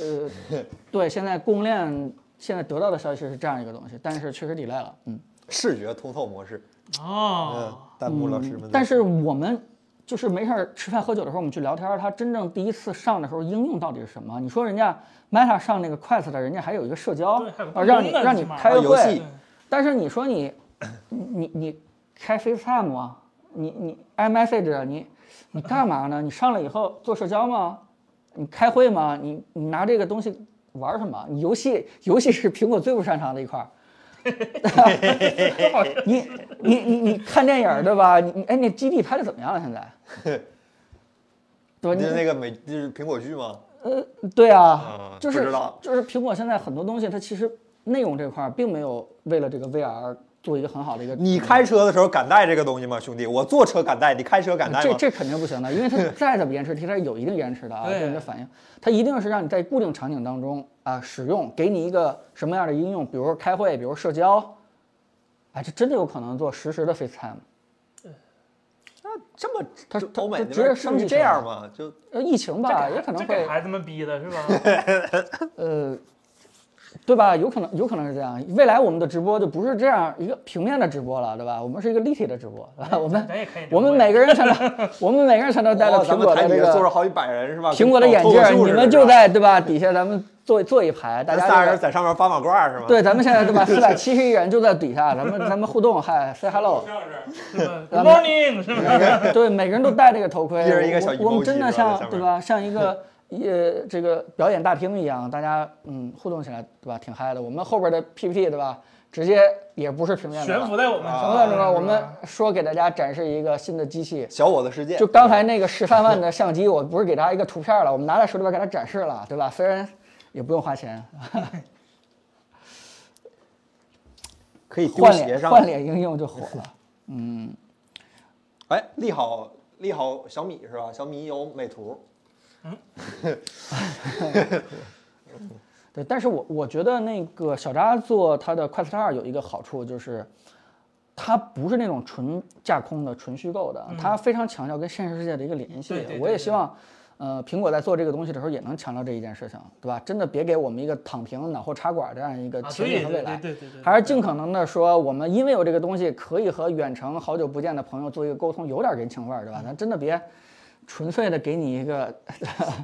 [SPEAKER 1] 呃，对，现在供应链现在得到的消息是这样一个东西，但是确实抵赖了，嗯。
[SPEAKER 2] 视觉通透模式，嗯
[SPEAKER 3] 哦，，
[SPEAKER 2] 弹幕老师们在说，
[SPEAKER 1] 但是我们就是没事儿吃饭喝酒的时候，我们去聊天儿，它真正第一次上的时候应用到底是什么？你说人家 Meta 上那个 Quest 的，人家还有一个社交
[SPEAKER 3] 对还有，
[SPEAKER 1] 啊，
[SPEAKER 3] 办
[SPEAKER 1] 让
[SPEAKER 3] 公
[SPEAKER 1] 你
[SPEAKER 3] 的
[SPEAKER 1] 让你
[SPEAKER 3] 起码
[SPEAKER 1] 开
[SPEAKER 2] 嗯啊
[SPEAKER 1] 个
[SPEAKER 2] 游
[SPEAKER 1] 会
[SPEAKER 2] 戏，
[SPEAKER 1] 但是你说你你你你开 FaceTime 啊，你你 iMessage 啊，你你干嘛呢？你上来以后做社交吗？你开会吗？你你拿这个东西玩什么？你游戏游戏是苹果最不擅长的一块
[SPEAKER 2] <laughs>
[SPEAKER 1] 儿。 <laughs> 你你你你看电影儿对吧？你你哎，那基地拍的怎么样了？现在？
[SPEAKER 2] <laughs>
[SPEAKER 1] 对吧？
[SPEAKER 2] 就是
[SPEAKER 1] 你
[SPEAKER 2] 那个美就是苹果剧吗？
[SPEAKER 1] 对啊
[SPEAKER 2] 嗯，
[SPEAKER 1] 就
[SPEAKER 2] 不
[SPEAKER 1] 是
[SPEAKER 2] 知道
[SPEAKER 1] 就是苹果现在很多东西，它其实内容这块儿并没有为了这个 VR 做一个很好的一个。
[SPEAKER 2] 你开车的时候敢带这个东西吗，兄弟？我坐车敢带，你开车敢带
[SPEAKER 1] 这
[SPEAKER 2] 吗？
[SPEAKER 1] 这肯定不行的，因为
[SPEAKER 2] <laughs>
[SPEAKER 1] 它再怎么延迟，它是有一定延迟的啊，
[SPEAKER 3] 对
[SPEAKER 1] 对人的反应，它一定是让你在固定场景当中啊使用，给你一个什么样的应用，比如说开会，比如说社交，哎，这真的有可能做实时的 FaceTime。
[SPEAKER 2] 这么
[SPEAKER 1] 他
[SPEAKER 2] 就
[SPEAKER 1] 他
[SPEAKER 2] 欧美
[SPEAKER 1] 他
[SPEAKER 2] 那
[SPEAKER 1] 直
[SPEAKER 2] 边
[SPEAKER 1] 接升
[SPEAKER 2] 至
[SPEAKER 1] 级
[SPEAKER 2] 于这
[SPEAKER 1] 成
[SPEAKER 2] 样吗？就
[SPEAKER 1] 呃，疫情吧，也可能
[SPEAKER 3] 这给
[SPEAKER 1] 会，
[SPEAKER 3] 孩子们逼的是
[SPEAKER 1] <laughs>
[SPEAKER 3] 吧？
[SPEAKER 1] 呃，对吧？有可能，有可能是这样。未来我们的直播就不是这样一个平面的直播了，对吧？我们是一个立体的直播，对 <laughs> 吧？我们
[SPEAKER 3] 咱也可以聊
[SPEAKER 1] 我们
[SPEAKER 3] 呀
[SPEAKER 1] 每个 <laughs> 人全都，我们每个人全都戴着
[SPEAKER 2] 哇哦咱
[SPEAKER 1] 苹
[SPEAKER 2] 们
[SPEAKER 1] 果
[SPEAKER 2] 台
[SPEAKER 1] 的
[SPEAKER 2] 底
[SPEAKER 1] 这
[SPEAKER 2] 下坐着
[SPEAKER 1] 个
[SPEAKER 2] 好几百人是吧？哦
[SPEAKER 1] 苹果的眼镜
[SPEAKER 2] 跟搞脱
[SPEAKER 1] 儿，
[SPEAKER 2] 口秀
[SPEAKER 1] 你
[SPEAKER 2] 似的
[SPEAKER 1] 们
[SPEAKER 2] 是
[SPEAKER 1] 就
[SPEAKER 2] 吧
[SPEAKER 1] 在对吧？底下咱们坐坐一排，大
[SPEAKER 2] 咱
[SPEAKER 1] 家
[SPEAKER 2] 仨
[SPEAKER 1] 这个
[SPEAKER 2] 人在上面扒马褂是吗？
[SPEAKER 1] <laughs> 对，咱们现在
[SPEAKER 2] <laughs>
[SPEAKER 1] 对吧？四百七十一人就在底下，咱们咱们互动，嗨，say hello。
[SPEAKER 4] 像是
[SPEAKER 3] 是吧
[SPEAKER 1] 咱
[SPEAKER 3] ？Good
[SPEAKER 1] 们
[SPEAKER 3] morning，是吧？
[SPEAKER 1] 对，每个人都戴这个头盔，
[SPEAKER 2] 一人一个小
[SPEAKER 1] 我
[SPEAKER 2] 羽
[SPEAKER 1] 我们
[SPEAKER 2] 毛
[SPEAKER 1] 真
[SPEAKER 2] 衣
[SPEAKER 1] 的
[SPEAKER 2] 是吧在
[SPEAKER 1] 像
[SPEAKER 2] 上
[SPEAKER 1] 对
[SPEAKER 2] 面
[SPEAKER 1] 吧，像一个呃这个表演大厅一样，大家嗯互动起来对吧，挺嗨的。我们后边的 PPT 对吧，直接也不是平面的
[SPEAKER 3] 悬
[SPEAKER 1] 了，
[SPEAKER 3] 浮在我们
[SPEAKER 1] 什么
[SPEAKER 2] 啊
[SPEAKER 1] 来
[SPEAKER 3] 上
[SPEAKER 1] 着
[SPEAKER 3] 面
[SPEAKER 1] 呢？我们
[SPEAKER 3] 是吧
[SPEAKER 1] 说给大家展示一个新的机器。
[SPEAKER 2] 小我的世界。
[SPEAKER 1] 就刚才那个十三万的相机，我不是给大家一个图片了，我们拿在手里边给他展示了，对吧？虽然也不用花钱，
[SPEAKER 2] 可以丢
[SPEAKER 1] 换
[SPEAKER 2] 鞋
[SPEAKER 1] 脸
[SPEAKER 2] 上。
[SPEAKER 1] 换脸应用就火了。
[SPEAKER 2] 哎，利好利好小米是吧？小米有美图，
[SPEAKER 1] 对，但是我我觉得那个小扎做它的 Quest 二有一个好处就是，它不是那种纯架空的、纯虚构的，它非常强调跟现实世界的一个联系。
[SPEAKER 3] 嗯对对对
[SPEAKER 1] 我也
[SPEAKER 3] 对
[SPEAKER 1] 希望，呃，苹果在做这个东西的时候也能强调这一件事情，对吧？真的别给我们一个躺平、脑后插管这样一个
[SPEAKER 3] 啊
[SPEAKER 1] 前
[SPEAKER 3] 对
[SPEAKER 1] 景和
[SPEAKER 3] 对
[SPEAKER 1] 未来。
[SPEAKER 3] 对对对对，
[SPEAKER 1] 还是尽可能的说，我们因为有这个东西，可以和远程好久不见的朋友做一个沟通，有点人情味儿，对
[SPEAKER 3] 嗯
[SPEAKER 1] 吧？咱真的别纯粹的给你一个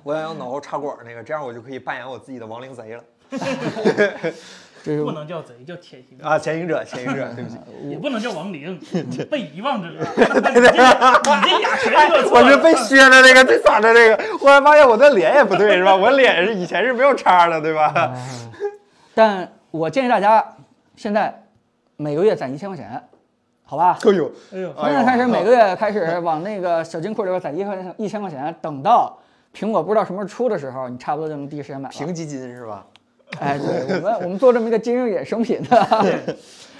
[SPEAKER 2] 我想要脑后插管那个，这样我就可以扮演我自己的亡灵贼了
[SPEAKER 1] 这
[SPEAKER 3] 不
[SPEAKER 1] 种
[SPEAKER 3] 能叫贼，叫潜行，
[SPEAKER 2] 啊！前行者，前行者，对 <laughs> 不起，
[SPEAKER 3] 也不能叫亡灵，被遗忘者。你这你这俩全都错
[SPEAKER 2] 哎我
[SPEAKER 3] 了啊
[SPEAKER 2] 是被削的那个，被耍的那个。忽然发现我的脸也不对是吧？我脸是以前是没有叉的，对吧？
[SPEAKER 1] 但我建议大家现在每个月攒一千块钱，好吧？
[SPEAKER 2] 哎呦，
[SPEAKER 3] 哎呦，
[SPEAKER 1] 从现在开始每个月开始往那个小金库里边攒一块钱，一千块钱，等到苹果不知道什么时候出的时候，你差不多就能第一时间买了。
[SPEAKER 2] 平基金是吧？
[SPEAKER 1] 哎，对，我们我们做这么一个金融衍生品
[SPEAKER 3] <laughs>
[SPEAKER 1] 的，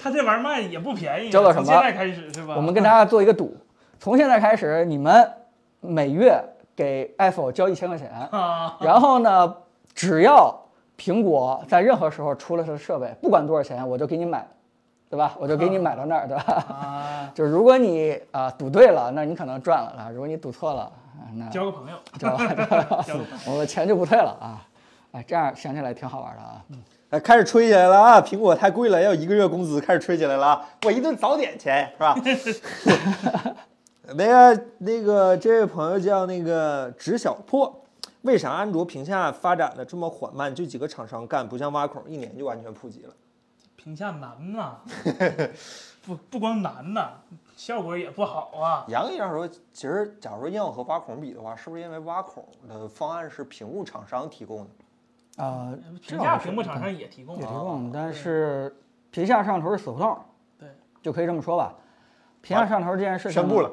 [SPEAKER 3] 他这玩意儿卖也不便宜啊，
[SPEAKER 1] 叫做什么
[SPEAKER 3] 从现在开始是吧？
[SPEAKER 1] 我们跟大家做一个赌，从现在开始你们每月给 Apple 交一千块钱，
[SPEAKER 3] 啊，
[SPEAKER 1] 然后呢，只要苹果在任何时候出了它的设备，不管多少钱，我就给你买，对吧？我就给你买到那儿，对吧？
[SPEAKER 3] 啊，
[SPEAKER 1] 就是如果你啊、赌对了，那你可能赚了啊；如果你赌错了，啊那
[SPEAKER 3] 交个朋友，
[SPEAKER 1] 就 <laughs> 我的钱就不退了啊。哎，这样想起来挺好玩的啊。
[SPEAKER 2] 哎，开始吹起来了啊！苹果太贵了，要一个月工资，开始吹起来了啊！我一顿早点钱是吧？ <laughs> 那个那个，这位朋友叫那个直小破，为啥安卓屏下发展的这么缓慢？就几个厂商干，不像挖孔，一年就完全普及了。
[SPEAKER 3] 评价难呐，不不光难呐，效果也不好啊。
[SPEAKER 2] 严格意义上说，其实假如说硬要和挖孔比的话，是不是因为挖孔的方案是屏幕厂商提供的？
[SPEAKER 1] 啊、这
[SPEAKER 3] 评价
[SPEAKER 1] 是
[SPEAKER 3] 屏幕厂商也提供
[SPEAKER 1] 也提
[SPEAKER 3] 啊，
[SPEAKER 1] 供，但是屏下上头是死胡同，
[SPEAKER 3] 对，
[SPEAKER 1] 就可以这么说吧。屏下上头这件事情
[SPEAKER 2] 宣布了，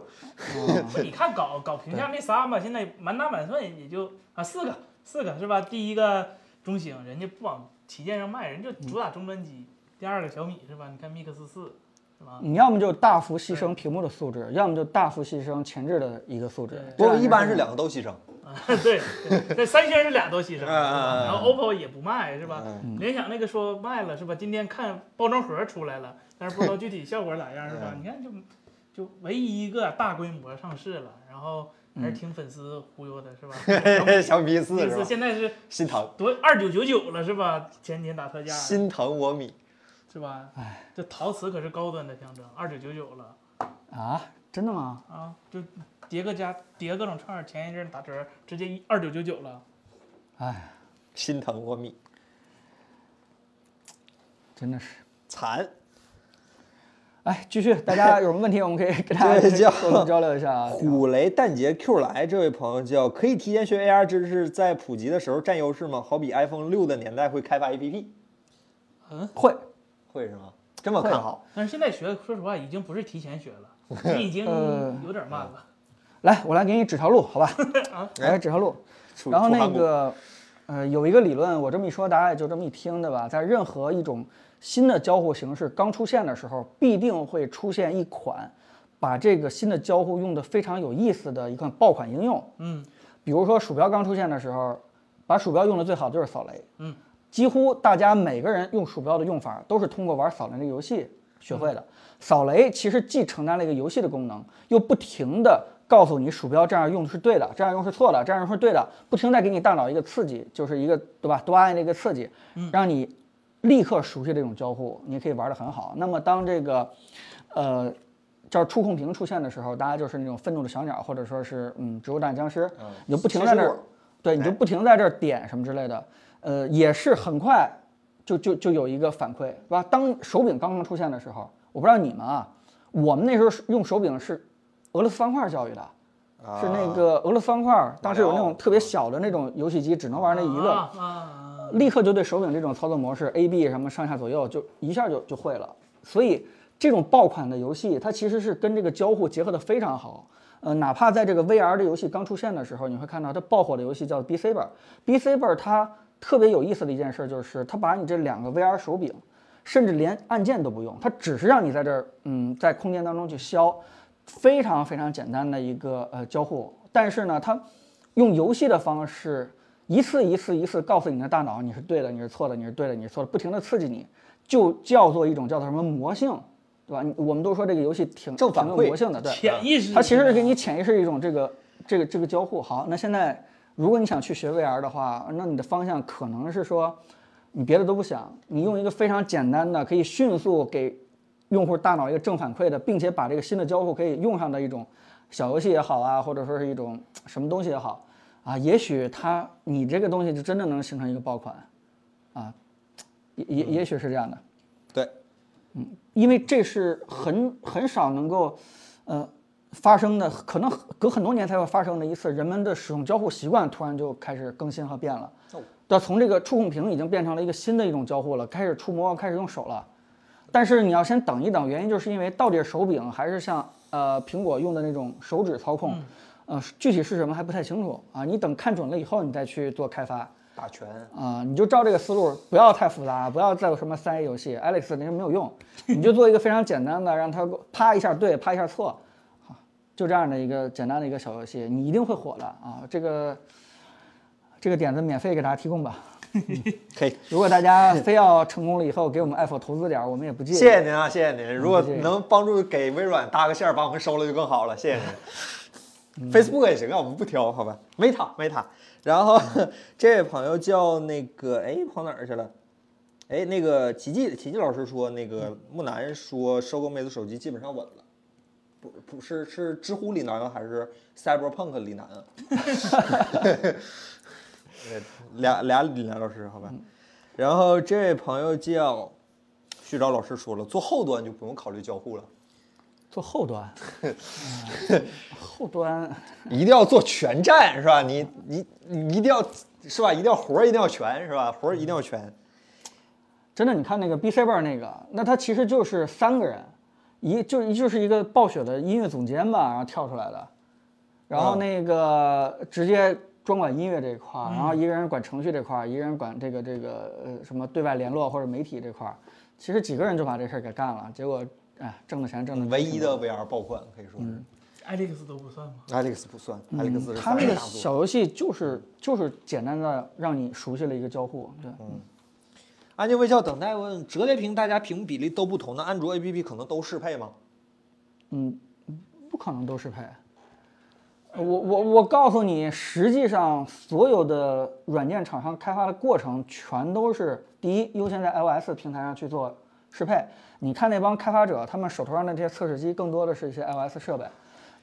[SPEAKER 3] 不，你看搞搞评价那仨吧，现在满打满算也就啊四个四个是吧？第一个中兴，人家不往旗舰上卖，人就主打中端机。第二个小米是吧？你看 Mix 四是吧？ <laughs>
[SPEAKER 1] 你要么就大幅牺牲屏幕的素质，要么就大幅牺牲前置的一个素质
[SPEAKER 3] 对。
[SPEAKER 1] 这
[SPEAKER 2] 不，
[SPEAKER 1] 两
[SPEAKER 2] 一般是
[SPEAKER 1] 件事
[SPEAKER 2] 两个都牺牲。
[SPEAKER 3] 对，那三星是俩都牺牲，
[SPEAKER 2] 嗯嗯嗯
[SPEAKER 3] 然后 OPPO 也不卖是吧
[SPEAKER 2] 嗯？
[SPEAKER 3] 联想那个说卖了是吧？今天看包装盒出来了，但是不
[SPEAKER 2] <laughs>
[SPEAKER 3] 知道具体效果咋样是吧？
[SPEAKER 2] 嗯
[SPEAKER 3] 你看就就唯一一个大规模上市了，然后还是听粉丝忽悠
[SPEAKER 2] <laughs>
[SPEAKER 3] 的是吧？
[SPEAKER 1] 嗯
[SPEAKER 2] 小米
[SPEAKER 3] 第
[SPEAKER 2] 四嗯
[SPEAKER 3] 一
[SPEAKER 2] 是
[SPEAKER 3] 次
[SPEAKER 2] 吧？
[SPEAKER 3] 现在是
[SPEAKER 2] 心疼，
[SPEAKER 3] 多二九九九了是吧？前几天打特价
[SPEAKER 2] 心疼我米。
[SPEAKER 3] 是吧？哎，这陶瓷可是高端的象征，二九九九了
[SPEAKER 1] 啊，真的吗？
[SPEAKER 3] 啊！就叠个加叠各种串儿，前一阵打折直接二九九九了。
[SPEAKER 2] 心疼我米，
[SPEAKER 1] 真的是。
[SPEAKER 2] 惨。
[SPEAKER 1] 哎，继续，大家有什么问题，我们可以跟大
[SPEAKER 2] 这
[SPEAKER 1] 家
[SPEAKER 2] 叫
[SPEAKER 1] 沟通交流一下啊。
[SPEAKER 2] 虎雷蛋杰 Q 来这位朋友叫，可以提前学 AR 知识，在普及的时候占优势吗？好比 iPhone 六的年代会开发 APP，
[SPEAKER 1] 会，
[SPEAKER 2] 会是吗？这
[SPEAKER 1] 啊
[SPEAKER 2] 么看好？
[SPEAKER 3] 但是现在学，说实话已经不是提前学了，你已经
[SPEAKER 1] 呃
[SPEAKER 3] 有点慢了。
[SPEAKER 1] 来，我来给你指条路，好吧？来指条路。
[SPEAKER 2] 出
[SPEAKER 1] 然后
[SPEAKER 2] 出
[SPEAKER 1] 那
[SPEAKER 2] 韩国
[SPEAKER 1] 个，呃，有一个理论，我这么一说，大家也就这么一听，对吧？在任何一种新的交互形式刚出现的时候，必定会出现一款把这个新的交互用的非常有意思的一款爆款应用。
[SPEAKER 3] 嗯，
[SPEAKER 1] 比如说鼠标刚出现的时候，把鼠标用的最好的就是扫雷。
[SPEAKER 3] 嗯，
[SPEAKER 1] 几乎大家每个人用鼠标的用法都是通过玩扫雷这个游戏学会的。扫雷其实既承担了一个游戏的功能，又不停的告诉你鼠标这样用是对的，这样用是错的，这样用是对的，不停地给你大脑一个刺激，就是一个对吧多胺的一个刺激，让你立刻熟悉这种交互，你可以玩得很好。那么当这个，呃。叫触控屏出现的时候，大家就是那种愤怒的小鸟，或者说是嗯植物大战僵尸，你就不停地在那
[SPEAKER 2] 吃
[SPEAKER 1] 儿
[SPEAKER 2] 水果
[SPEAKER 1] 对，你
[SPEAKER 2] 哎
[SPEAKER 1] 就不停在这儿点什么之类的，呃，也是很快就就就有一个反馈，是吧？当手柄刚刚出现的时候，我不知道你们啊，我们那时候是用手柄是俄罗斯方块教育的，
[SPEAKER 2] 啊
[SPEAKER 1] 是那个俄罗斯方块，当时有那
[SPEAKER 2] 马里
[SPEAKER 1] 种
[SPEAKER 2] 奥嗯
[SPEAKER 1] 特别小的那种游戏机，只能玩那一个，
[SPEAKER 3] 啊啊啊
[SPEAKER 1] 立刻就对手柄这种操作模式 A B 什么上下左右就一下就就会了。所以这种爆款的游戏，它其实是跟这个交互结合的非常好。呃，哪怕在这个 VR 的游戏刚出现的时候，你会看到它爆火的游戏叫 B C 本儿。B C 本儿它特别有意思的一件事就是，它把你这两个 VR 手柄，甚至连按键都不用，它只是让你在这儿，嗯，在空间当中去消，非常非常简单的一个呃交互。但是呢，它用游戏的方式，一次一次一次告诉你的大脑你是对的，你是错的，你是对的，你是错的，不停的刺激你，就叫做一种叫做什么魔性，对吧？你我们都说这个游戏挺
[SPEAKER 2] 正反
[SPEAKER 1] 挺有
[SPEAKER 2] 馈
[SPEAKER 1] 魔性的，对，
[SPEAKER 3] 潜意识，
[SPEAKER 1] 它其实是给你潜意识一种这个这个这个交互。好，那现在如果你想去学 VR 的话，那你的方向可能是说，你别的都不想，你用一个非常简单的，可以迅速给用户大脑一个正反馈的，并且把这个新的交互可以用上的一种小游戏也好啊，或者说是一种什么东西也好啊，也许它你这个东西就真的能形成一个爆款啊，也也也许是这样的。嗯
[SPEAKER 2] 对，
[SPEAKER 1] 因为这是很很少能够，呃，发生的，可能隔很多年才会发生的一次，人们的使用交互习惯突然就开始更新和变了。要从这个触控屏已经变成了一个新的一种交互了，开始触摸，开始用手了。但是你要先等一等，原因就是因为到底是手柄还是像呃苹果用的那种手指操控，呃具体是什么还不太清楚啊。你等看准了以后，你再去做开发。
[SPEAKER 2] 打拳，
[SPEAKER 1] 啊、你就照这个思路，不要太复杂，不要再有什么三 A 游戏，Alex 那些没有用，你就做一个非常简单的，让它啪一下对，啪一下错，啊，就这样的一个简单的一个小游戏，你一定会火的啊！这个这个点子免费给大家提供吧。
[SPEAKER 2] 可以。
[SPEAKER 1] 如果大家非要成功了以后给我们 Apple 投资点儿，我们也不介意。
[SPEAKER 2] 谢谢您啊，谢谢您。如果
[SPEAKER 1] 谢谢
[SPEAKER 2] 能帮助给微软搭个线儿，把我们收了就更好了，谢谢
[SPEAKER 1] 嗯
[SPEAKER 2] 您。Facebook 也行啊，我们不挑，好吧？Meta Meta，然后 <laughs> 这位朋友叫那个，哎，跑哪儿去了？哎，那个奇迹奇迹老师说，那
[SPEAKER 1] 嗯
[SPEAKER 2] 个木南说收购魅族手机基本上稳了，不不是是知乎李楠还是 Cyberpunk 李楠
[SPEAKER 1] <laughs>
[SPEAKER 2] 啊？ <laughs> 呃俩俩李楠老师，好
[SPEAKER 1] 嗯
[SPEAKER 2] 吧。然后这位朋友叫旭钊老师说了，做后端就不用考虑交互了，
[SPEAKER 1] 做后
[SPEAKER 2] <laughs>
[SPEAKER 1] 端，嗯后端
[SPEAKER 2] 一定要做全站是吧？你你你一定要是吧？一定要活儿一定要全是吧？活儿一定要全。
[SPEAKER 1] 真的，你看那个 B C 班那个，那他其实就是三个人，一就就是一个暴雪的音乐总监吧，然后跳出来的，然后
[SPEAKER 2] 嗯
[SPEAKER 1] 那个直接专管音乐这一块儿，然后一个人管程序这块儿，一个人管这个这个呃什么对外联络或者媒体这块儿，其实几个人就把这事儿给干了，结果哎挣的钱挣的
[SPEAKER 2] 唯一的 VR 爆款可以说是、
[SPEAKER 3] Alex 都不算吗？
[SPEAKER 2] Alex 不算，Alex 是
[SPEAKER 1] 他
[SPEAKER 2] 三
[SPEAKER 1] 那个
[SPEAKER 2] 大
[SPEAKER 1] 小
[SPEAKER 2] 作。
[SPEAKER 1] 游戏就是就是简单的让你熟悉了一个交互，对，
[SPEAKER 2] 嗯安静微笑等待问：折叠屏大家屏幕比例都不同，那安卓 APP 可能都适配吗？
[SPEAKER 1] 嗯，不可能都适配。我我我告诉你，实际上所有的软件厂商开发的过程，全都是第一优先在 iOS 平台上去做适配。你看那帮开发者，他们手头上的这些测试机，更多的是一些 iOS 设备，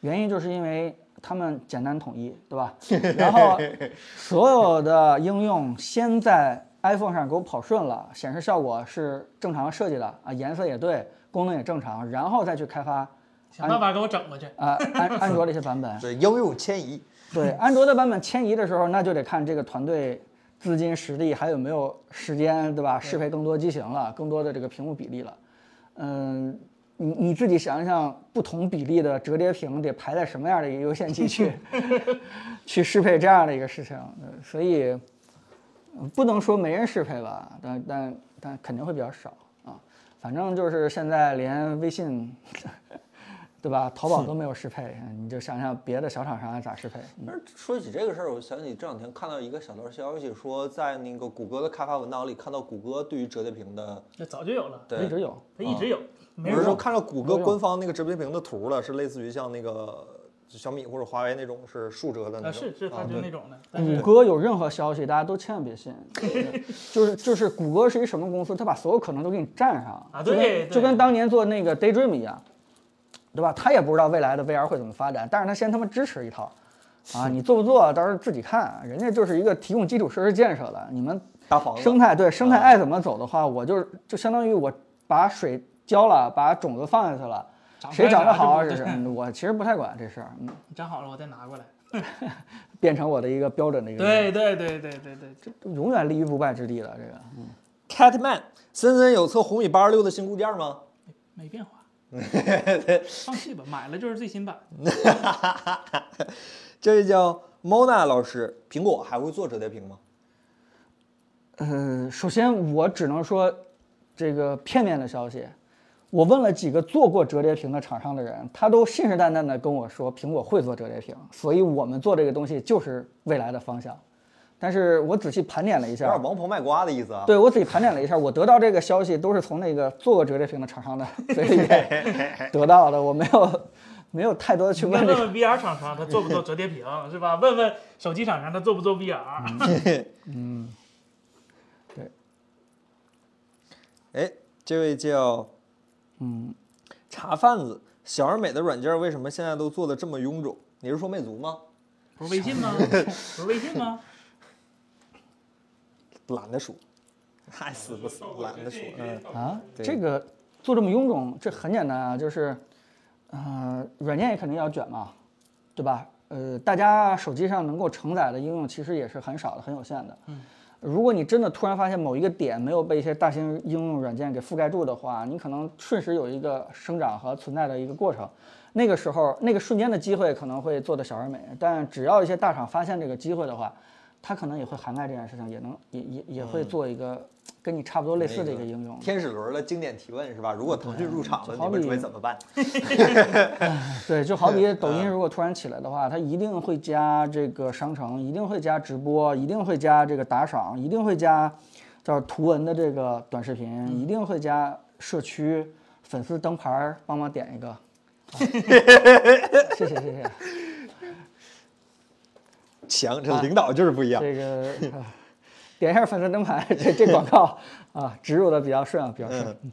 [SPEAKER 1] 原因就是因为他们简单统一，对吧？然后所有的应用先在 iPhone 上给我跑顺了，显示效果是正常设计的啊，颜色也对，功能也正常，然后再去开发
[SPEAKER 3] 想办法给我整过去。
[SPEAKER 1] 啊、安安卓的一些版本。
[SPEAKER 2] 这应用迁移，
[SPEAKER 1] 对，安卓的版本迁移的时候，那就得看这个团队资金实力还有没有时间，对吧？适配更多机型了，更多的这个屏幕比例了。嗯，你你自己想一想，不同比例的折叠屏得排在什么样的一个优先级去 <laughs> 去适配这样的一个事情？呃所以呃不能说没人适配吧，但但但肯定会比较少啊。反正就是现在连微信。对吧？淘宝都没有适配，嗯你就想想别的小厂商咋适配。
[SPEAKER 2] 但是说起这个事儿，我想起这两天看到一个小道消息，说在那个谷歌的开发文档里看到谷歌对于折叠屏的，
[SPEAKER 3] 这早就有了，
[SPEAKER 1] 嗯一
[SPEAKER 2] 对，
[SPEAKER 1] 直有。
[SPEAKER 3] 它一直有，
[SPEAKER 2] 不
[SPEAKER 3] 没
[SPEAKER 2] 是
[SPEAKER 3] 人
[SPEAKER 2] 说
[SPEAKER 3] 用。
[SPEAKER 2] 看到谷歌
[SPEAKER 1] 没有
[SPEAKER 2] 官方那个折叠屏的图了，是类似于像那个小米或者华为那种是竖折的那
[SPEAKER 3] 啊，
[SPEAKER 2] 种，
[SPEAKER 3] 是是，它
[SPEAKER 2] 啊
[SPEAKER 3] 就
[SPEAKER 2] 对
[SPEAKER 3] 那种的。但
[SPEAKER 1] 谷
[SPEAKER 3] 是
[SPEAKER 1] 歌有任何消息，大家都千万别信。对就是就是，谷歌是一什么公司？它把所有可能都给你占上
[SPEAKER 3] 啊
[SPEAKER 1] 就跟
[SPEAKER 3] 对对
[SPEAKER 1] 就跟当年做那个 Daydream 一样，对吧？他也不知道未来的 VR 会怎么发展，但是他先他妈支持一套，啊，你做不做到时候自己看，人家就是一个提供基础设施建设的，你们
[SPEAKER 2] 搭房子
[SPEAKER 1] 生态对
[SPEAKER 3] 啊
[SPEAKER 1] 生态爱怎么走的话，我就是就相当于我把水浇了，把种子放下去了，谁长得好
[SPEAKER 3] 长出来了
[SPEAKER 1] 这
[SPEAKER 3] <laughs>
[SPEAKER 1] 是嗯我其实不太管这事儿，嗯，
[SPEAKER 3] 你粘好了，我再拿过来。
[SPEAKER 1] 变成我的一个标准的一个
[SPEAKER 3] 对对对对对对，这
[SPEAKER 1] 永远立于不败之地了，这个。
[SPEAKER 2] Catman，森森有测红米八十六的新固件吗？
[SPEAKER 3] 没
[SPEAKER 2] <laughs>
[SPEAKER 3] 变化。放弃吧，买了就是最新版。
[SPEAKER 2] 这位叫 Mona 老师，苹果还会做折叠屏吗？
[SPEAKER 1] 呃，首先我只能说这个片面的消息。我问了几个做过折叠屏的厂商的人，他都信誓旦旦地跟我说苹果会做折叠屏，所以我们做这个东西就是未来的方向。但是我仔细盘点了一
[SPEAKER 2] 有点
[SPEAKER 1] 下，
[SPEAKER 2] 王婆卖瓜的意思啊。
[SPEAKER 1] 对我自己盘点了一下，我得到这个消息都是从那个做过折叠屏的厂商的嘴里面得到的，我没有没有太多的去
[SPEAKER 3] 你
[SPEAKER 1] 问
[SPEAKER 3] 问
[SPEAKER 1] 这个。
[SPEAKER 3] 问 VR 厂商，它做不做折叠屏，是吧？问问手机厂商，它做不做 <laughs> VR？
[SPEAKER 2] 哎，这位叫嗯茶贩子，小而美的软件为什么现在都做的这么臃肿？你是说魅族吗？
[SPEAKER 3] 不是微信吗？不是微信吗？
[SPEAKER 2] 懒得说，爱死不死，懒得说。嗯，
[SPEAKER 1] 啊，
[SPEAKER 2] 对
[SPEAKER 1] 这个做这么臃肿，这很简单啊，就是，呃，软件也肯定要卷嘛，对吧？呃，大家手机上能够承载的应用其实也是很少的，很有限的。嗯，如果你真的突然发现某一个点没有被一些大型应用软件给覆盖住的话，你可能瞬时有一个生长和存在的一个过程。那个时候，那个瞬间的机会可能会做的小而美，但只要一些大厂发现这个机会的话，它可能也会涵盖这件事情，也能也也也会做一个跟你差不多类似的一个应用。
[SPEAKER 2] 天使轮的经典提问是吧？如果腾讯入场了，
[SPEAKER 1] 就好
[SPEAKER 2] 你
[SPEAKER 1] 比
[SPEAKER 2] 们准备怎么办？
[SPEAKER 1] 对，就好比抖音如果突然起来的话，它一定会加这个商城，一定会加直播，一定会加这个打赏，一定会加叫图文的这个短视频，一定会加社区粉丝灯牌儿，帮忙点一个。啊谢谢谢谢，
[SPEAKER 2] 强，这领导就是不一样。
[SPEAKER 1] 这个、啊点一下粉丝灯牌，这这广告啊植入的比较顺啊，比较顺。
[SPEAKER 2] 嗯，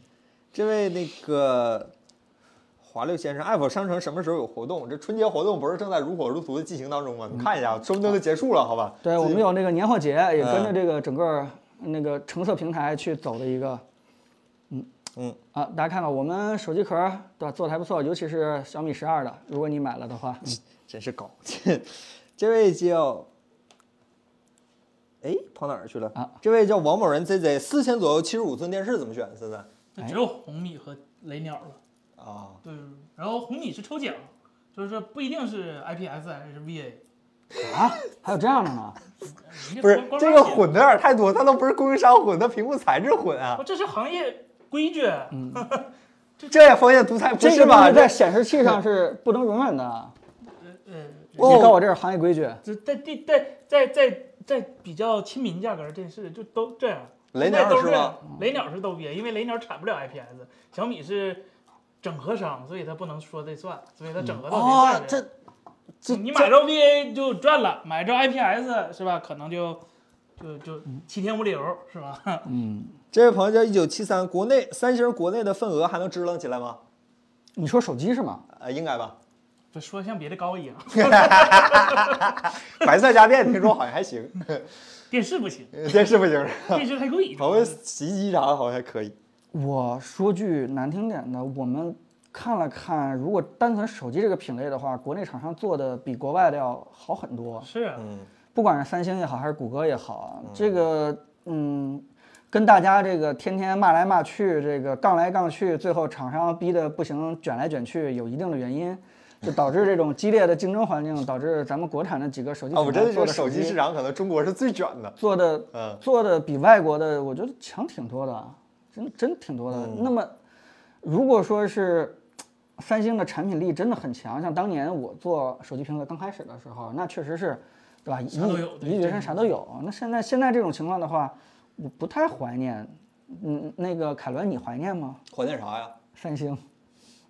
[SPEAKER 2] 这位那个华六先生，Apple 商城什么时候有活动？这春节活动不是正在如火如荼的进行当中吗？你看一下，说不定就结束了，好吧？
[SPEAKER 1] 对我们有那个年货节，也跟着
[SPEAKER 2] 嗯
[SPEAKER 1] 这个整个那个橙色平台去走的一个，嗯
[SPEAKER 2] 嗯
[SPEAKER 1] 啊，大家看看我们手机壳儿对吧，做的还不错，尤其是小米十二的，如果你买了的话，
[SPEAKER 2] 真是高。 <laughs> 这位叫，哎，跑哪儿去了？
[SPEAKER 1] 啊
[SPEAKER 2] 这位叫王某人 ZZ，四千左右七十五寸电视怎么选？现在
[SPEAKER 3] 那只有红米和雷鸟了。
[SPEAKER 2] 啊，
[SPEAKER 3] 对，然后红米是抽奖，就是说不一定是 IPS 还是 VA。
[SPEAKER 1] 啊，还有这样的呢？
[SPEAKER 3] 人家
[SPEAKER 2] 不是
[SPEAKER 3] 官官
[SPEAKER 2] 这
[SPEAKER 3] 方
[SPEAKER 2] 个
[SPEAKER 3] 写的
[SPEAKER 2] 混的有点太多，它都不是供应商混，它屏幕材质混啊
[SPEAKER 3] 不，，哦这是行业规矩。
[SPEAKER 2] 嗯这也封建独裁不
[SPEAKER 1] 这
[SPEAKER 2] 是
[SPEAKER 1] 个
[SPEAKER 2] 吧？
[SPEAKER 1] 东西在
[SPEAKER 2] 这
[SPEAKER 1] 显示器上是不能容忍的，
[SPEAKER 3] 呃，
[SPEAKER 1] 你
[SPEAKER 2] 哦
[SPEAKER 1] 告诉我这是行业规矩。
[SPEAKER 3] 这在地在在在在比较亲民价格的电视就都这样。
[SPEAKER 2] 雷鸟
[SPEAKER 3] 现在都
[SPEAKER 2] 是
[SPEAKER 3] 这样
[SPEAKER 2] 吗？
[SPEAKER 3] 雷鸟是逗逼，因为雷鸟产不了 IPS，小米是整合商，所以它不能说这算，所以它整合到
[SPEAKER 2] 啊，
[SPEAKER 3] 这
[SPEAKER 2] 这这
[SPEAKER 3] 上面。你买着 VA 就赚了，买着 IPS 是吧？可能就就就七天无理由是吧？ <laughs>
[SPEAKER 2] 这位朋友叫一九七三，国内三星国内的份额还能支棱起来吗？
[SPEAKER 1] 你说手机是吗？
[SPEAKER 2] 呃，应该吧。
[SPEAKER 3] 这说得像别的高一样，
[SPEAKER 2] 白色家电听说好像还行， <laughs>
[SPEAKER 3] 电视不行，
[SPEAKER 2] 电视不行。
[SPEAKER 3] 电视太贵。
[SPEAKER 2] <laughs> 好像洗衣机啥的好像还可以。
[SPEAKER 1] 我说句难听点的，我们看了看，如果单纯手机这个品类的话，国内厂商做的比国外的要好很多。
[SPEAKER 3] 是
[SPEAKER 2] 嗯
[SPEAKER 3] 啊，
[SPEAKER 1] 不管是三星也好，还是谷歌也好啊，这个嗯，跟大家这个天天骂来骂去，这个杠来杠去，最后厂商逼得不行，卷来卷去，有一定的原因，就导致这种激烈的竞争环境，导致咱们国产的几个手机
[SPEAKER 2] 啊，我
[SPEAKER 1] 品
[SPEAKER 2] 真
[SPEAKER 1] 牌做的
[SPEAKER 2] 的觉得手
[SPEAKER 1] 机
[SPEAKER 2] 机市场可能中国是最卷的。
[SPEAKER 1] 做的
[SPEAKER 2] 嗯
[SPEAKER 1] 做的比外国的，我觉得强挺多的，真真挺多的。
[SPEAKER 2] 嗯
[SPEAKER 1] 那么，如果说是嘖三星的产品力真的很强，像当年我做手机评测刚开始的时候，那确实是，对吧？一
[SPEAKER 3] 啥都有对
[SPEAKER 1] 一举身啥都有。那现在现在这种情况的话，我不太怀念。嗯，那个凯伦，你怀念吗？
[SPEAKER 2] 怀念啥呀？
[SPEAKER 1] 三星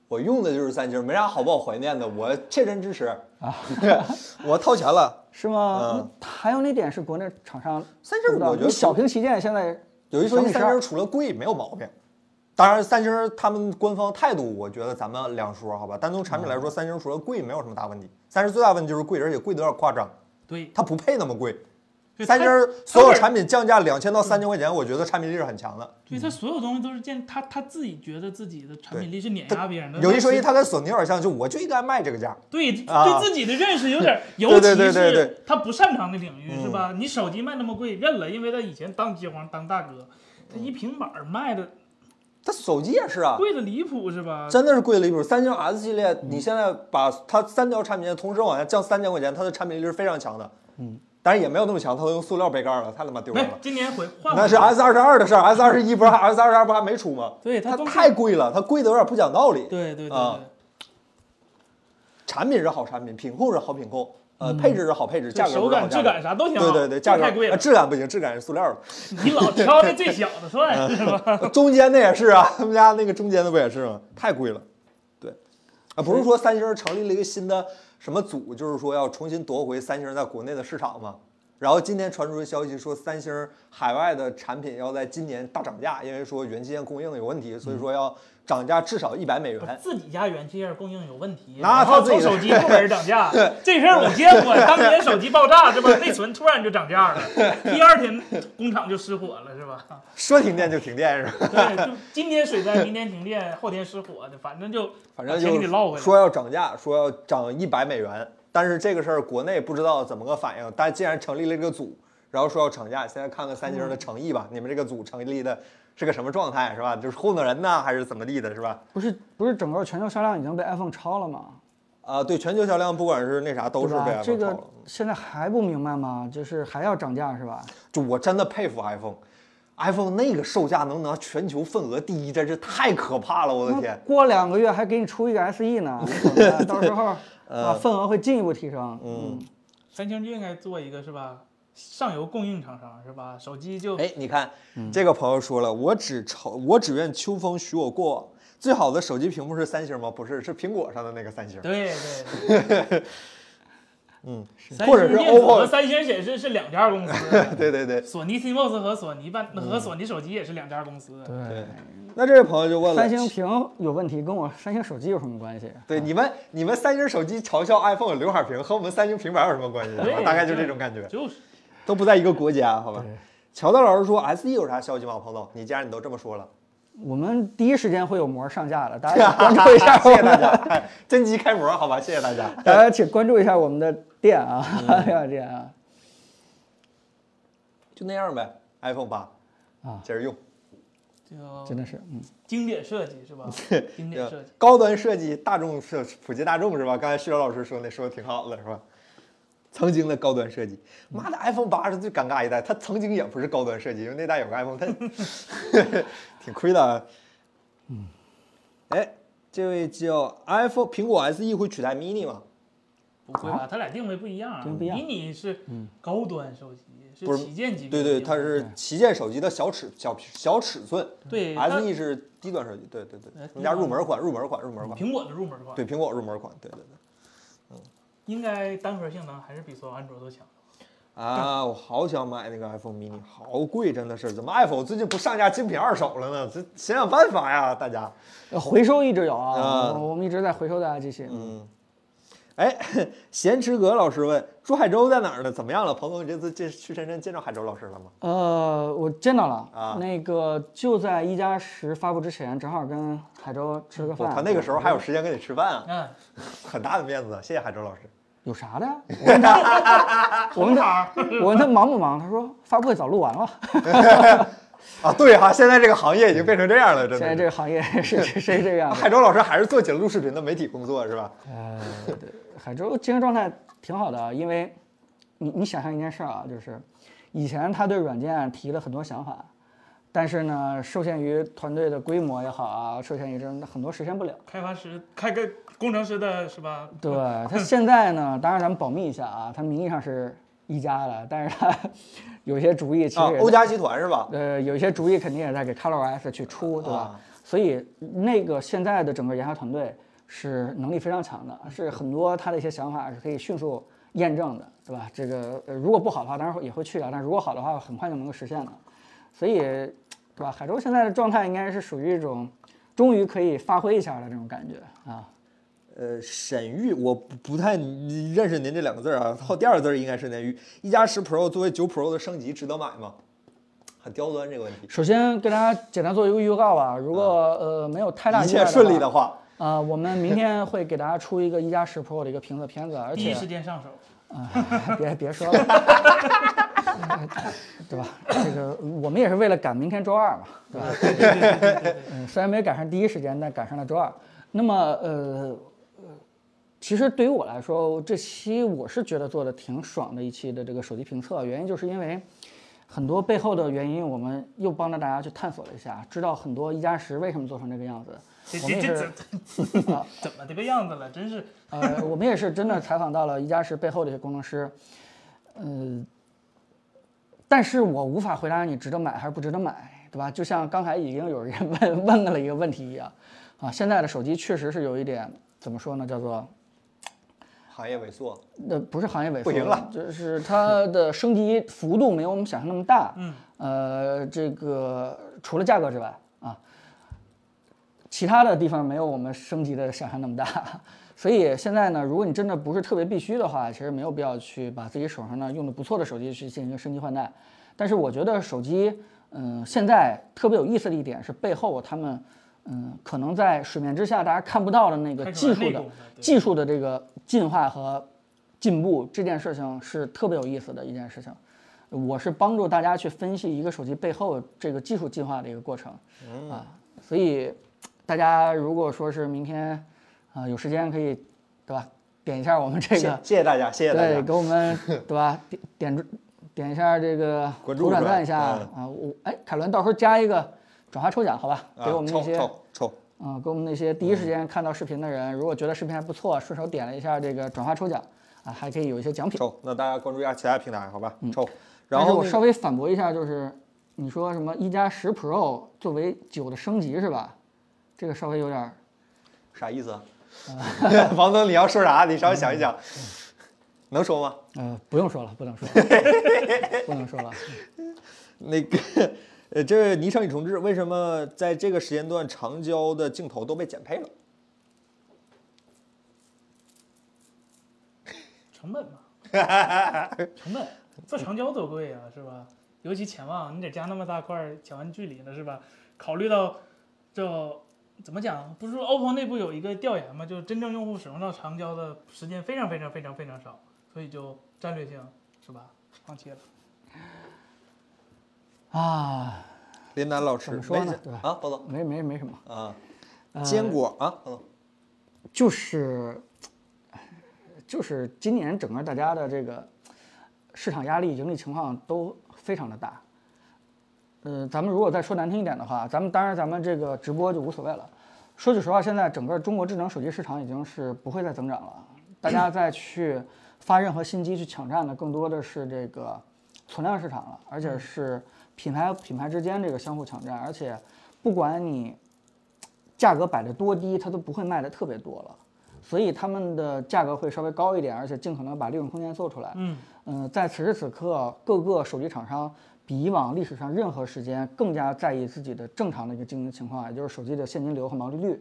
[SPEAKER 2] 我用的就是三星，没啥好不好怀念的，我切身支持啊， <laughs> 我掏钱了。
[SPEAKER 1] 是吗？
[SPEAKER 2] 嗯
[SPEAKER 1] 那还有那点是国内厂商
[SPEAKER 2] 三星
[SPEAKER 1] 做不到
[SPEAKER 2] 我觉得
[SPEAKER 1] 你小屏旗舰现在
[SPEAKER 2] 有一说一，
[SPEAKER 1] 小米
[SPEAKER 2] 三
[SPEAKER 1] 十二
[SPEAKER 2] 星除了贵没有毛病。当然，三星他们官方态度，我觉得咱们两说好吧。单从产品来说，三星除了贵没有什么大问题，三星最大问题就是贵，而且贵的有点夸张，
[SPEAKER 3] 对，
[SPEAKER 2] 它不配那么贵。
[SPEAKER 3] 对
[SPEAKER 2] 三星
[SPEAKER 3] 它嗯
[SPEAKER 2] 所有
[SPEAKER 3] 它是
[SPEAKER 2] 产品降价两千到三千块钱，我觉得产品力是很强的。
[SPEAKER 3] 对他所有东西都是建他他自己觉得自己的产品力是碾压别人的。
[SPEAKER 2] 有一说一，
[SPEAKER 3] 但是
[SPEAKER 2] 它跟索尼有点像，就我就应该卖这个价。
[SPEAKER 3] 对
[SPEAKER 2] 啊
[SPEAKER 3] 对自己的认识有
[SPEAKER 2] <laughs>
[SPEAKER 3] 点，尤
[SPEAKER 2] 对
[SPEAKER 3] 其
[SPEAKER 2] 对对对对嗯
[SPEAKER 3] 是他不擅长的领域是吧？你手机卖那么贵，认了，因为他以前当街皇当大哥，他一平板儿卖的
[SPEAKER 2] 它手机也是嗯啊，
[SPEAKER 3] 贵的离谱是吧？
[SPEAKER 2] 真的是贵了一步。三星 S 系列，你现在把它三条产品线同时往下降三千块钱，它的产品力是非常强的。嗯，但是也没有那么强，它都用塑料杯盖了，太他妈丢
[SPEAKER 3] 没
[SPEAKER 2] 人了，。
[SPEAKER 3] 今年回 <laughs> 换
[SPEAKER 2] 那
[SPEAKER 3] 回
[SPEAKER 2] 是
[SPEAKER 3] 来
[SPEAKER 2] S 二十二的事儿，S 二十一不是 S 二十二不还没出吗？
[SPEAKER 3] 对
[SPEAKER 2] 它
[SPEAKER 3] 它都是
[SPEAKER 2] 太贵了，它贵的有点不讲道理。
[SPEAKER 3] 对对对
[SPEAKER 2] 啊
[SPEAKER 3] 对。
[SPEAKER 2] 产品是好产品，品控是好品控，呃，配置是好配置，价格
[SPEAKER 3] 嗯手
[SPEAKER 2] 不是好
[SPEAKER 3] 感、
[SPEAKER 2] 价
[SPEAKER 3] 质
[SPEAKER 2] 格
[SPEAKER 3] 感啥都挺好，
[SPEAKER 2] 对对对，价格
[SPEAKER 3] 太贵
[SPEAKER 2] 啊
[SPEAKER 3] 了。
[SPEAKER 2] 质感不行，质感是塑料的。
[SPEAKER 3] 你老挑那最小的算
[SPEAKER 2] 啊
[SPEAKER 3] 是吧？
[SPEAKER 2] <laughs> 中间的也是啊，他们家那个中间的不也是吗？太贵了。对，啊，不是说三星成立了一个新的什么组，就是说要重新夺回三星在国内的市场吗？然后今天传出的消息说，三星海外的产品要在今年大涨价，因为说元器件供应有问题，所以说要涨价至少一百美元。
[SPEAKER 3] 自己家元器件供应有问题，
[SPEAKER 2] <laughs> 那
[SPEAKER 3] 然
[SPEAKER 2] 他
[SPEAKER 3] 后
[SPEAKER 2] 自己
[SPEAKER 3] 从
[SPEAKER 2] 的
[SPEAKER 3] 手机部门
[SPEAKER 2] <laughs>
[SPEAKER 3] 涨价，这事儿我见过。当年手机爆炸是吧？内存突然就涨
[SPEAKER 2] <laughs>
[SPEAKER 3] 价了，第二天工厂就失火了是吧？
[SPEAKER 2] 说停电就停电是吧？
[SPEAKER 3] 对，就今天水灾，明天停电，后天失火的，反正就
[SPEAKER 2] 反正
[SPEAKER 3] 把钱给你捞
[SPEAKER 2] 就
[SPEAKER 3] 回来。
[SPEAKER 2] 说要涨价，说要涨一百美元，但是这个事儿国内不知道怎么个反应。但既然成立了这个组，然后说要涨价，现在看看三星
[SPEAKER 3] 嗯
[SPEAKER 2] 的诚意吧。你们这个组成立的是个什么状态，是吧？就是糊弄人呢，还是怎么地的，是吧？
[SPEAKER 1] 不是不是整个全球销量已经被 iPhone 超了吗？
[SPEAKER 2] 啊、对，全球销量不管是那啥都
[SPEAKER 1] 对
[SPEAKER 2] 是
[SPEAKER 1] 吧
[SPEAKER 2] 被 iPhone
[SPEAKER 1] 这
[SPEAKER 2] 超
[SPEAKER 1] 个
[SPEAKER 2] 了。
[SPEAKER 1] 现在还不明白吗？就是还要涨价是吧？
[SPEAKER 2] 就我真的佩服 iPhone。iPhone 那个售价能拿全球份额第一，真是太可怕了！我的天，
[SPEAKER 1] 过两个月还给你出一个 SE 呢，你怎么办
[SPEAKER 2] 嗯 <laughs>
[SPEAKER 1] 到时候
[SPEAKER 2] 呃
[SPEAKER 1] 啊份额会进一步提升。嗯，
[SPEAKER 3] 三星就应该做一个是吧？上游供应厂商是吧？手机就
[SPEAKER 2] 哎，你看，这个朋友说了，我只愁，我只愿秋风许我过往。最好的手机屏幕是三星吗？不是，是苹果上的那个三星，
[SPEAKER 3] 对对对。
[SPEAKER 2] <laughs> 嗯或者是
[SPEAKER 3] 三星电子和
[SPEAKER 2] OPPO。
[SPEAKER 3] 三星显示是两家公司，
[SPEAKER 2] 对对对
[SPEAKER 3] 索尼 CMOS 和索尼办和索尼手机也是两家公司。
[SPEAKER 2] 嗯对。那这位朋友就问了，
[SPEAKER 1] 三星屏有问题，跟我三星手机有什么关系？
[SPEAKER 2] 对你们你们三星手机嘲笑 iPhone 有刘海屏，和我们三星平板有什么关系？
[SPEAKER 3] 对
[SPEAKER 2] 大概就这种感觉，
[SPEAKER 3] 就是
[SPEAKER 2] 都不在一个国家，好吧？乔丹老师说 SE 有啥消息吗？彭总，你既然你都这么说了，
[SPEAKER 1] 我们第一时间会有膜上架的，大家请 <laughs> 关注一下
[SPEAKER 2] <laughs> 谢
[SPEAKER 1] 我
[SPEAKER 2] 谢
[SPEAKER 1] 们
[SPEAKER 2] 大家，哎真机开模，好吧？谢谢大家。
[SPEAKER 1] 大家请关注一下我们的店啊，
[SPEAKER 2] 嗯
[SPEAKER 1] <laughs> 要这样啊。
[SPEAKER 2] 就那样呗，iPhone 八
[SPEAKER 1] 啊
[SPEAKER 2] 接着用。
[SPEAKER 3] 就
[SPEAKER 1] 真的是，嗯，
[SPEAKER 3] 经典设计是吧？
[SPEAKER 2] <laughs>
[SPEAKER 3] 经典设计，
[SPEAKER 2] 高端设计，大众设普及大众是吧？刚才旭老师说那说的挺好的是吧？曾经的高端设计，妈的，iPhone 八是最尴尬一代，它曾经也不是高端设计，因为那代有个 iPhone ten，挺亏的啊。嗯， <laughs> 哎，这位叫 iPhone 苹果 SE 会取代 mini 吗？
[SPEAKER 3] 不会吧？它俩定位不一样啊，
[SPEAKER 1] 定位不一样
[SPEAKER 3] 迷你是高端手机，
[SPEAKER 2] 嗯不
[SPEAKER 3] 是
[SPEAKER 2] 是
[SPEAKER 3] 旗舰级别
[SPEAKER 2] 对
[SPEAKER 3] 的定位。
[SPEAKER 2] 对，它是旗舰手机的小尺小小尺寸
[SPEAKER 3] 对它
[SPEAKER 2] ，SE 是低端手机，对对对
[SPEAKER 3] 哎，
[SPEAKER 2] 我们家入门款，入门款，入门款，
[SPEAKER 3] 苹果的入门款。
[SPEAKER 2] 对苹果入门款，对对对。
[SPEAKER 3] 应该单核性能还是比所有安卓都强。
[SPEAKER 2] 啊，我好想买那个 iPhone mini，好贵，真的是。怎么 iPhone 最近不上架精品二手了呢？这想想办法呀，大家。
[SPEAKER 1] 呃回收一直有啊，
[SPEAKER 2] 嗯
[SPEAKER 1] 我们一直在回收大啊家机器。
[SPEAKER 2] 嗯，哎， <laughs> 咸池阁老师问朱海洲在哪儿呢？怎么样了？彭总，你这次见去深圳见着海洲老师了吗？
[SPEAKER 1] 呃，我见到了
[SPEAKER 2] 啊
[SPEAKER 1] 那个就在一加十发布之前，正好跟海州吃了个
[SPEAKER 2] 我
[SPEAKER 1] 饭。
[SPEAKER 2] 他那个时候还有时间跟你吃饭啊，
[SPEAKER 3] 嗯，
[SPEAKER 2] 很大的面子，谢谢海洲老师。
[SPEAKER 1] 有啥的呀？我问他，我问他，我问他忙不忙？他说发布会早录完了。
[SPEAKER 2] 啊，对哈、现在这个行业已经变成这样了，真的
[SPEAKER 1] 现
[SPEAKER 2] 是。
[SPEAKER 1] 在这个行业是是是这个样
[SPEAKER 2] 啊
[SPEAKER 1] 的。
[SPEAKER 2] 海洲老师还是做紧录视频的媒体工作是吧？
[SPEAKER 1] 呃，对海州精神状态挺好的，因为你你想象一件事儿啊，就是以前他对软件提了很多想法，但是呢，受限于团队的规模也好啊，受限于这很多实现不了。
[SPEAKER 3] 开发师、开个工程师的是吧？
[SPEAKER 2] <laughs>
[SPEAKER 1] 对他现在呢，当然咱们保密一下啊，他名义上是一加的，但是他 <laughs> 有些主意其
[SPEAKER 2] 啊
[SPEAKER 1] 实，也
[SPEAKER 2] 欧
[SPEAKER 1] 在、
[SPEAKER 2] 家集团是吧？
[SPEAKER 1] 呃有些主意肯定也在给 ColorOS 去出，对吧？
[SPEAKER 2] 啊
[SPEAKER 1] 所以那个现在的整个研发团队是能力非常强的，是很多他的一些想法是可以迅速验证的，对吧？这个、呃、如果不好的话，当然会也会去掉，啊但如果好的话，很快就能够实现的。所以，对吧？海州现在的状态应该是属于一种终于可以发挥一下的这种感觉啊。
[SPEAKER 2] 呃，沈玉，我不不太认识您这两个字儿啊，后第二个字儿应该是您玉。一加十 Pro 作为九 Pro 的升级，值得买吗？很刁钻这个问题。
[SPEAKER 1] 首先跟大家简单做一个预告吧，如果呃没有太大
[SPEAKER 2] 啊一
[SPEAKER 1] 意外
[SPEAKER 2] 切
[SPEAKER 1] 话
[SPEAKER 2] 顺利的话，
[SPEAKER 1] 啊、我们明天会给大家出一个一加十 Pro 的一个评测片
[SPEAKER 2] <laughs>
[SPEAKER 1] 子，而
[SPEAKER 3] 第
[SPEAKER 1] 且
[SPEAKER 3] 一时间上手，
[SPEAKER 1] 啊， <laughs> 别别说了，对吧？这个我们也是为了赶明天周二嘛，
[SPEAKER 2] <laughs>
[SPEAKER 1] 对吧？嗯，虽然没赶上第一时间，但赶上了周二。那么，呃，呃其实对于我来说，这期我是觉得做的挺爽的一期的这个手机评测，原因就是因为很多背后的原因，我们又帮着大家去探索了一下，知道很多一加十为什么做成这个样子。
[SPEAKER 3] 这
[SPEAKER 1] 我们
[SPEAKER 3] 这
[SPEAKER 1] 也
[SPEAKER 3] 这
[SPEAKER 1] 是
[SPEAKER 3] 怎
[SPEAKER 1] <laughs>
[SPEAKER 3] 怎么这个样子了？真是
[SPEAKER 1] 呃，我们也是真的采访到了一加十背后的一些工程师，呃，但是我无法回答你值得买还是不值得买，对吧？就像刚才已经有人 <laughs> 问问了一个问题一样，啊，现在的手机确实是有一点怎么说呢，叫做
[SPEAKER 2] 行业萎缩，
[SPEAKER 1] 那不是行业萎缩，
[SPEAKER 2] 不行了，
[SPEAKER 1] 就是它的升级幅度没有我们想象那么大。嗯，呃，这个除了价格之外啊，其他的地方没有我们升级的想象那么大。所以现在呢，如果你真的不是特别必须的话，其实没有必要去把自己手上呢用的不错的手机去进行一个升级换代。但是我觉得手机，嗯、现在特别有意思的一点是背后他们，嗯、可能在水面之下大家看不到的那个
[SPEAKER 3] 开始
[SPEAKER 1] 技
[SPEAKER 3] 玩
[SPEAKER 1] 术
[SPEAKER 3] 内
[SPEAKER 1] 的
[SPEAKER 3] 功了对
[SPEAKER 1] 技术的这个进化和进步这件事情是特别有意思的一件事情。我是帮助大家去分析一个手机背后这个技术进化的一个过程
[SPEAKER 3] 嗯
[SPEAKER 1] 啊，所以大家如果说是明天啊、有时间可以对吧，点一下我们这
[SPEAKER 2] 谢
[SPEAKER 1] 个
[SPEAKER 2] 谢谢大家，谢谢大
[SPEAKER 1] 对，
[SPEAKER 2] 家。
[SPEAKER 1] 给我
[SPEAKER 2] <laughs>
[SPEAKER 1] 们对吧？点点注点一下这个
[SPEAKER 2] 关
[SPEAKER 1] 头
[SPEAKER 2] 注
[SPEAKER 1] 转
[SPEAKER 2] 是吧
[SPEAKER 1] 赞一下
[SPEAKER 2] 嗯
[SPEAKER 1] 啊！我哎，凯伦到时候加一个转发抽奖，好吧？给我们那
[SPEAKER 2] 抽
[SPEAKER 1] 些
[SPEAKER 2] 抽抽，
[SPEAKER 1] 啊、给我们那些第一
[SPEAKER 2] 嗯
[SPEAKER 1] 时间看到视频的人，如果觉得视频还不错，顺手点了一下这个转发抽奖啊，还可以有一些奖品。
[SPEAKER 2] 抽，那大家关注一下其他平台，好吧？抽。
[SPEAKER 1] 嗯但
[SPEAKER 2] 然
[SPEAKER 1] 是
[SPEAKER 2] 后
[SPEAKER 1] 我
[SPEAKER 2] 那
[SPEAKER 1] 稍微反驳一下，就是你说什么一加十 Pro 作为九的升级是吧？这个稍微有点儿
[SPEAKER 2] 啥意思啊？ <laughs> 王总，你要说啥？你稍微想一想，
[SPEAKER 1] 嗯
[SPEAKER 2] 能说吗？
[SPEAKER 1] 呃，不用说了，不能说了，不能说了。 <laughs>
[SPEAKER 2] 那个，呃，这位昵称女同志，为什么在这个时间段长焦的镜头都被减配了？
[SPEAKER 3] 成本嘛，
[SPEAKER 1] <laughs>
[SPEAKER 3] 成本做长焦多贵啊，是吧？尤其潜望，你得加那么大块儿潜望距离呢，是吧？考虑到这怎么讲？不是说 OPPO 内部有一个调研嘛，就是真正用户使用到长焦的时间非常非常非常非常少，所以就战略性是吧？放弃了。
[SPEAKER 1] 啊，
[SPEAKER 2] 林楠老师
[SPEAKER 1] 怎么说呢
[SPEAKER 2] 没事
[SPEAKER 1] 对吧
[SPEAKER 2] 啊，包总
[SPEAKER 1] 没没没什么，
[SPEAKER 2] 啊，
[SPEAKER 1] 呃
[SPEAKER 2] 坚果啊，包总
[SPEAKER 1] 就是就是今年整个大家的这个市场压力、盈利情况都非常的大。呃，咱们如果再说难听一点的话，咱们当然咱们这个直播就无所谓了。说句实话，现在整个中国智能手机市场已经是不会再增长了，大家再去发任何新机去抢占的，更多的是这个存量市场了，而且是品牌和品牌之间这个相互抢占，而且不管你价格摆得多低，它都不会卖得特别多了。所以他们的价格会稍微高一点，而且尽可能把利润空间做出来。
[SPEAKER 3] 嗯
[SPEAKER 1] 嗯、在此时此刻，各个手机厂商比以往历史上任何时间更加在意自己的正常的一个经营情况，也就是手机的现金流和毛利率。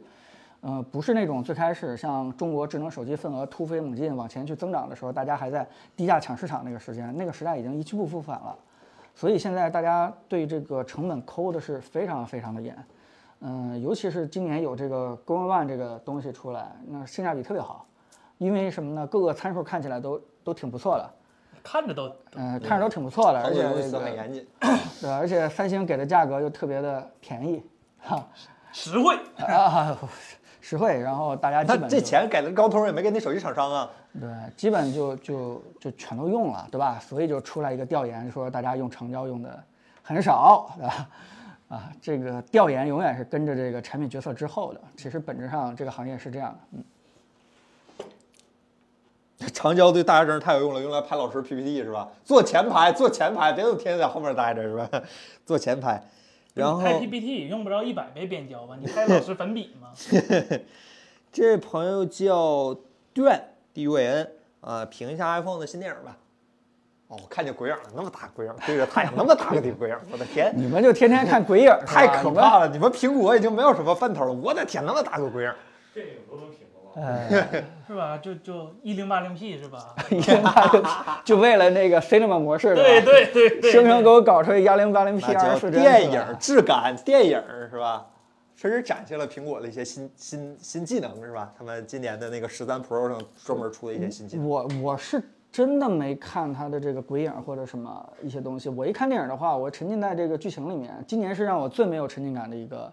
[SPEAKER 1] 呃，不是那种最开始像中国智能手机份额突飞猛进往前去增长的时候，大家还在低价抢市场那个时间，那个时代已经一去不复返了。所以现在大家对这个成本抠的是非常非常的严，嗯、尤其是今年有这个 g o o One 这个东西出来，那性价比特别好，因为什么呢？各个参数看起来都都挺不错的，
[SPEAKER 3] 看着都
[SPEAKER 1] 嗯、看着都挺不错的，
[SPEAKER 2] 而
[SPEAKER 1] 而
[SPEAKER 2] 且
[SPEAKER 1] 且
[SPEAKER 2] 公
[SPEAKER 1] 这
[SPEAKER 2] 司很
[SPEAKER 1] 个
[SPEAKER 2] 严谨，
[SPEAKER 1] 对，而且三星给的价格又特别的便宜，哈
[SPEAKER 3] 实惠，
[SPEAKER 1] 啊， <laughs> 实惠，然后大家基
[SPEAKER 2] 那
[SPEAKER 1] 本
[SPEAKER 2] 这
[SPEAKER 1] 就
[SPEAKER 2] 钱给了高通，也没给那手机厂商啊。
[SPEAKER 1] 对，基本就就就全都用了，对吧？所以就出来一个调研，说大家用成交用的很少，对吧？啊，这个调研永远是跟着这个产品决策之后的。其实本质上这个行业是这样的，嗯，
[SPEAKER 2] 长焦对大学生太有用了，用来拍老师 PPT 是吧？坐前排，坐前排，别总天天在后面待着是吧？ <laughs> 坐前排，然后
[SPEAKER 3] 你拍 PPT 用不着一百倍变焦吧？你拍老师粉笔 <laughs> 吗？
[SPEAKER 2] 这位朋友叫 Duan D U A N 啊，评一下 iPhone 的新电影吧。哦，我看见鬼影了，那么大鬼影，对着太阳那么大个的鬼影，我的
[SPEAKER 1] <laughs>
[SPEAKER 2] 天，
[SPEAKER 1] 你们就天天看鬼影
[SPEAKER 3] <laughs>
[SPEAKER 1] 儿，
[SPEAKER 2] 太可怕
[SPEAKER 1] 了。
[SPEAKER 2] 了！你们苹果已经没有什么奔头了，我的天，那么大个鬼影，
[SPEAKER 4] 电影都能评了吧？
[SPEAKER 1] 呃，
[SPEAKER 3] 是吧？就就一零八零 P 是吧？
[SPEAKER 1] 一天他就 <laughs> 就为了那个 cinema 模式，
[SPEAKER 3] <laughs> 对
[SPEAKER 1] 吧？
[SPEAKER 3] 对对对，
[SPEAKER 1] 生生给我搞出幺零八零 P
[SPEAKER 2] 那
[SPEAKER 1] 二
[SPEAKER 2] 叫
[SPEAKER 1] 是
[SPEAKER 2] 电影质感，电影是吧？确实展现了苹果的一些新新新技能是吧？他们今年的那个十三 Pro 上专门出的一些新技能。
[SPEAKER 1] 我我是真的没看他的这个鬼影或者什么一些东西。我一看电影的话，我沉浸在这个剧情里面。今年是让我最没有沉浸感的一个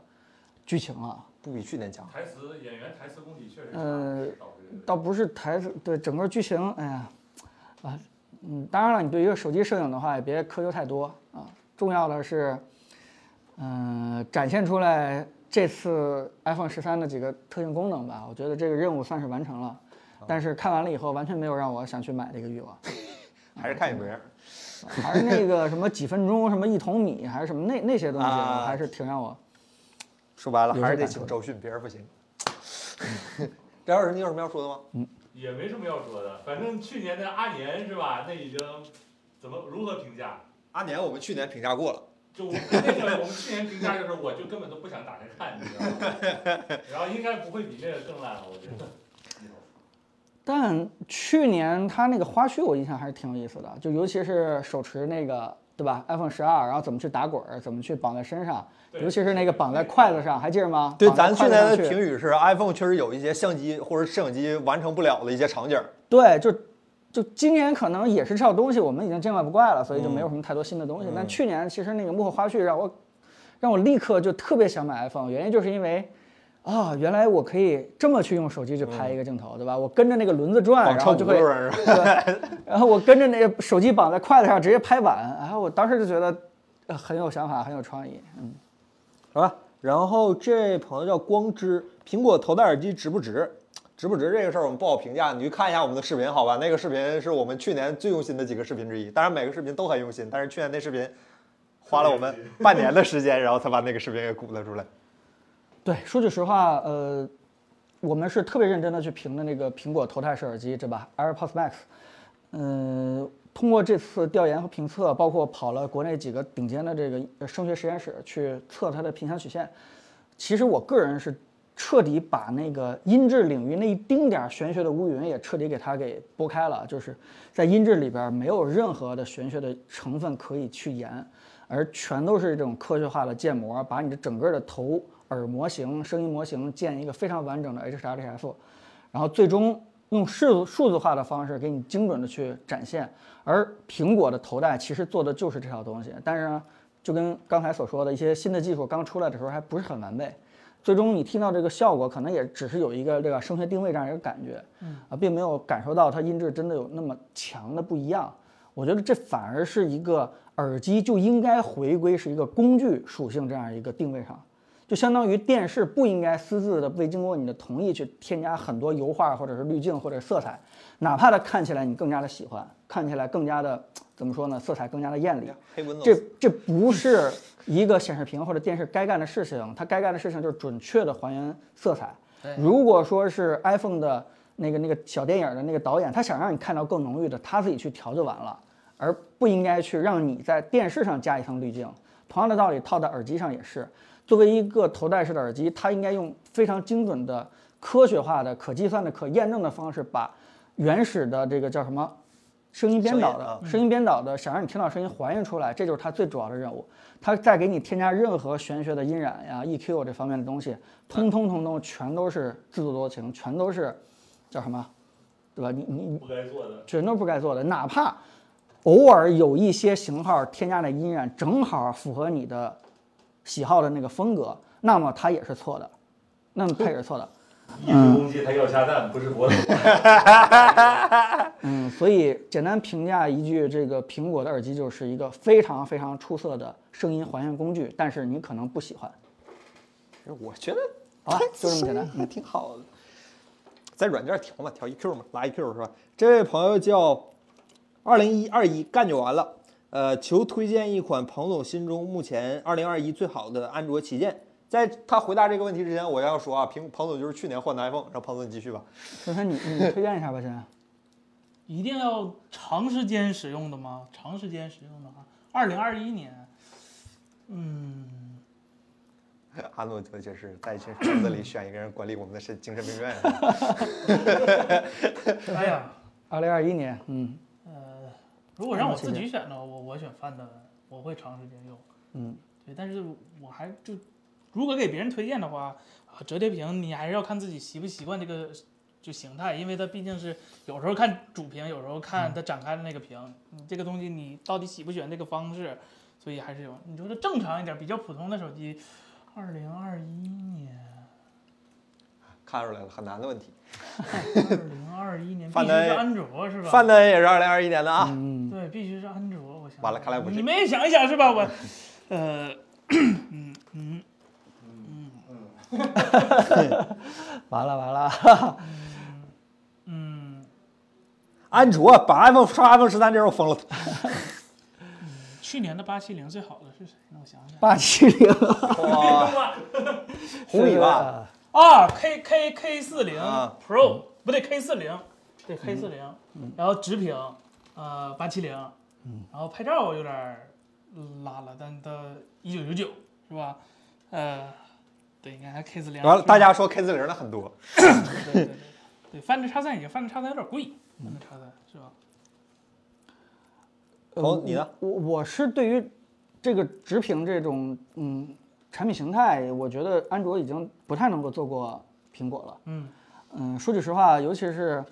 [SPEAKER 1] 剧情了，
[SPEAKER 2] 不比去年强。
[SPEAKER 4] 台词演员台词功底确实差，
[SPEAKER 1] 呃
[SPEAKER 4] 少不了
[SPEAKER 1] 倒不是台词，对整个剧情，哎呀，啊，嗯，当然了，你对一个手机摄影的话，也别苛求太多啊。重要的是，嗯、展现出来这次 iPhone 十三的几个特性功能吧。我觉得这个任务算是完成了，但是看完了以后，完全没有让我想去买的一个欲望。
[SPEAKER 2] 还是看有
[SPEAKER 1] 嗯
[SPEAKER 2] 没人。
[SPEAKER 1] 还是那个什么几分钟，什么一桶米，还是什么那那些东西，
[SPEAKER 2] 啊
[SPEAKER 1] 还是挺让我
[SPEAKER 2] 说白了，
[SPEAKER 1] 有
[SPEAKER 2] 还是
[SPEAKER 1] 这
[SPEAKER 2] 得
[SPEAKER 1] 感
[SPEAKER 2] 请
[SPEAKER 1] 受
[SPEAKER 2] 周迅，别人不行。张老师，你有什么要说的吗？
[SPEAKER 4] 也没什么要说的。反正去年的阿年是吧？那已经怎么如何评价？
[SPEAKER 2] 阿年，我们去年评价过了，
[SPEAKER 4] 就我那个我们去年评价就是，我就根本都不想打开看，你知道吗？然后应该不会比这个更烂了，我觉得。
[SPEAKER 1] 但去年它那个花絮我印象还是挺有意思的，就尤其是手持那个对吧，iPhone 十二，然后怎么去打滚儿，怎么去绑在身上，
[SPEAKER 4] 对
[SPEAKER 1] 尤其是那个绑在筷子上，还记得吗？
[SPEAKER 2] 对，
[SPEAKER 1] 绑在
[SPEAKER 2] 咱去
[SPEAKER 1] 筷子
[SPEAKER 2] 年
[SPEAKER 1] 上
[SPEAKER 2] 的
[SPEAKER 1] 去
[SPEAKER 2] 评语是 iPhone 确实有一些相机或者摄影机完成不了的一些场景。
[SPEAKER 1] 对，就就今年可能也是这套东西，我们已经见怪不怪了，所以就
[SPEAKER 2] 嗯
[SPEAKER 1] 没有什么太多新的东西。但去年其实那个幕后花絮让我让我立刻就特别想买 iPhone，原因就是因为。啊、原来我可以这么去用手机去拍一个镜头，对吧？我跟着那个轮子转，
[SPEAKER 2] 嗯往
[SPEAKER 1] 哎然后
[SPEAKER 2] 车
[SPEAKER 1] 就
[SPEAKER 2] 轱
[SPEAKER 1] 会
[SPEAKER 2] 辘上是吧？
[SPEAKER 1] 然后我跟着那个手机绑在筷子上直接拍碗，然后我当时就觉得呃很有想法，很有创意。嗯，
[SPEAKER 2] 好吧。然后这朋友叫光之，苹果头戴耳机值不值？值不值这个事儿我们不好评价，你去看一下我们的视频好吧？那个视频是我们去年最用心的几个视频之一，当然每个视频都很用心，但是去年那视频花了我们半年的时间，然后才把那个视频给鼓捣出来。
[SPEAKER 1] 对，说句实话，呃，我们是特别认真的去评的那个苹果头戴式耳机，对吧？AirPods Max，嗯、通过这次调研和评测，包括跑了国内几个顶尖的这个呃声学实验室去测它的频响曲线，其实我个人是彻底把那个音质领域那一丁点儿玄学的乌云也彻底给它给拨开了，就是在音质里边儿没有任何的玄学的成分可以去研，而全都是这种科学化的建模，把你的整个的头耳模型、声音模型建一个非常完整的 HRDF，然后最终用数数字化的方式给你精准的去展现。而苹果的头戴其实做的就是这套东西，但是呢，就跟刚才所说的一些新的技术刚出来的时候还不是很完备，最终你听到这个效果可能也只是有一个这个声学定位这样一个感觉，啊，并没有感受到它音质真的有那么强的不一样。我觉得这反而是一个耳机就应该回归是一个工具属性这样一个定位上，就相当于电视不应该私自的未经过你的同意去添加很多油画或者是滤镜或者色彩，哪怕它看起来你更加的喜欢，看起来更加的怎么说呢？色彩更加的艳丽。
[SPEAKER 2] 黑 Windows
[SPEAKER 1] 这这不是一个显示屏或者电视该干的事情，它该干的事情就是准确的还原色彩。如果说是 iPhone 的那个那个小电影的那个导演，他想让你看到更浓郁的，他自己去调就完了，而不应该去让你在电视上加一层滤镜。同样的道理套在耳机上也是，作为一个头戴式的耳机，它应该用非常精准的、科学化的、可计算的、可验证的方式，把原始的这个叫什么声音嗯编导
[SPEAKER 2] 声音啊
[SPEAKER 1] 的声音编导的，想让你听到声音还原出来，这就是它最主要的任务。它再给你添加任何玄学的音染呀、EQ 这方面的东西，通通通通全都是自作多情，全都是叫什么，对吧？你你你
[SPEAKER 4] 不该做的。
[SPEAKER 1] 全都不该做的，哪怕偶尔有一些型号添加的音染正好符合你的喜好的那个风格，那么它也是错的，那么它也是错的。
[SPEAKER 4] 一只公鸡它要下蛋，不是我走。
[SPEAKER 1] 嗯，所以简单评价一句，这个苹果的耳机就是一个非常非常出色的声音还原工具，但是你可能不喜欢。
[SPEAKER 2] 我觉得
[SPEAKER 1] 好吧
[SPEAKER 2] 它
[SPEAKER 1] 就这么简单嗯
[SPEAKER 2] 声音还挺好的。在软件调嘛，调 EQ 嘛，拉 EQ 是吧？这位朋友叫二零一二一干就完了，呃，求推荐一款彭总心中目前二零二一最好的安卓旗舰。在他回答这个问题之前，我要说啊，苹彭总就是去年换的 iPhone，让彭总你继续吧。
[SPEAKER 1] 珊珊，你你推荐一下吧，现在。
[SPEAKER 3] 一定要长时间使用的吗？长时间使用的话，二零二一年，嗯，
[SPEAKER 2] 阿诺德就是在一群房子里选一个人管理我们的神精神病院。啊
[SPEAKER 3] 哎呀，
[SPEAKER 1] 二零二一年，嗯
[SPEAKER 3] 呃，如果让我自己选的话，我我选范德文，我会长时间用。
[SPEAKER 1] 嗯，
[SPEAKER 3] 对，但是我还就如果给别人推荐的话，啊，折叠屏你还是要看自己习不习惯这个就形态，因为它毕竟是有时候看主屏，有时候
[SPEAKER 2] 嗯
[SPEAKER 3] 看它展开的那个屏，你这个东西你到底喜不喜欢这个方式，所以还是有。你说它正常一点，比较普通的手机，二零二一年，
[SPEAKER 2] 看出来了，很难的问题。
[SPEAKER 3] 二零二一年必
[SPEAKER 2] 范
[SPEAKER 3] 须是
[SPEAKER 2] 德
[SPEAKER 3] 安卓是吧？
[SPEAKER 2] 范德也是二零二一年的啊。
[SPEAKER 1] 嗯，
[SPEAKER 3] 对，必须是安卓。我想
[SPEAKER 2] 完了看来我这
[SPEAKER 3] 你们也想一想是
[SPEAKER 2] <laughs>
[SPEAKER 3] 吧？我，呃，嗯嗯，
[SPEAKER 2] <laughs>
[SPEAKER 1] 完了完了，
[SPEAKER 3] 嗯，
[SPEAKER 2] 安卓把 iPhone 上 iPhone 十三这时候疯了。
[SPEAKER 3] 去年的八七零最好的是谁呢？我想想，
[SPEAKER 1] 八七 <laughs> 零，
[SPEAKER 2] 哇，红米吧，
[SPEAKER 1] 吧？
[SPEAKER 3] 啊，K K K 四零
[SPEAKER 2] 啊嗯
[SPEAKER 3] Pro 不对，K 四零，对 K 四零，然后直屏，呃，八七零，
[SPEAKER 2] 嗯
[SPEAKER 3] 然后拍照有点儿拉了，但到一九九九是吧？呃，对，你看还 K 四零，
[SPEAKER 2] 完了大家说 K 四零的很多，
[SPEAKER 3] 对对对，对，翻着叉三已经翻着叉三有点贵，翻着叉三是吧？
[SPEAKER 2] 哦你呢？
[SPEAKER 1] 呃我我是对于这个直屏这种嗯产品形态，我觉得安卓已经不太能够做过苹果了。
[SPEAKER 3] 嗯
[SPEAKER 1] 嗯，说句实话，尤其是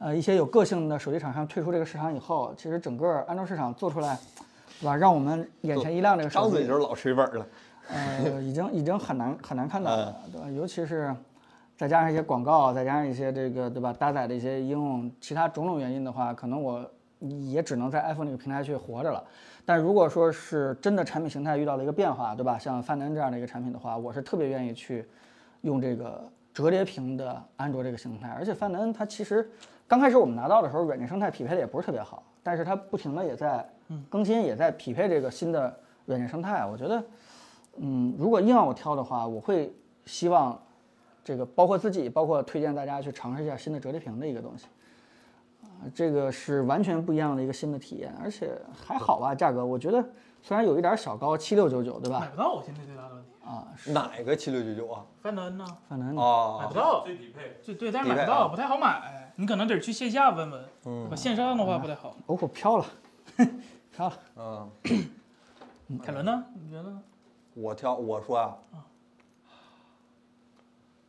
[SPEAKER 1] 呃一些有个性的手机厂商退出这个市场以后，其实整个安卓市场做出来，对吧？让我们眼前一亮这个手机，
[SPEAKER 2] 张嘴就是老吹粉了。
[SPEAKER 1] 呃，已经已经很难很难看到了，对吧？尤其是再加上一些广告，再加上一些这个对吧搭载的一些应用，其他种种原因的话，可能我也只能在 iPhone 这个平台去活着了。但如果说是真的产品形态遇到了一个变化，对吧？像范丹这样的一个产品的话，我是特别愿意去用这个折叠屏的安卓这个形态。而且范丹它其实刚开始我们拿到的时候，软件生态匹配的也不是特别好，但是它不停的也在
[SPEAKER 2] 嗯
[SPEAKER 1] 更新，也在匹配这个新的软件生态。我觉得。嗯，如果硬让我挑的话，我会希望这个包括自己，包括推荐大家去尝试一下新的折叠屏的一个东西。啊、这个是完全不一样的一个新的体验，而且还好吧，价格我觉得虽然有一点小高，七六九九对
[SPEAKER 3] 买
[SPEAKER 1] 吧？
[SPEAKER 3] 不到，我现在最大的问题，
[SPEAKER 2] 嗯
[SPEAKER 1] 啊，
[SPEAKER 2] 哪个七六九九啊？
[SPEAKER 3] 范德恩呢？
[SPEAKER 1] 反正
[SPEAKER 3] 买不
[SPEAKER 2] 哦，
[SPEAKER 3] 到，
[SPEAKER 4] 最低配，
[SPEAKER 3] 对对，但是
[SPEAKER 2] 明白
[SPEAKER 3] 买不
[SPEAKER 2] 啊
[SPEAKER 3] 到，不太好买，你可能得去线下问问，
[SPEAKER 2] 嗯
[SPEAKER 3] 吧？线上的话不太好。
[SPEAKER 1] OPPO 飘了， <laughs> 飘了。
[SPEAKER 2] 嗯，
[SPEAKER 3] 凯伦呢？你觉得呢？
[SPEAKER 2] 我挑我说啊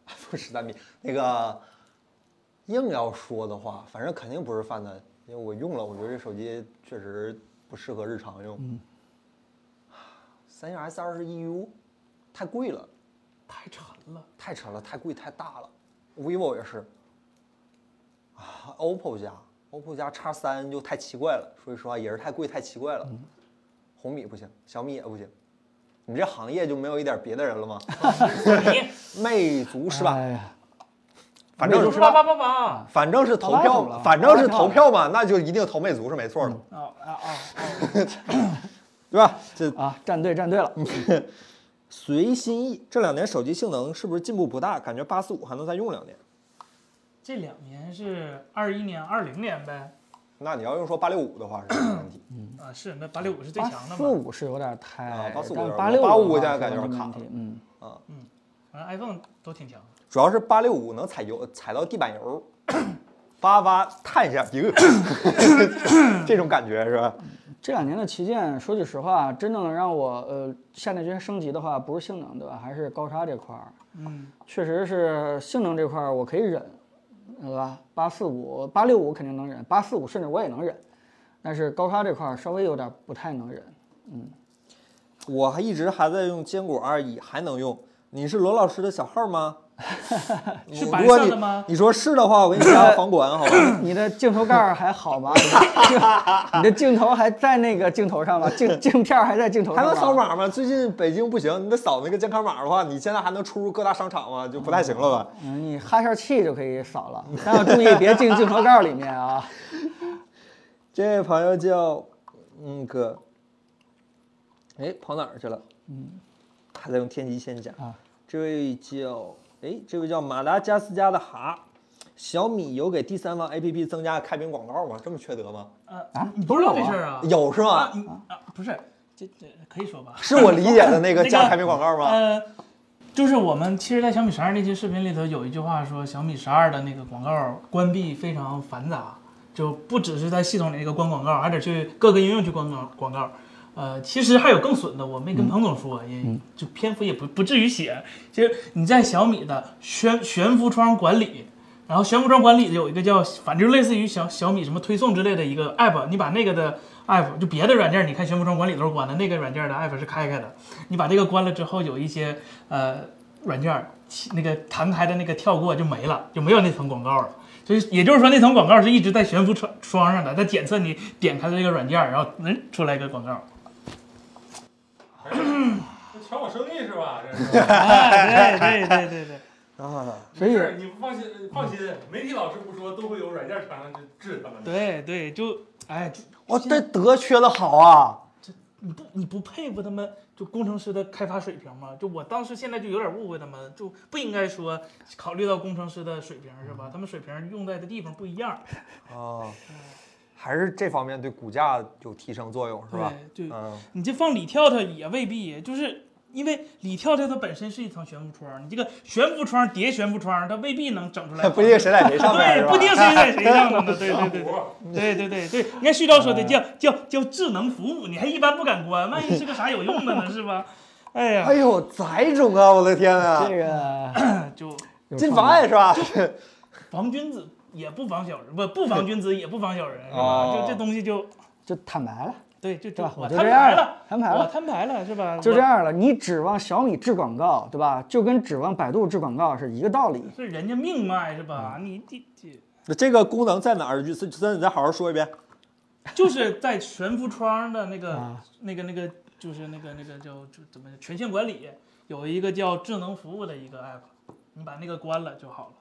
[SPEAKER 2] ，iPhone 十三 mini 那个硬要说的话，反正肯定不是范的，因为我用了，我觉得这手机确实不适合日常用。三星 S 二十一 U 太贵了。
[SPEAKER 3] 太沉了，
[SPEAKER 2] 太沉了，太贵，太大了。vivo 也是，啊，OPPO 加 OPPO 加 X 三就太奇怪了，说实话也是太贵，太奇怪
[SPEAKER 1] 嗯
[SPEAKER 2] 了。红米不行，小米也不行，你这行业就没有一点别的人了吗？魅族是吧？
[SPEAKER 1] 哎呀，
[SPEAKER 2] 反正
[SPEAKER 1] 魅
[SPEAKER 2] 是嗯
[SPEAKER 1] 族
[SPEAKER 3] 八八八八。
[SPEAKER 2] 反正是投票
[SPEAKER 1] 好吧
[SPEAKER 2] 嘛，
[SPEAKER 1] 好吧
[SPEAKER 2] 反正是投票嘛，那就一定投魅族是没错的，
[SPEAKER 1] 嗯
[SPEAKER 3] 哦啊哦
[SPEAKER 2] 对吧？这
[SPEAKER 1] 啊，站队站队了。
[SPEAKER 2] 随心意，这两年手机性能是不是进步不大？感觉八四五还能再用两年。
[SPEAKER 3] 这两年是二一年、二零年呗？
[SPEAKER 2] 那你要用说八六五的话是没问题，
[SPEAKER 3] 啊，是那八六五是最
[SPEAKER 1] 八
[SPEAKER 3] 强的
[SPEAKER 1] 四
[SPEAKER 3] 嘛？
[SPEAKER 1] 五是有点太
[SPEAKER 2] 啊，845
[SPEAKER 1] 但
[SPEAKER 2] 有点
[SPEAKER 1] 八六
[SPEAKER 2] 855现
[SPEAKER 1] 感
[SPEAKER 2] 在感觉有点卡
[SPEAKER 1] 卡
[SPEAKER 2] 了
[SPEAKER 1] 嗯，
[SPEAKER 3] 反正 iPhone 都挺强。
[SPEAKER 2] 主要是八六五能踩油踩到地板油， <clears throat> 叭叭探一下，一个 <coughs> 这种感觉是吧？
[SPEAKER 1] 这两年的旗舰，说句实话，真正能让我呃下定决心升级的话，不是性能对吧？还是高刷这块儿，
[SPEAKER 3] 嗯，
[SPEAKER 1] 确实是性能这块儿我可以忍，对吧？八四五、八六五肯定能忍，八四五甚至我也能忍，但是高刷这块儿稍微有点不太能忍。
[SPEAKER 2] 我还一直还在用坚果二一，还能用。你是罗老师的小号吗？
[SPEAKER 3] 是
[SPEAKER 2] 我
[SPEAKER 3] 白
[SPEAKER 2] 如果
[SPEAKER 3] 色
[SPEAKER 2] 你
[SPEAKER 3] 的吗
[SPEAKER 2] 你说是的话，我给你 <coughs> 加房管好吧？
[SPEAKER 1] 你的镜头盖儿还好吗？你的镜 <laughs> 你的镜头还在那个镜头上吗？镜镜片儿还在镜头
[SPEAKER 2] 还
[SPEAKER 1] 上吗？
[SPEAKER 2] 能扫码吗？最近北京不行，你得扫那个健康码的话，你现在还能出入各大商场吗？就不太行了吧？
[SPEAKER 1] 嗯，你哈下气就可以扫了，但要注意别进镜头盖儿里面啊。
[SPEAKER 2] 这位朋友叫嗯哥，哎，跑哪儿去了？嗯，还在用天极先讲
[SPEAKER 1] 啊。
[SPEAKER 2] 这位叫哎，这位叫马达加斯加的哈，小米有给第三方 APP 增加开屏广告吗？这么缺德吗？
[SPEAKER 3] 呃
[SPEAKER 1] 啊
[SPEAKER 3] 你不知道这事儿啊？
[SPEAKER 2] 有是
[SPEAKER 3] 啊
[SPEAKER 2] 吗？
[SPEAKER 3] 你啊，不是，这这可以说吧？
[SPEAKER 2] 是我理解的那个
[SPEAKER 3] 那个
[SPEAKER 2] 加开屏广告吗？
[SPEAKER 3] 呃，就是我们其实，在小米十二那期视频里头有一句话说，小米十二的那个广告关闭非常繁杂，就不只是在系统里那个关广告，还得去各个应用去关广广告。呃，其实还有更损的，我没跟彭总说，也就篇幅也不不至于写。其实你在小米的悬悬浮窗管理，然后悬浮窗管理有一个叫，反正就类似于小小米什么推送之类的一个 app，你把那个的 app 就别的软件，你看悬浮窗管理都是关的，那个软件的 app 是开开的。你把这个关了之后，有一些呃软件儿其那个弹开的那个跳过就没了，就没有那层广告了。所以也就是说，那层广告是一直在悬浮窗窗上的，它检测你点开的这个软件儿，然后嗯出来一个广告。
[SPEAKER 4] 这抢我生意是吧？
[SPEAKER 3] <laughs>
[SPEAKER 4] 这是。
[SPEAKER 3] 哎，对对对对对，
[SPEAKER 2] 啊，
[SPEAKER 1] 所以
[SPEAKER 4] 没事儿你放心，放心，媒体老师不说，都会有软件厂商去治他们的。
[SPEAKER 3] 对对，就哎，就
[SPEAKER 2] 我这德缺的好啊！
[SPEAKER 3] 你不你不佩服他们就工程师的开发水平吗？就我当时现在就有点误会他们，就不应该说考虑到工程师的水平是吧？他们水平用在的地方不一样，
[SPEAKER 2] 啊，还是这方面对股价有提升作用是吧？
[SPEAKER 3] 对，就
[SPEAKER 2] 嗯， <laughs>
[SPEAKER 3] 你这放里跳跳也未必，就是因为里跳跳它本身是一层悬浮窗，你这个悬浮窗叠悬浮窗，它未必能整
[SPEAKER 2] <laughs>
[SPEAKER 3] 出来。
[SPEAKER 2] 不一定谁在谁上面是
[SPEAKER 3] 对，
[SPEAKER 2] 吧？
[SPEAKER 3] 不定谁在谁上呢？对对对
[SPEAKER 4] <laughs> 不
[SPEAKER 3] 对对对对对，你看旭钊说的叫叫叫智能服务，你还一般不敢关，万一是个啥有用的呢？是吧？哎呀
[SPEAKER 2] 哎，呦，崽种啊！我的天啊
[SPEAKER 1] 这！个
[SPEAKER 3] 就
[SPEAKER 1] 有
[SPEAKER 2] 进
[SPEAKER 1] 创
[SPEAKER 2] 妨
[SPEAKER 1] 意
[SPEAKER 2] 碍是吧？
[SPEAKER 3] 防君子也不防小人，不不防君子也不防小人，是吧？
[SPEAKER 2] 哦
[SPEAKER 3] 就这东西就
[SPEAKER 1] 就坦白了，
[SPEAKER 3] 对，就
[SPEAKER 1] 对
[SPEAKER 3] 就
[SPEAKER 1] 吧？
[SPEAKER 3] 我
[SPEAKER 1] 就
[SPEAKER 3] 摊
[SPEAKER 1] 这样
[SPEAKER 3] 牌
[SPEAKER 1] 了
[SPEAKER 3] 了，，
[SPEAKER 1] 摊牌
[SPEAKER 3] 我
[SPEAKER 1] 了，
[SPEAKER 3] 摊牌了，是吧？
[SPEAKER 1] 就
[SPEAKER 3] 我
[SPEAKER 1] 这。样了。你指望小米治广告，对吧？就跟指望百度治广告是一个道理。
[SPEAKER 3] 是人家命脉是吧？你这这。
[SPEAKER 2] 那 <laughs> 这个功能在哪儿？森森，你再好好说一遍。
[SPEAKER 3] 就是在悬浮窗的那个、
[SPEAKER 1] 啊
[SPEAKER 3] 那个、那个，就是那个、那个叫就怎么权限管理，有一个叫智能服务的一个 app，你把那个关了就好了。
[SPEAKER 1] 啊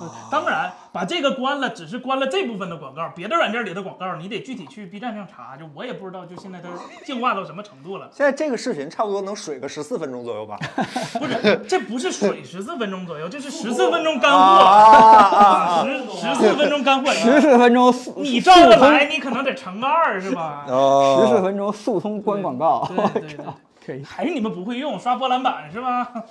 [SPEAKER 3] 呃当然，把这个关了，只是关了这部分的广告，别的软件里的广告你得具体去 B 站上查。就我也不知道，就现在它进化到什么程度了。
[SPEAKER 2] 现在这个视频差不多能水个十四分钟左右吧。
[SPEAKER 3] 不是，这不是
[SPEAKER 1] <laughs>
[SPEAKER 3] 水十四分钟左右，这是十四分钟
[SPEAKER 2] <laughs>
[SPEAKER 3] 干
[SPEAKER 2] 啊
[SPEAKER 3] 货，
[SPEAKER 2] 啊啊！
[SPEAKER 3] 十十四分钟干货。
[SPEAKER 1] 十四分钟速，
[SPEAKER 3] 你照着来，你可能得乘个二是
[SPEAKER 1] <laughs>
[SPEAKER 3] 吧？
[SPEAKER 1] 十四
[SPEAKER 2] 哦，
[SPEAKER 1] 分钟速通关广告，哎
[SPEAKER 3] 对对对，
[SPEAKER 1] 可以。
[SPEAKER 3] 还是你们不会用刷波兰板是吧？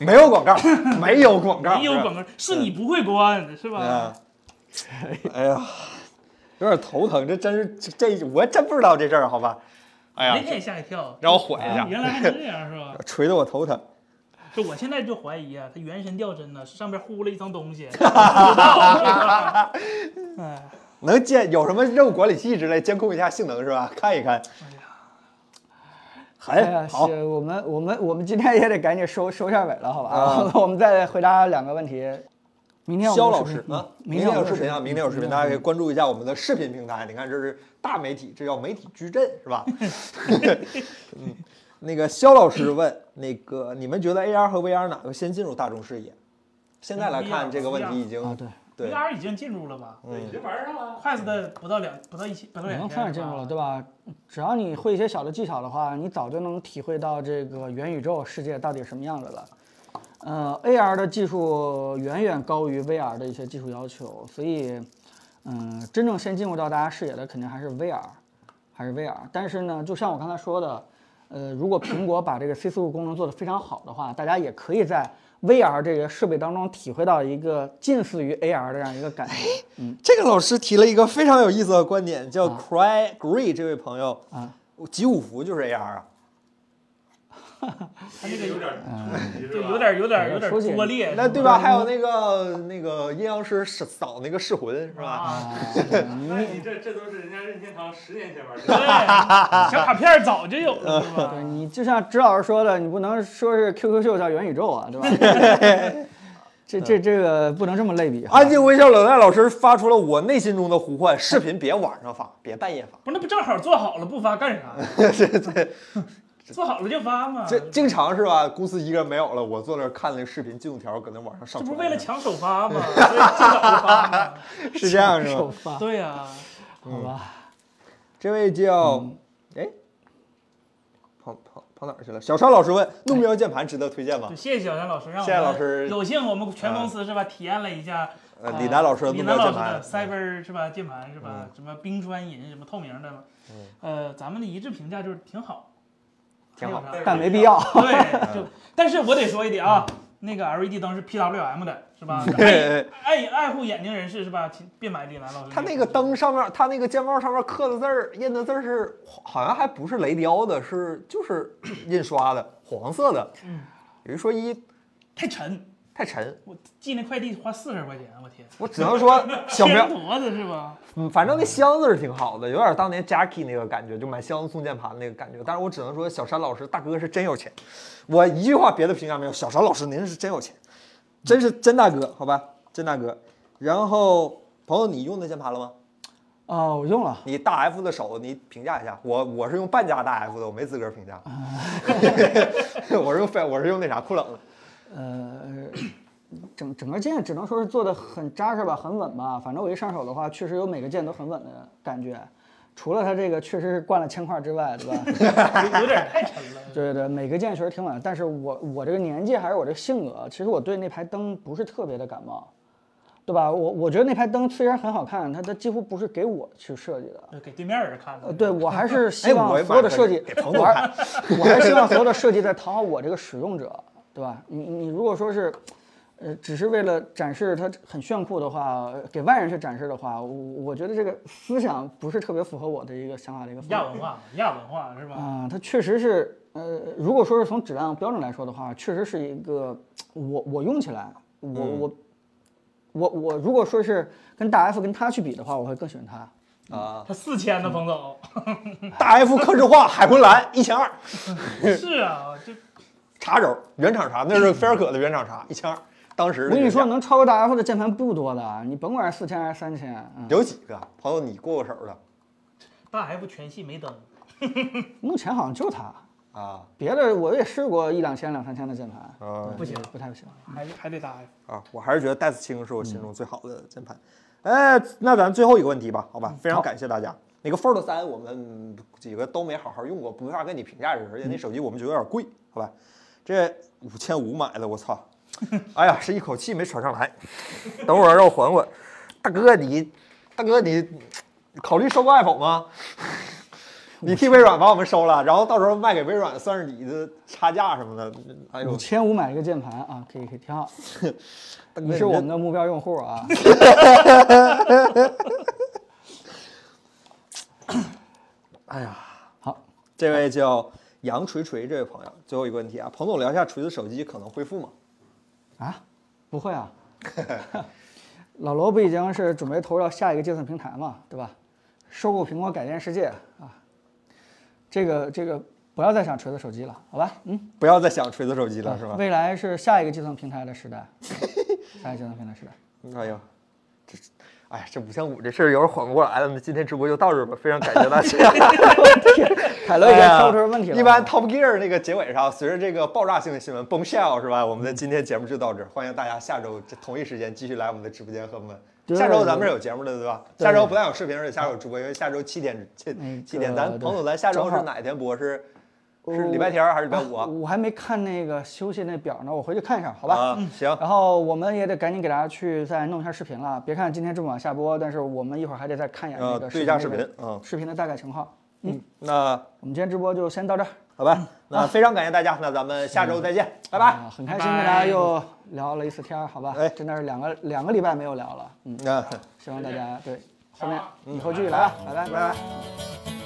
[SPEAKER 2] 没有广告，没有广告，
[SPEAKER 3] 没有广告，是你不会关，是吧
[SPEAKER 2] 嗯？哎呀，有点头疼，这真是这这我真不知道这事儿，好吧？哎
[SPEAKER 3] 那嗯
[SPEAKER 2] 呀，
[SPEAKER 3] 天也吓一跳，
[SPEAKER 2] 让我缓一
[SPEAKER 3] 原
[SPEAKER 2] 下，
[SPEAKER 3] 来还能这样是吧？
[SPEAKER 2] 锤得我头疼。
[SPEAKER 3] 就我现在就怀疑啊，他原神掉帧呢，上面糊了一层东西。不知道是吧哎，
[SPEAKER 2] 能监有什么任务管理器之类监控一下性能是吧？看一看。
[SPEAKER 1] 哎呀，
[SPEAKER 2] 哎，好，
[SPEAKER 1] 是我们我们我们今天也得赶紧收收下尾了，好吧？
[SPEAKER 2] 啊
[SPEAKER 1] <laughs> 我们再回答两个问题。明天我们
[SPEAKER 2] 肖
[SPEAKER 1] 有
[SPEAKER 2] 老
[SPEAKER 1] 视
[SPEAKER 2] 师
[SPEAKER 1] 频嗯
[SPEAKER 2] 啊，
[SPEAKER 1] 明
[SPEAKER 2] 明天有
[SPEAKER 1] 有
[SPEAKER 2] 视频啊，明天有视频，大家可以关注一下我们的视频平台。你看，这是大媒体，这叫媒体矩阵是吧？嗯，那个肖老师问，那个你们觉得 AR 和 VR 哪个先进入大众视野？现在来看这个问题已
[SPEAKER 1] 啊，
[SPEAKER 2] 经
[SPEAKER 1] 对，
[SPEAKER 2] <laughs> 对
[SPEAKER 3] VR 已经进入了吧？
[SPEAKER 4] 对，已经玩上了。
[SPEAKER 3] 筷子的不到两，不到一千，不到两
[SPEAKER 1] 能
[SPEAKER 3] 千。
[SPEAKER 1] 算是进入了，对吧？只要你会一些小的技巧的话，你早就能体会到这个元宇宙世界到底什么样子了。呃，AR 的技术远远高于 VR 的一些技术要求，所以，嗯，真正先进入到大家视野的肯定还是 VR，还是 VR。但是呢，就像我刚才说的，呃，如果苹果把这个 C 四五功能做得非常好的话，大家也可以在 VR 这个设备当中体会到一个近似于 AR 的这样一个感觉。
[SPEAKER 2] 这个老师提了一个非常有意思的观点，叫 Cry Gree 这位朋友
[SPEAKER 1] 啊，
[SPEAKER 2] 集五福就是 AR 啊。
[SPEAKER 4] 他这个有点儿冲击
[SPEAKER 3] 就是
[SPEAKER 4] 吧
[SPEAKER 3] 有点有点有点
[SPEAKER 1] 说起来
[SPEAKER 3] 拙劣，
[SPEAKER 2] 那对吧？还有那个那个阴阳师是扫那个噬魂是吧？
[SPEAKER 3] 啊？
[SPEAKER 4] 那你这这都是人家任天堂十年前
[SPEAKER 3] <laughs>
[SPEAKER 4] 玩
[SPEAKER 3] 对，
[SPEAKER 4] 的，
[SPEAKER 3] 小卡片早就有
[SPEAKER 2] 嗯
[SPEAKER 3] 了，是吧
[SPEAKER 2] 啊
[SPEAKER 1] 对？你就像支老师说的，你不能说是 QQ 秀叫元宇宙啊，对
[SPEAKER 2] <laughs>
[SPEAKER 1] 吧？这这这个不能这么类比。啊
[SPEAKER 2] 安静微笑冷淡老师发出了我内心中的呼唤：视频别晚上发，别半夜发。
[SPEAKER 3] 不是，那不正好做好了不发干
[SPEAKER 2] <laughs>
[SPEAKER 3] 啥？做好了就发嘛。
[SPEAKER 2] 这经常是吧？公司一个人没有了，我坐那儿看那个视频进度条，搁那网上上传。
[SPEAKER 3] 这不是为了抢首发
[SPEAKER 2] <laughs>
[SPEAKER 3] 吗？所以尽早就发嘛。
[SPEAKER 1] <laughs>
[SPEAKER 2] 是这样是
[SPEAKER 1] 首
[SPEAKER 2] 吧？嗯
[SPEAKER 1] 发，
[SPEAKER 3] 对呀、
[SPEAKER 1] 好吧？
[SPEAKER 2] 这位叫
[SPEAKER 3] 嗯
[SPEAKER 2] 哎，跑跑跑哪儿去了？小川老师问：怒喵键盘值得推荐吗
[SPEAKER 3] 就？谢谢小杨老师，让我们
[SPEAKER 2] 谢谢老师
[SPEAKER 3] 有幸我们全公司是吧，体验了一下
[SPEAKER 2] 呃，
[SPEAKER 3] 呃
[SPEAKER 2] 李楠老师的
[SPEAKER 3] 李
[SPEAKER 2] 怒
[SPEAKER 3] 楠
[SPEAKER 2] 喵
[SPEAKER 3] 老
[SPEAKER 2] 键
[SPEAKER 3] 师的
[SPEAKER 2] 盘，嗯
[SPEAKER 3] Cyber 是吧，键盘是吧，什么冰川银什么透明的，呃，咱们的一致评价就是挺好，
[SPEAKER 2] 嗯挺好
[SPEAKER 3] 还有啥
[SPEAKER 1] 但没必要。
[SPEAKER 3] <laughs>
[SPEAKER 2] <laughs>
[SPEAKER 3] 对，就但是我得说一点啊，那个 LED 灯是 PWM 的，
[SPEAKER 2] <laughs>
[SPEAKER 3] 是吧？爱爱爱护眼睛人士是吧？请别买李楠老师。
[SPEAKER 2] 它那个灯上面，它那个键帽上面刻的字儿、印的字儿是好像还不是雷雕的，是就是 <clears throat> 印刷的，黄色的。
[SPEAKER 3] 嗯，
[SPEAKER 2] 有一说一，
[SPEAKER 3] 太沉，
[SPEAKER 2] 太沉。
[SPEAKER 3] 我寄那快递花四十块钱，我天，
[SPEAKER 2] 我只能说小
[SPEAKER 3] 贴
[SPEAKER 2] 喵，
[SPEAKER 3] 脖子是吧？
[SPEAKER 2] 嗯反正那箱子是挺好的，有点当年 Jacky 那个感觉，就买箱子送键盘那个感觉。但是我只能说，小山老师大哥是真有钱，我一句话别的评价没有。小山老师您是真有钱，真是真大哥，好吧，真大哥。然后朋友，你用那键盘了吗？嗯
[SPEAKER 1] 哦，我用了，
[SPEAKER 2] 你大 F 的手，你评价一下。我我是用半价大 F 的，我没资格评价。 <laughs> 我是用非我是用那啥酷冷的。
[SPEAKER 1] 呃，整整个键只能说是做的很扎实吧，很稳吧。反正我一上手的话，确实有每个键都很稳的感觉，除了它这个确实是灌了铅块之外，对吧？
[SPEAKER 3] <laughs> 有有点太沉
[SPEAKER 2] 嗯
[SPEAKER 3] 了。
[SPEAKER 1] 对对对，每个键确实挺稳，但是我我这个年纪还是我这个性格，其实我对那排灯不是特别的感冒，对吧？我我觉得那排灯虽然很好看，它它几乎不是给我去设计的。
[SPEAKER 3] 就给对面人看
[SPEAKER 1] 呃，
[SPEAKER 3] 的。
[SPEAKER 1] 对我还是希
[SPEAKER 2] 哎我
[SPEAKER 1] 望
[SPEAKER 2] 也
[SPEAKER 1] 所有的
[SPEAKER 2] 买了
[SPEAKER 1] 设计，
[SPEAKER 2] 给彭
[SPEAKER 1] 我
[SPEAKER 2] 总
[SPEAKER 1] 还我还希望所有的设计在讨好我这个使用者，对吧？你你如果说是，呃，只是为了展示它很炫酷的话，呃给外人去展示的话，我我觉得这个思想不是特别符合我的一个想法的一个。
[SPEAKER 3] 亚文化，亚文化是吧？
[SPEAKER 1] 啊、它确实是，呃，如果说是从质量标准来说的话，确实是一个，我我用起来，我、
[SPEAKER 2] 嗯
[SPEAKER 1] 我我我如果说是跟大 F 跟它去比的话，我会更喜欢它。
[SPEAKER 2] 啊，
[SPEAKER 3] 他四千
[SPEAKER 1] 嗯 <laughs>
[SPEAKER 3] 呢，彭总。
[SPEAKER 2] 大 F 克制化海魂蓝一千二，
[SPEAKER 3] 是啊，就
[SPEAKER 2] 茶轴原厂茶，那是菲尔可的原厂茶一千二，当时
[SPEAKER 1] 我
[SPEAKER 2] 的
[SPEAKER 1] 跟你
[SPEAKER 2] 原
[SPEAKER 1] 说，
[SPEAKER 2] 价
[SPEAKER 1] 能超过大 F 的键盘不多的，你甭管是四千还是三千，嗯，
[SPEAKER 2] 有几个朋友你过过手的
[SPEAKER 3] 大 F 全系没灯，
[SPEAKER 1] 目前好像就它，
[SPEAKER 2] 啊
[SPEAKER 1] 别的我也试过一两千、两三千的键盘，
[SPEAKER 2] 啊
[SPEAKER 1] 不行，不太行。
[SPEAKER 3] 还还得大 F。
[SPEAKER 2] 啊！我还是觉得戴斯清是我心中最好的键盘。哎，那咱最后一个问题吧，好吧，嗯非常感谢大家。那个 Fold 三我们几个都没好好用过，没法跟你评价这个，而且那手机我们觉得有点贵，好吧？这五千五买的，我操！哎呀，是一口气没喘上来。等会儿让我缓缓。大哥你，大哥你，考虑收购 Apple 吗？你替微软把我们收了，然后到时候卖给微软算是你的差价什么的。哎呦
[SPEAKER 1] 五，千五买一个键盘啊，可以可以，
[SPEAKER 2] <laughs>
[SPEAKER 1] 挺好。
[SPEAKER 2] 大哥
[SPEAKER 1] 你
[SPEAKER 2] 这
[SPEAKER 1] 是我们的目标用户啊。
[SPEAKER 2] 哎呀，
[SPEAKER 1] 好，
[SPEAKER 2] 这位叫杨锤锤这位朋友，最后一个问题啊，彭总聊一下锤子手机可能恢复吗？
[SPEAKER 1] 啊，不会啊， <laughs> 老罗不已经是准备投入到下一个计算平台嘛，对吧？收购苹果，改变世界啊！这个这个不要再想锤子手机了，好吧？嗯，
[SPEAKER 2] 不要再想锤子手机了，是吧？
[SPEAKER 1] 未来是下一个计算平台的时代， <laughs> 下一个计算平台
[SPEAKER 2] <laughs>
[SPEAKER 1] 时代。
[SPEAKER 2] 哎呀，这，哎呀，这五千五这事儿有点缓不过来了。那今天直播就到这儿吧，非常感谢大家。
[SPEAKER 1] 凯伦已经挑不出问题了。
[SPEAKER 2] 哎一般 Top Gear 那个结尾上，随着这个爆炸性的新闻 Bombshell 是吧？我们的今天节目就到这
[SPEAKER 1] 嗯
[SPEAKER 2] 儿，欢迎大家下周这同一时间继续来我们的直播间和我们。
[SPEAKER 1] 对
[SPEAKER 2] 下周咱们是有节目的，对吧？
[SPEAKER 1] 对
[SPEAKER 2] 下周不但有视频，而且下周有直播，因为下周七点七
[SPEAKER 1] 那个
[SPEAKER 2] 七点，咱彭总，咱下周
[SPEAKER 1] 正
[SPEAKER 2] 是
[SPEAKER 1] 好
[SPEAKER 2] 哪天播？是
[SPEAKER 1] 哦
[SPEAKER 2] 是礼拜天儿还是礼拜五啊？
[SPEAKER 1] 我还没看那个休息那表呢，我回去看一哦下，好吧？嗯
[SPEAKER 2] 啊，行，
[SPEAKER 1] 然后我们也得赶紧给大家去再弄一下视频了。别看今天这么晚下播，但是我们一会儿还得再看一眼那
[SPEAKER 2] 呃，
[SPEAKER 1] 个
[SPEAKER 2] 对一下视
[SPEAKER 1] 那
[SPEAKER 2] 频
[SPEAKER 1] 个，
[SPEAKER 2] 嗯，
[SPEAKER 1] 视频的大概情况。嗯，
[SPEAKER 2] 那
[SPEAKER 1] 我们今天直播就先到这儿，
[SPEAKER 2] 好吧，那非常感谢大家，那咱们下周再见，拜拜。
[SPEAKER 1] 啊很开心跟大家又聊了一次天儿，好吧？
[SPEAKER 2] 哎
[SPEAKER 1] 真的是两个两个礼拜没有聊了，嗯，
[SPEAKER 2] 那。
[SPEAKER 1] 啊希望大家对后面以后继续来吧，拜拜拜拜。